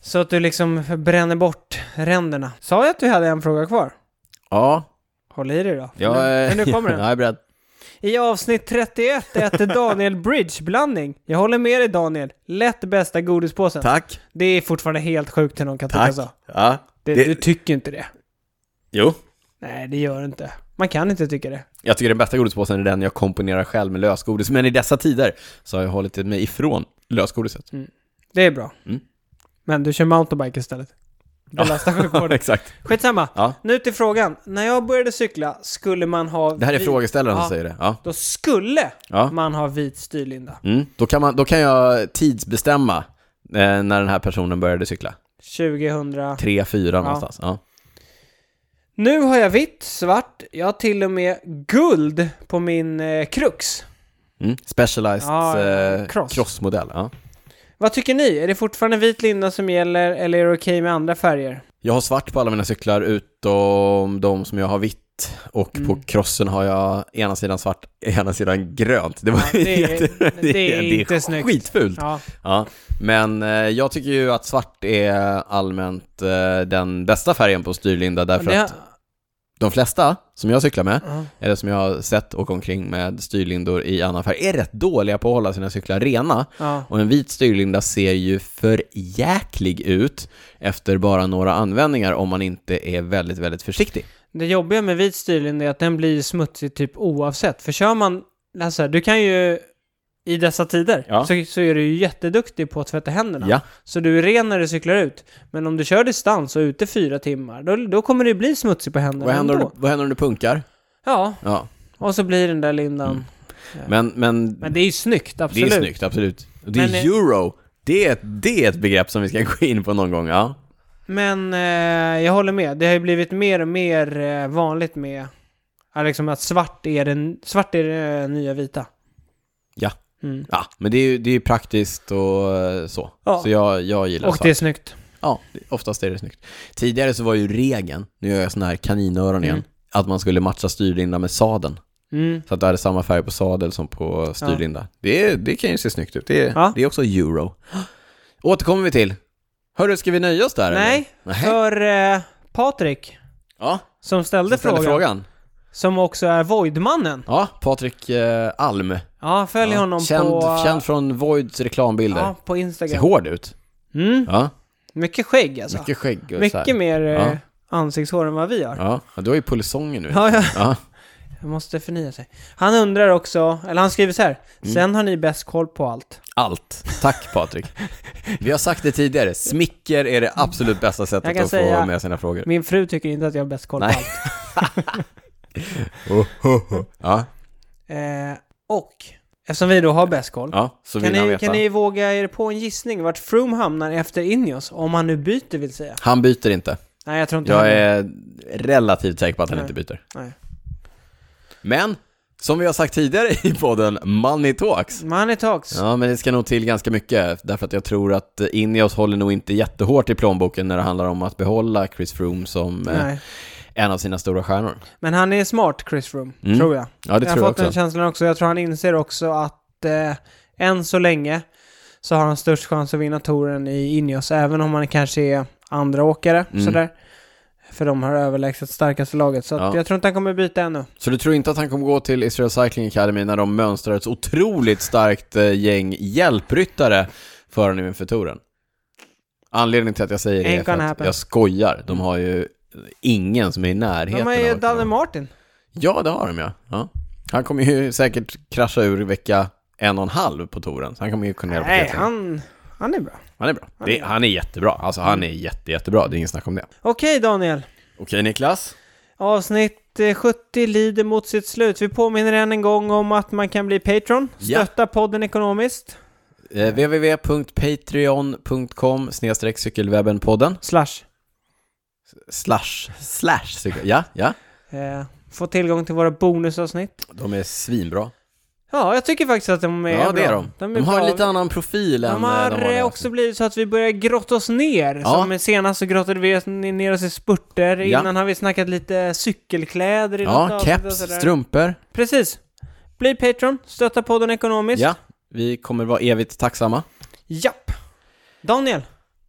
B: Så att du liksom bränner bort ränderna. Sa jag att du hade en fråga kvar?
A: Ja.
B: Håll i dig då. för
A: Jag,
B: nu, för nu kommer den.
A: Jag är beredd.
B: I avsnitt 31 äter Daniel bridgeblandning. Jag håller med dig Daniel. Lätt bästa godispåsen.
A: Tack.
B: Det är fortfarande helt sjukt hur någon kan tycka
A: Tack.
B: så.
A: Ja.
B: Det, typ-
A: Det-
B: Du tycker inte det.
A: Jo.
B: Nej, det gör du inte. Man kan inte tycka det.
A: Jag tycker den bästa godispåsen är den jag komponerar själv med lösgodis, men i dessa tider så har jag hållit mig ifrån lösgodiset.
B: Det är bra.
A: Mm.
B: Men du kör mountainbike istället. Belasta sjukvården.
A: Exakt.
B: Skitsamma.
A: Ja.
B: Nu till frågan. När jag började cykla skulle man ha...
A: Det här är
B: vit-
A: frågeställaren
B: Ja.
A: som säger det. Ja.
B: Då skulle
A: Ja.
B: man ha vit styrlinda.
A: Mm. Då, kan man, då kan jag tidsbestämma eh, när den här personen började cykla.
B: 2000...
A: 3, 4 någonstans. Ja.
B: Nu har jag vitt, svart, jag har till och med guld på min eh, krux.
A: Mm. Specialized
B: Ja,
A: eh,
B: cross.
A: crossmodell. Ja.
B: Vad tycker ni? Är det fortfarande vit linda som gäller eller är det okej med andra färger?
A: Jag har svart på alla mina cyklar utom de som jag har vitt. Och på
B: Mm.
A: crossen har jag ena sidan svart, ena sidan grönt. Det, var
B: Ja, det är- det är inte snyggt.
A: skitfult.
B: Ja,
A: Ja, men eh, jag tycker ju att svart är allmänt eh, den bästa färgen på styrlinda därför
B: det-
A: att de flesta som jag cyklar med,
B: ja.
A: eller som jag har sett åka omkring med styrlindor i annan färg, är rätt dåliga på att hålla sina cyklar rena.
B: ja.
A: Och en vit styrlinda ser ju för jäklig ut efter bara några användningar om man inte är väldigt, väldigt försiktig.
B: Det jobbiga med vit styrlinda är att den blir smutsig typ oavsett. För kör man, alltså, du kan ju i dessa tider
A: Ja.
B: så, så är du ju jätteduktig på att tvätta händerna.
A: Ja.
B: Så du är ren när du cyklar ut. Men om du kör distans och är ute fyra timmar, då, då kommer det bli smutsigt på händerna
A: Vad händer, om
B: ändå.
A: du- vad händer om du punkar?
B: Ja,
A: Ja,
B: och så blir den där lindan.
A: men, men
B: Men det är ju snyggt,
A: det
B: absolut.
A: är snyggt, absolut. Och det är
B: Men, eh,
A: euro. Det är, ett, det är ett begrepp som vi ska gå in på någon gång, ja.
B: Men eh, jag håller med. Det har ju blivit mer och mer eh, vanligt med ja, liksom att svart är, den, svart är det nya vita.
A: Ja.
B: Mm.
A: Ja, men det är ju det är ju praktiskt och eh, så.
B: Ja.
A: Så jag, jag gillar
B: Och
A: svart.
B: det är snyggt.
A: Ja, det- oftast är det snyggt. Tidigare så var ju regeln, nu gör jag sån här kaninöron igen,
B: Mm.
A: att man skulle matcha styrlinda med sadeln.
B: Mm.
A: Så att du hade samma färg på sadel som på styrlinda. Det, det kan ju se snyggt ut. Det,
B: Ja.
A: det är också euro. Återkommer vi till. Hörru, ska vi nöja oss där? eller?
B: Nej,
A: Nej.
B: för eh, Patrik
A: Ja,
B: som ställde,
A: jag ställde
B: frågan,
A: frågan.
B: som också är Voidmannen.
A: Ja, Patrik eh, Alm.
B: Ja, följ
A: Ja.
B: honom
A: känd,
B: på,
A: känd från Voids reklambilder.
B: ja, på
A: Ser
B: Instagram.
A: hård ut.
B: Mm.
A: Ja,
B: Mycket skägg alltså. Mycket,
A: mycket skägg och så här.
B: Mycket mer eh,
A: Ja.
B: ansiktshår än vad vi har.
A: Ja, du har ju polisonger nu.
B: Ja, ja.
A: Ja.
B: Jag måste förnya sig. Han undrar också, eller han skriver så här.
A: Mm.
B: Sen har ni bäst koll på allt.
A: Allt. Tack Patrik. Vi har sagt det tidigare, smicker är det absolut bästa
B: Jag
A: sättet
B: kan
A: att
B: säga-
A: få med sina frågor.
B: Min fru tycker inte att jag har bäst koll
A: Typ. Nej.
B: på allt.
A: Ja,
B: Eh, och eftersom vi då har bäst koll.
A: ja så
B: kan,
A: vill han
B: ni,
A: veta.
B: kan ni våga er på en gissning vart Froome hamnar efter Ineos? Om han nu byter vill säga.
A: Han byter inte.
B: Nej, jag tror inte han
A: Jag är relativt säker på att han
B: Nej.
A: inte byter.
B: Nej.
A: Men, som vi har sagt tidigare i podden, money talks.
B: Money talks.
A: Ja, men det ska nog till ganska mycket, därför att jag tror att Ineos håller nog inte jättehårt i plånboken när det handlar om att behålla Chris Froome som eh,
B: Nej.
A: en av sina stora stjärnor.
B: Men han är smart, Chris Froome.
A: Mm.
B: Tror jag.
A: Ja, det
B: jag har
A: tror jag
B: fått den
A: också.
B: känslan också. Jag tror han inser också att eh, än så länge så har han störst chans att vinna touren i Ineos. Även om han kanske är andra åkare
A: Mm.
B: sådär. För de har överlägset starkaste laget. Så att
A: Ja.
B: jag tror inte han kommer byta ännu.
A: Så du tror inte att han kommer gå till Israel Cycling Academy när de mönstrar ett otroligt starkt eh, gäng hjälpryttare för honom inför touren? Anledningen till att jag säger det är
B: Ain't
A: för
B: gonna
A: att
B: happen.
A: jag skojar. De har ju ingen som är i närheten
B: De har ju
A: av att kunna-
B: Danne Martin.
A: Ja, det har de ja. ja. Han kommer ju säkert krascha ur vecka en och en halv på touren, så han kommer ju kunna hjälpa
B: Nej,
A: till.
B: han, han är bra.
A: han är bra. Det, han är jättebra. Alltså han är jätte, jättebra, det är ingen snack om det.
B: Okej Daniel.
A: Okej Niklas.
B: Avsnitt eh, 70 lider mot sitt slut. Vi påminner än en gång om att man kan bli Patreon.
A: Ja.
B: Stötta podden ekonomiskt.
A: Eh, www.patreon.com cykelwebbenpodden.
B: Slash.
A: Slash, slash, cykel- ja, ja.
B: Eh, få tillgång till våra bonusavsnitt.
A: De är svinbra.
B: Ja, jag tycker faktiskt att de är
A: ja, det är
B: bra.
A: de.
B: är
A: De, har
B: bra.
A: en lite annan profil än
B: de
A: eh,
B: har
A: de vanliga
B: eh, också
A: avsnitten.
B: blivit så att vi börjar grotta oss ner.
A: Ja.
B: Som senast så grottade vi oss ner oss i spurter.
A: Ja.
B: Innan har vi snackat lite cykelkläder i något
A: Ja,
B: avsnitt och
A: keps,
B: sådär.
A: strumpor.
B: Precis. Bli Patreon, stötta podden ekonomiskt.
A: Ja, vi kommer vara evigt tacksamma.
B: Japp. Daniel,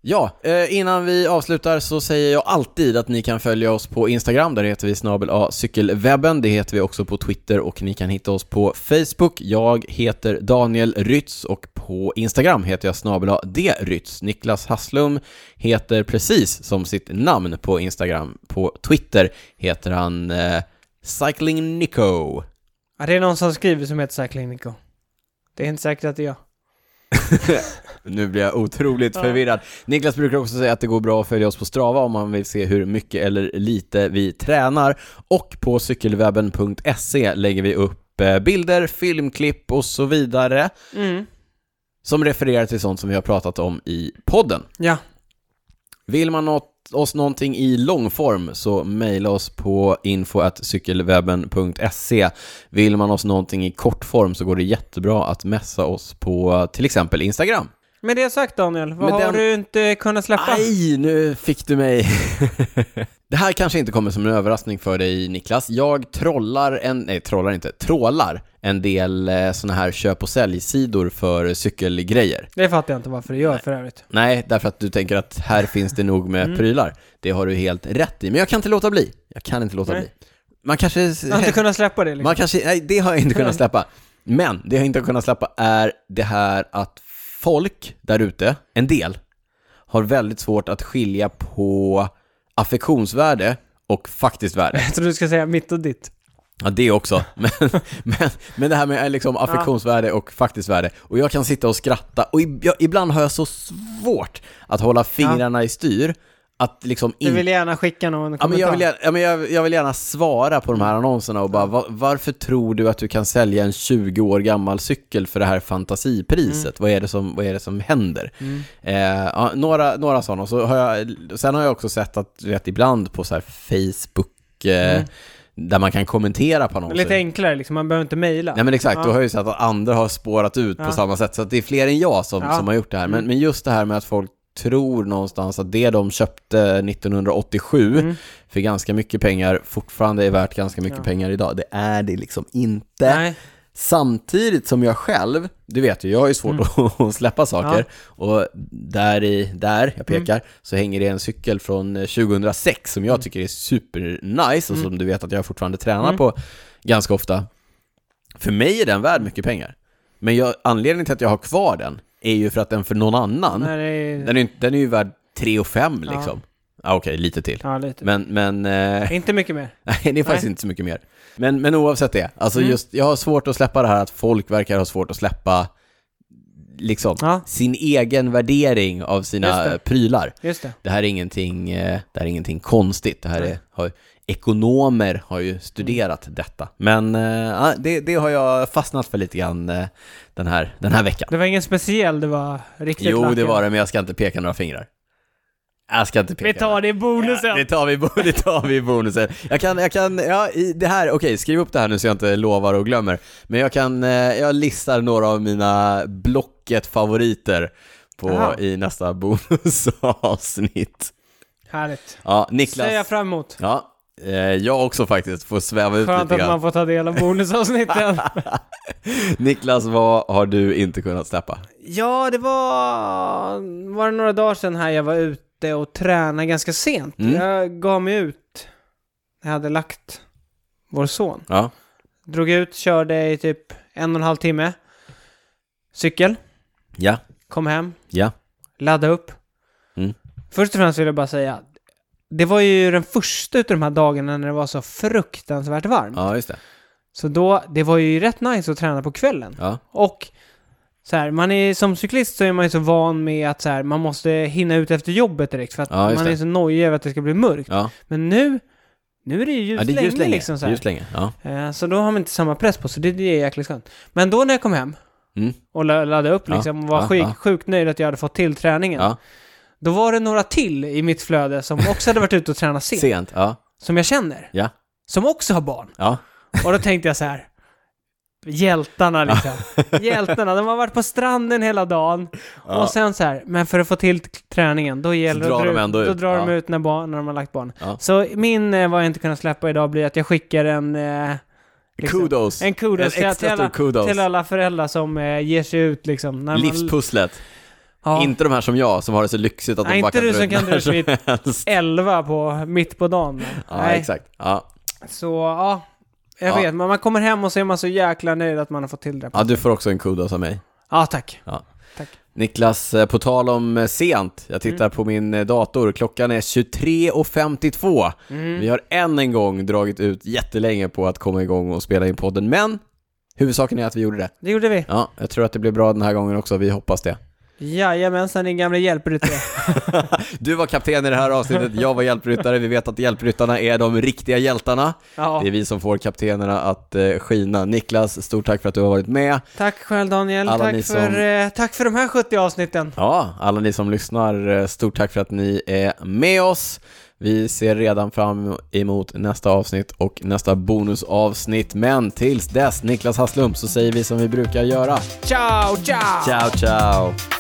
A: Ja, eh, innan vi avslutar så säger jag alltid att ni kan följa oss på Instagram, där heter vi snabel A cykelwebben. Det heter vi också på Twitter och ni kan hitta oss på Facebook. Jag heter Daniel Rytz och på Instagram heter jag snabel A D Rytz. Niklas Hasslum heter precis som sitt namn på Instagram. På Twitter heter han eh, Cycling Nico.
B: Ja, det är någon som skriver som heter Cycling Nico. Det är inte säkert att det är jag.
A: Nu blir jag otroligt
B: Ja.
A: förvirrad. Niklas brukar också säga att det går bra att följa oss på Strava om man vill se hur mycket eller lite vi tränar. Och på cykelwebben.se lägger vi upp eh, bilder, filmklipp och så vidare
B: Mm.
A: som refererar till sånt som vi har pratat om i podden.
B: Ja,
A: Vill man något, oss någonting i långform så mejla oss på info.cykelwebben.se. Vill man oss någonting i kortform så går det jättebra att messa oss på eh, till exempel Instagram.
B: med det sagt Daniel, vad
A: Med den-
B: har du inte kunnat släppa?
A: Aj, nu fick du mig. det här kanske inte kommer som en överraskning för dig Niklas. Jag trollar en, nej trollar inte, trålar en del eh, såna här köp och säljsidor för cykelgrejer.
B: Det fattar jag inte varför du gör för övrigt.
A: Nej, därför att du tänker att här finns det nog med prylar. Det har du helt rätt i, men jag kan inte låta bli. Jag kan inte låta
B: Nej.
A: bli. Man kanske...
B: Jag har inte kunnat släppa det liksom.
A: Man kanske, nej, det har jag inte kunnat släppa. Men det jag inte har kunnat släppa är det här att folk där ute, en del, har väldigt svårt att skilja på affektionsvärde och faktiskt värde.
B: Jag tror du ska säga mitt och ditt.
A: Ja, det också. Men, men, men det här med liksom affektionsvärde och faktiskt värde. Och jag kan sitta och skratta och ib- jag, ibland har jag så svårt att hålla fingrarna i styr att liksom
B: Du
A: inte
B: vill gärna skicka någon
A: Ja, men jag,
B: kommentar. Mm.
A: vill gärna, ja, men jag, jag vill gärna svara på de här annonserna och bara, va, varför tror du att du kan sälja en 20 år gammal cykel för det här fantasipriset?
B: Mm.
A: Vad, är det som, vad är det som händer? Eh, ja, några, några sådana. Så har jag, sen har jag också sett att, du vet, ibland på så här Facebook, eh, där man kan kommentera på
B: Men
A: annonser.
B: Mm. Lite enklare liksom, man behöver inte mejla.
A: Nej men exakt,
B: Ja.
A: då har jag ju sett att andra har spårat ut på
B: Ja.
A: samma sätt, så att det är fler än jag som,
B: Ja. Mm.
A: som har gjort det här. Men, men just det här med att folk tror någonstans att det de köpte 1987
B: Mm.
A: för ganska mycket pengar fortfarande är värt ganska mycket
B: Ja.
A: pengar idag. Det är det liksom inte.
B: Nej.
A: Samtidigt som jag själv, du vet ju, jag har ju svårt
B: Mm.
A: att släppa saker. Och där, i, där jag
B: Mm.
A: pekar, så hänger det en cykel från eh, 2006 som jag tycker är supernice
B: Mm.
A: och som du vet att jag fortfarande tränar på ganska ofta. För mig är den värd mycket pengar. Men jag, anledningen till att jag har kvar den är ju för att den för någon annan,
B: Nej, det är...
A: den, är, ju inte- den är ju värd 3 5
B: Ja.
A: liksom. Ja. Okej, lite till.
B: Ja, lite.
A: Men, men... eh,
B: Inte mycket mer.
A: Nej, det är faktiskt inte så mycket mer. Men, men oavsett det, alltså
B: Mm.
A: just, jag har svårt att släppa det här att folk verkar ha svårt att släppa liksom
B: Ja.
A: sin egen värdering av
B: Just
A: sina
B: det.
A: prylar.
B: Just det.
A: Det här är ingenting, eh, det här är ingenting konstigt. Det här är, har, ekonomer har
B: Mm.
A: ju studerat detta. Men eh, ja, det, det har jag fastnat för lite grann eh, den här, den här veckan.
B: Det var ingen speciell, det var riktigt
A: Jo, det
B: lacken.
A: var det, men jag ska inte peka några fingrar. Jag ska inte peka.
B: Vi tar det i bonusen!
A: Ja, det, tar vi, bo- det tar vi i bonusen. Jag kan, jag kan, ja, i det här, okej, skriv upp det här nu så jag inte lovar och glömmer. Men jag kan, eh, jag listar några av mina Blocket-favoriter på,
B: Jaha.
A: i nästa bonusavsnitt.
B: Härligt.
A: Ja,
B: Ser jag
A: Niklas.
B: fram emot.
A: Ja, eh, jag också faktiskt, får sväva ut
B: Skönt
A: lite
B: att
A: grann.
B: man får ta del av bonusavsnitten.
A: Niklas, vad har du inte kunnat släppa?
B: ja, det var... Var det några dagar sedan här jag var ute och tränade ganska sent.
A: Mm.
B: Jag gav mig ut. Jag hade lagt vår son.
A: Ja,
B: Drog ut, körde i typ en och en halv timme. Cykel,
A: ja,
B: kom hem,
A: ja,
B: ladda upp.
A: Mm.
B: Först och främst vill jag bara säga, det var ju den första utav de här dagarna när det var så fruktansvärt varmt.
A: ja, just det.
B: Så då, det var ju rätt nice att träna på kvällen.
A: Ja,
B: Och så här, man är, som cyklist så är man ju så van med att så här, man måste hinna ut efter jobbet direkt för att
A: Ja, just
B: man
A: det.
B: är så nojig över att det ska bli mörkt.
A: ja.
B: Men nu, nu är det ju ljust,
A: ja det är ljust
B: länge
A: länge.
B: liksom så här.
A: ljust länge. Ja.
B: Eh, Så då har man inte samma press på sig, det, det är jäkligt skönt. Men då när jag kom hem
A: Mm.
B: och la- laddade upp
A: Ja,
B: liksom och var
A: ja,
B: sjuk,
A: ja.
B: sjukt nöjd att jag hade fått till träningen.
A: Ja.
B: Då var det några till i mitt flöde som också hade varit ute och tränat sent,
A: Sent, ja,
B: som jag känner,
A: ja,
B: som också har barn.
A: ja.
B: Och då tänkte jag så här. Hjältarna liksom. Hjältarna, de har varit på stranden hela dagen.
A: Ja.
B: Och sen så här, men för att få till t- träningen, då gäller
A: Så drar
B: det
A: de
B: att dra
A: ändå
B: ut. Då
A: ut,
B: drar de
A: ja.
B: ut när, barn, när de har lagt barn.
A: Ja.
B: Så min, eh, vad jag inte kunnat släppa idag, blir att jag skickar en... Eh, liksom,
A: Kudos.
B: En kudos,
A: En
B: till,
A: extra
B: till,
A: stor
B: alla,
A: kudos.
B: till alla föräldrar som eh, ger sig ut liksom. När man-
A: Livspusslet.
B: ja,
A: Inte de här som jag, som har det så lyxigt att
B: Nej,
A: de bara
B: inte
A: kan
B: du
A: dra
B: som
A: ut
B: kan
A: när
B: dra ut vid-
A: helst.
B: 11 på, mitt på dagen.
A: Ja, exakt. Ja.
B: Så ja, jag
A: Ja.
B: vet. Men man kommer hem och så är man så jäkla nöjd att man har fått till det.
A: ja, du får också en kudos av mig.
B: Ja, tack.
A: Ja.
B: Tack.
A: Niklas, eh, på tal om eh, sent, jag
B: Mm.
A: tittar på min eh, dator, klockan är 23.52.
B: Mm.
A: Vi har än en gång dragit ut jättelänge på att komma igång och spela in podden, men huvudsaken är att vi gjorde det.
B: Det gjorde vi.
A: Ja, jag tror att det blir bra den här gången också, vi hoppas det.
B: Jajamensan, din gamla hjälpryttare.
A: Du var kapten i det här avsnittet, jag var hjälpryttare, vi vet att hjälpryttarna är de riktiga hjältarna.
B: Ja.
A: Det är vi som får kaptenerna att eh, skina. Niklas, stort tack för att du har varit med.
B: Tack själv Daniel,
A: Alla ni
B: tack
A: som-
B: för, eh, tack för de här 70 avsnitten.
A: Ja, alla ni som lyssnar, eh, stort tack för att ni är med oss. Vi ser redan fram emot nästa avsnitt och nästa bonusavsnitt. Men tills dess, Niklas Hasslum, så säger vi som vi brukar göra.
B: Ciao, ciao!
A: Ciao, ciao!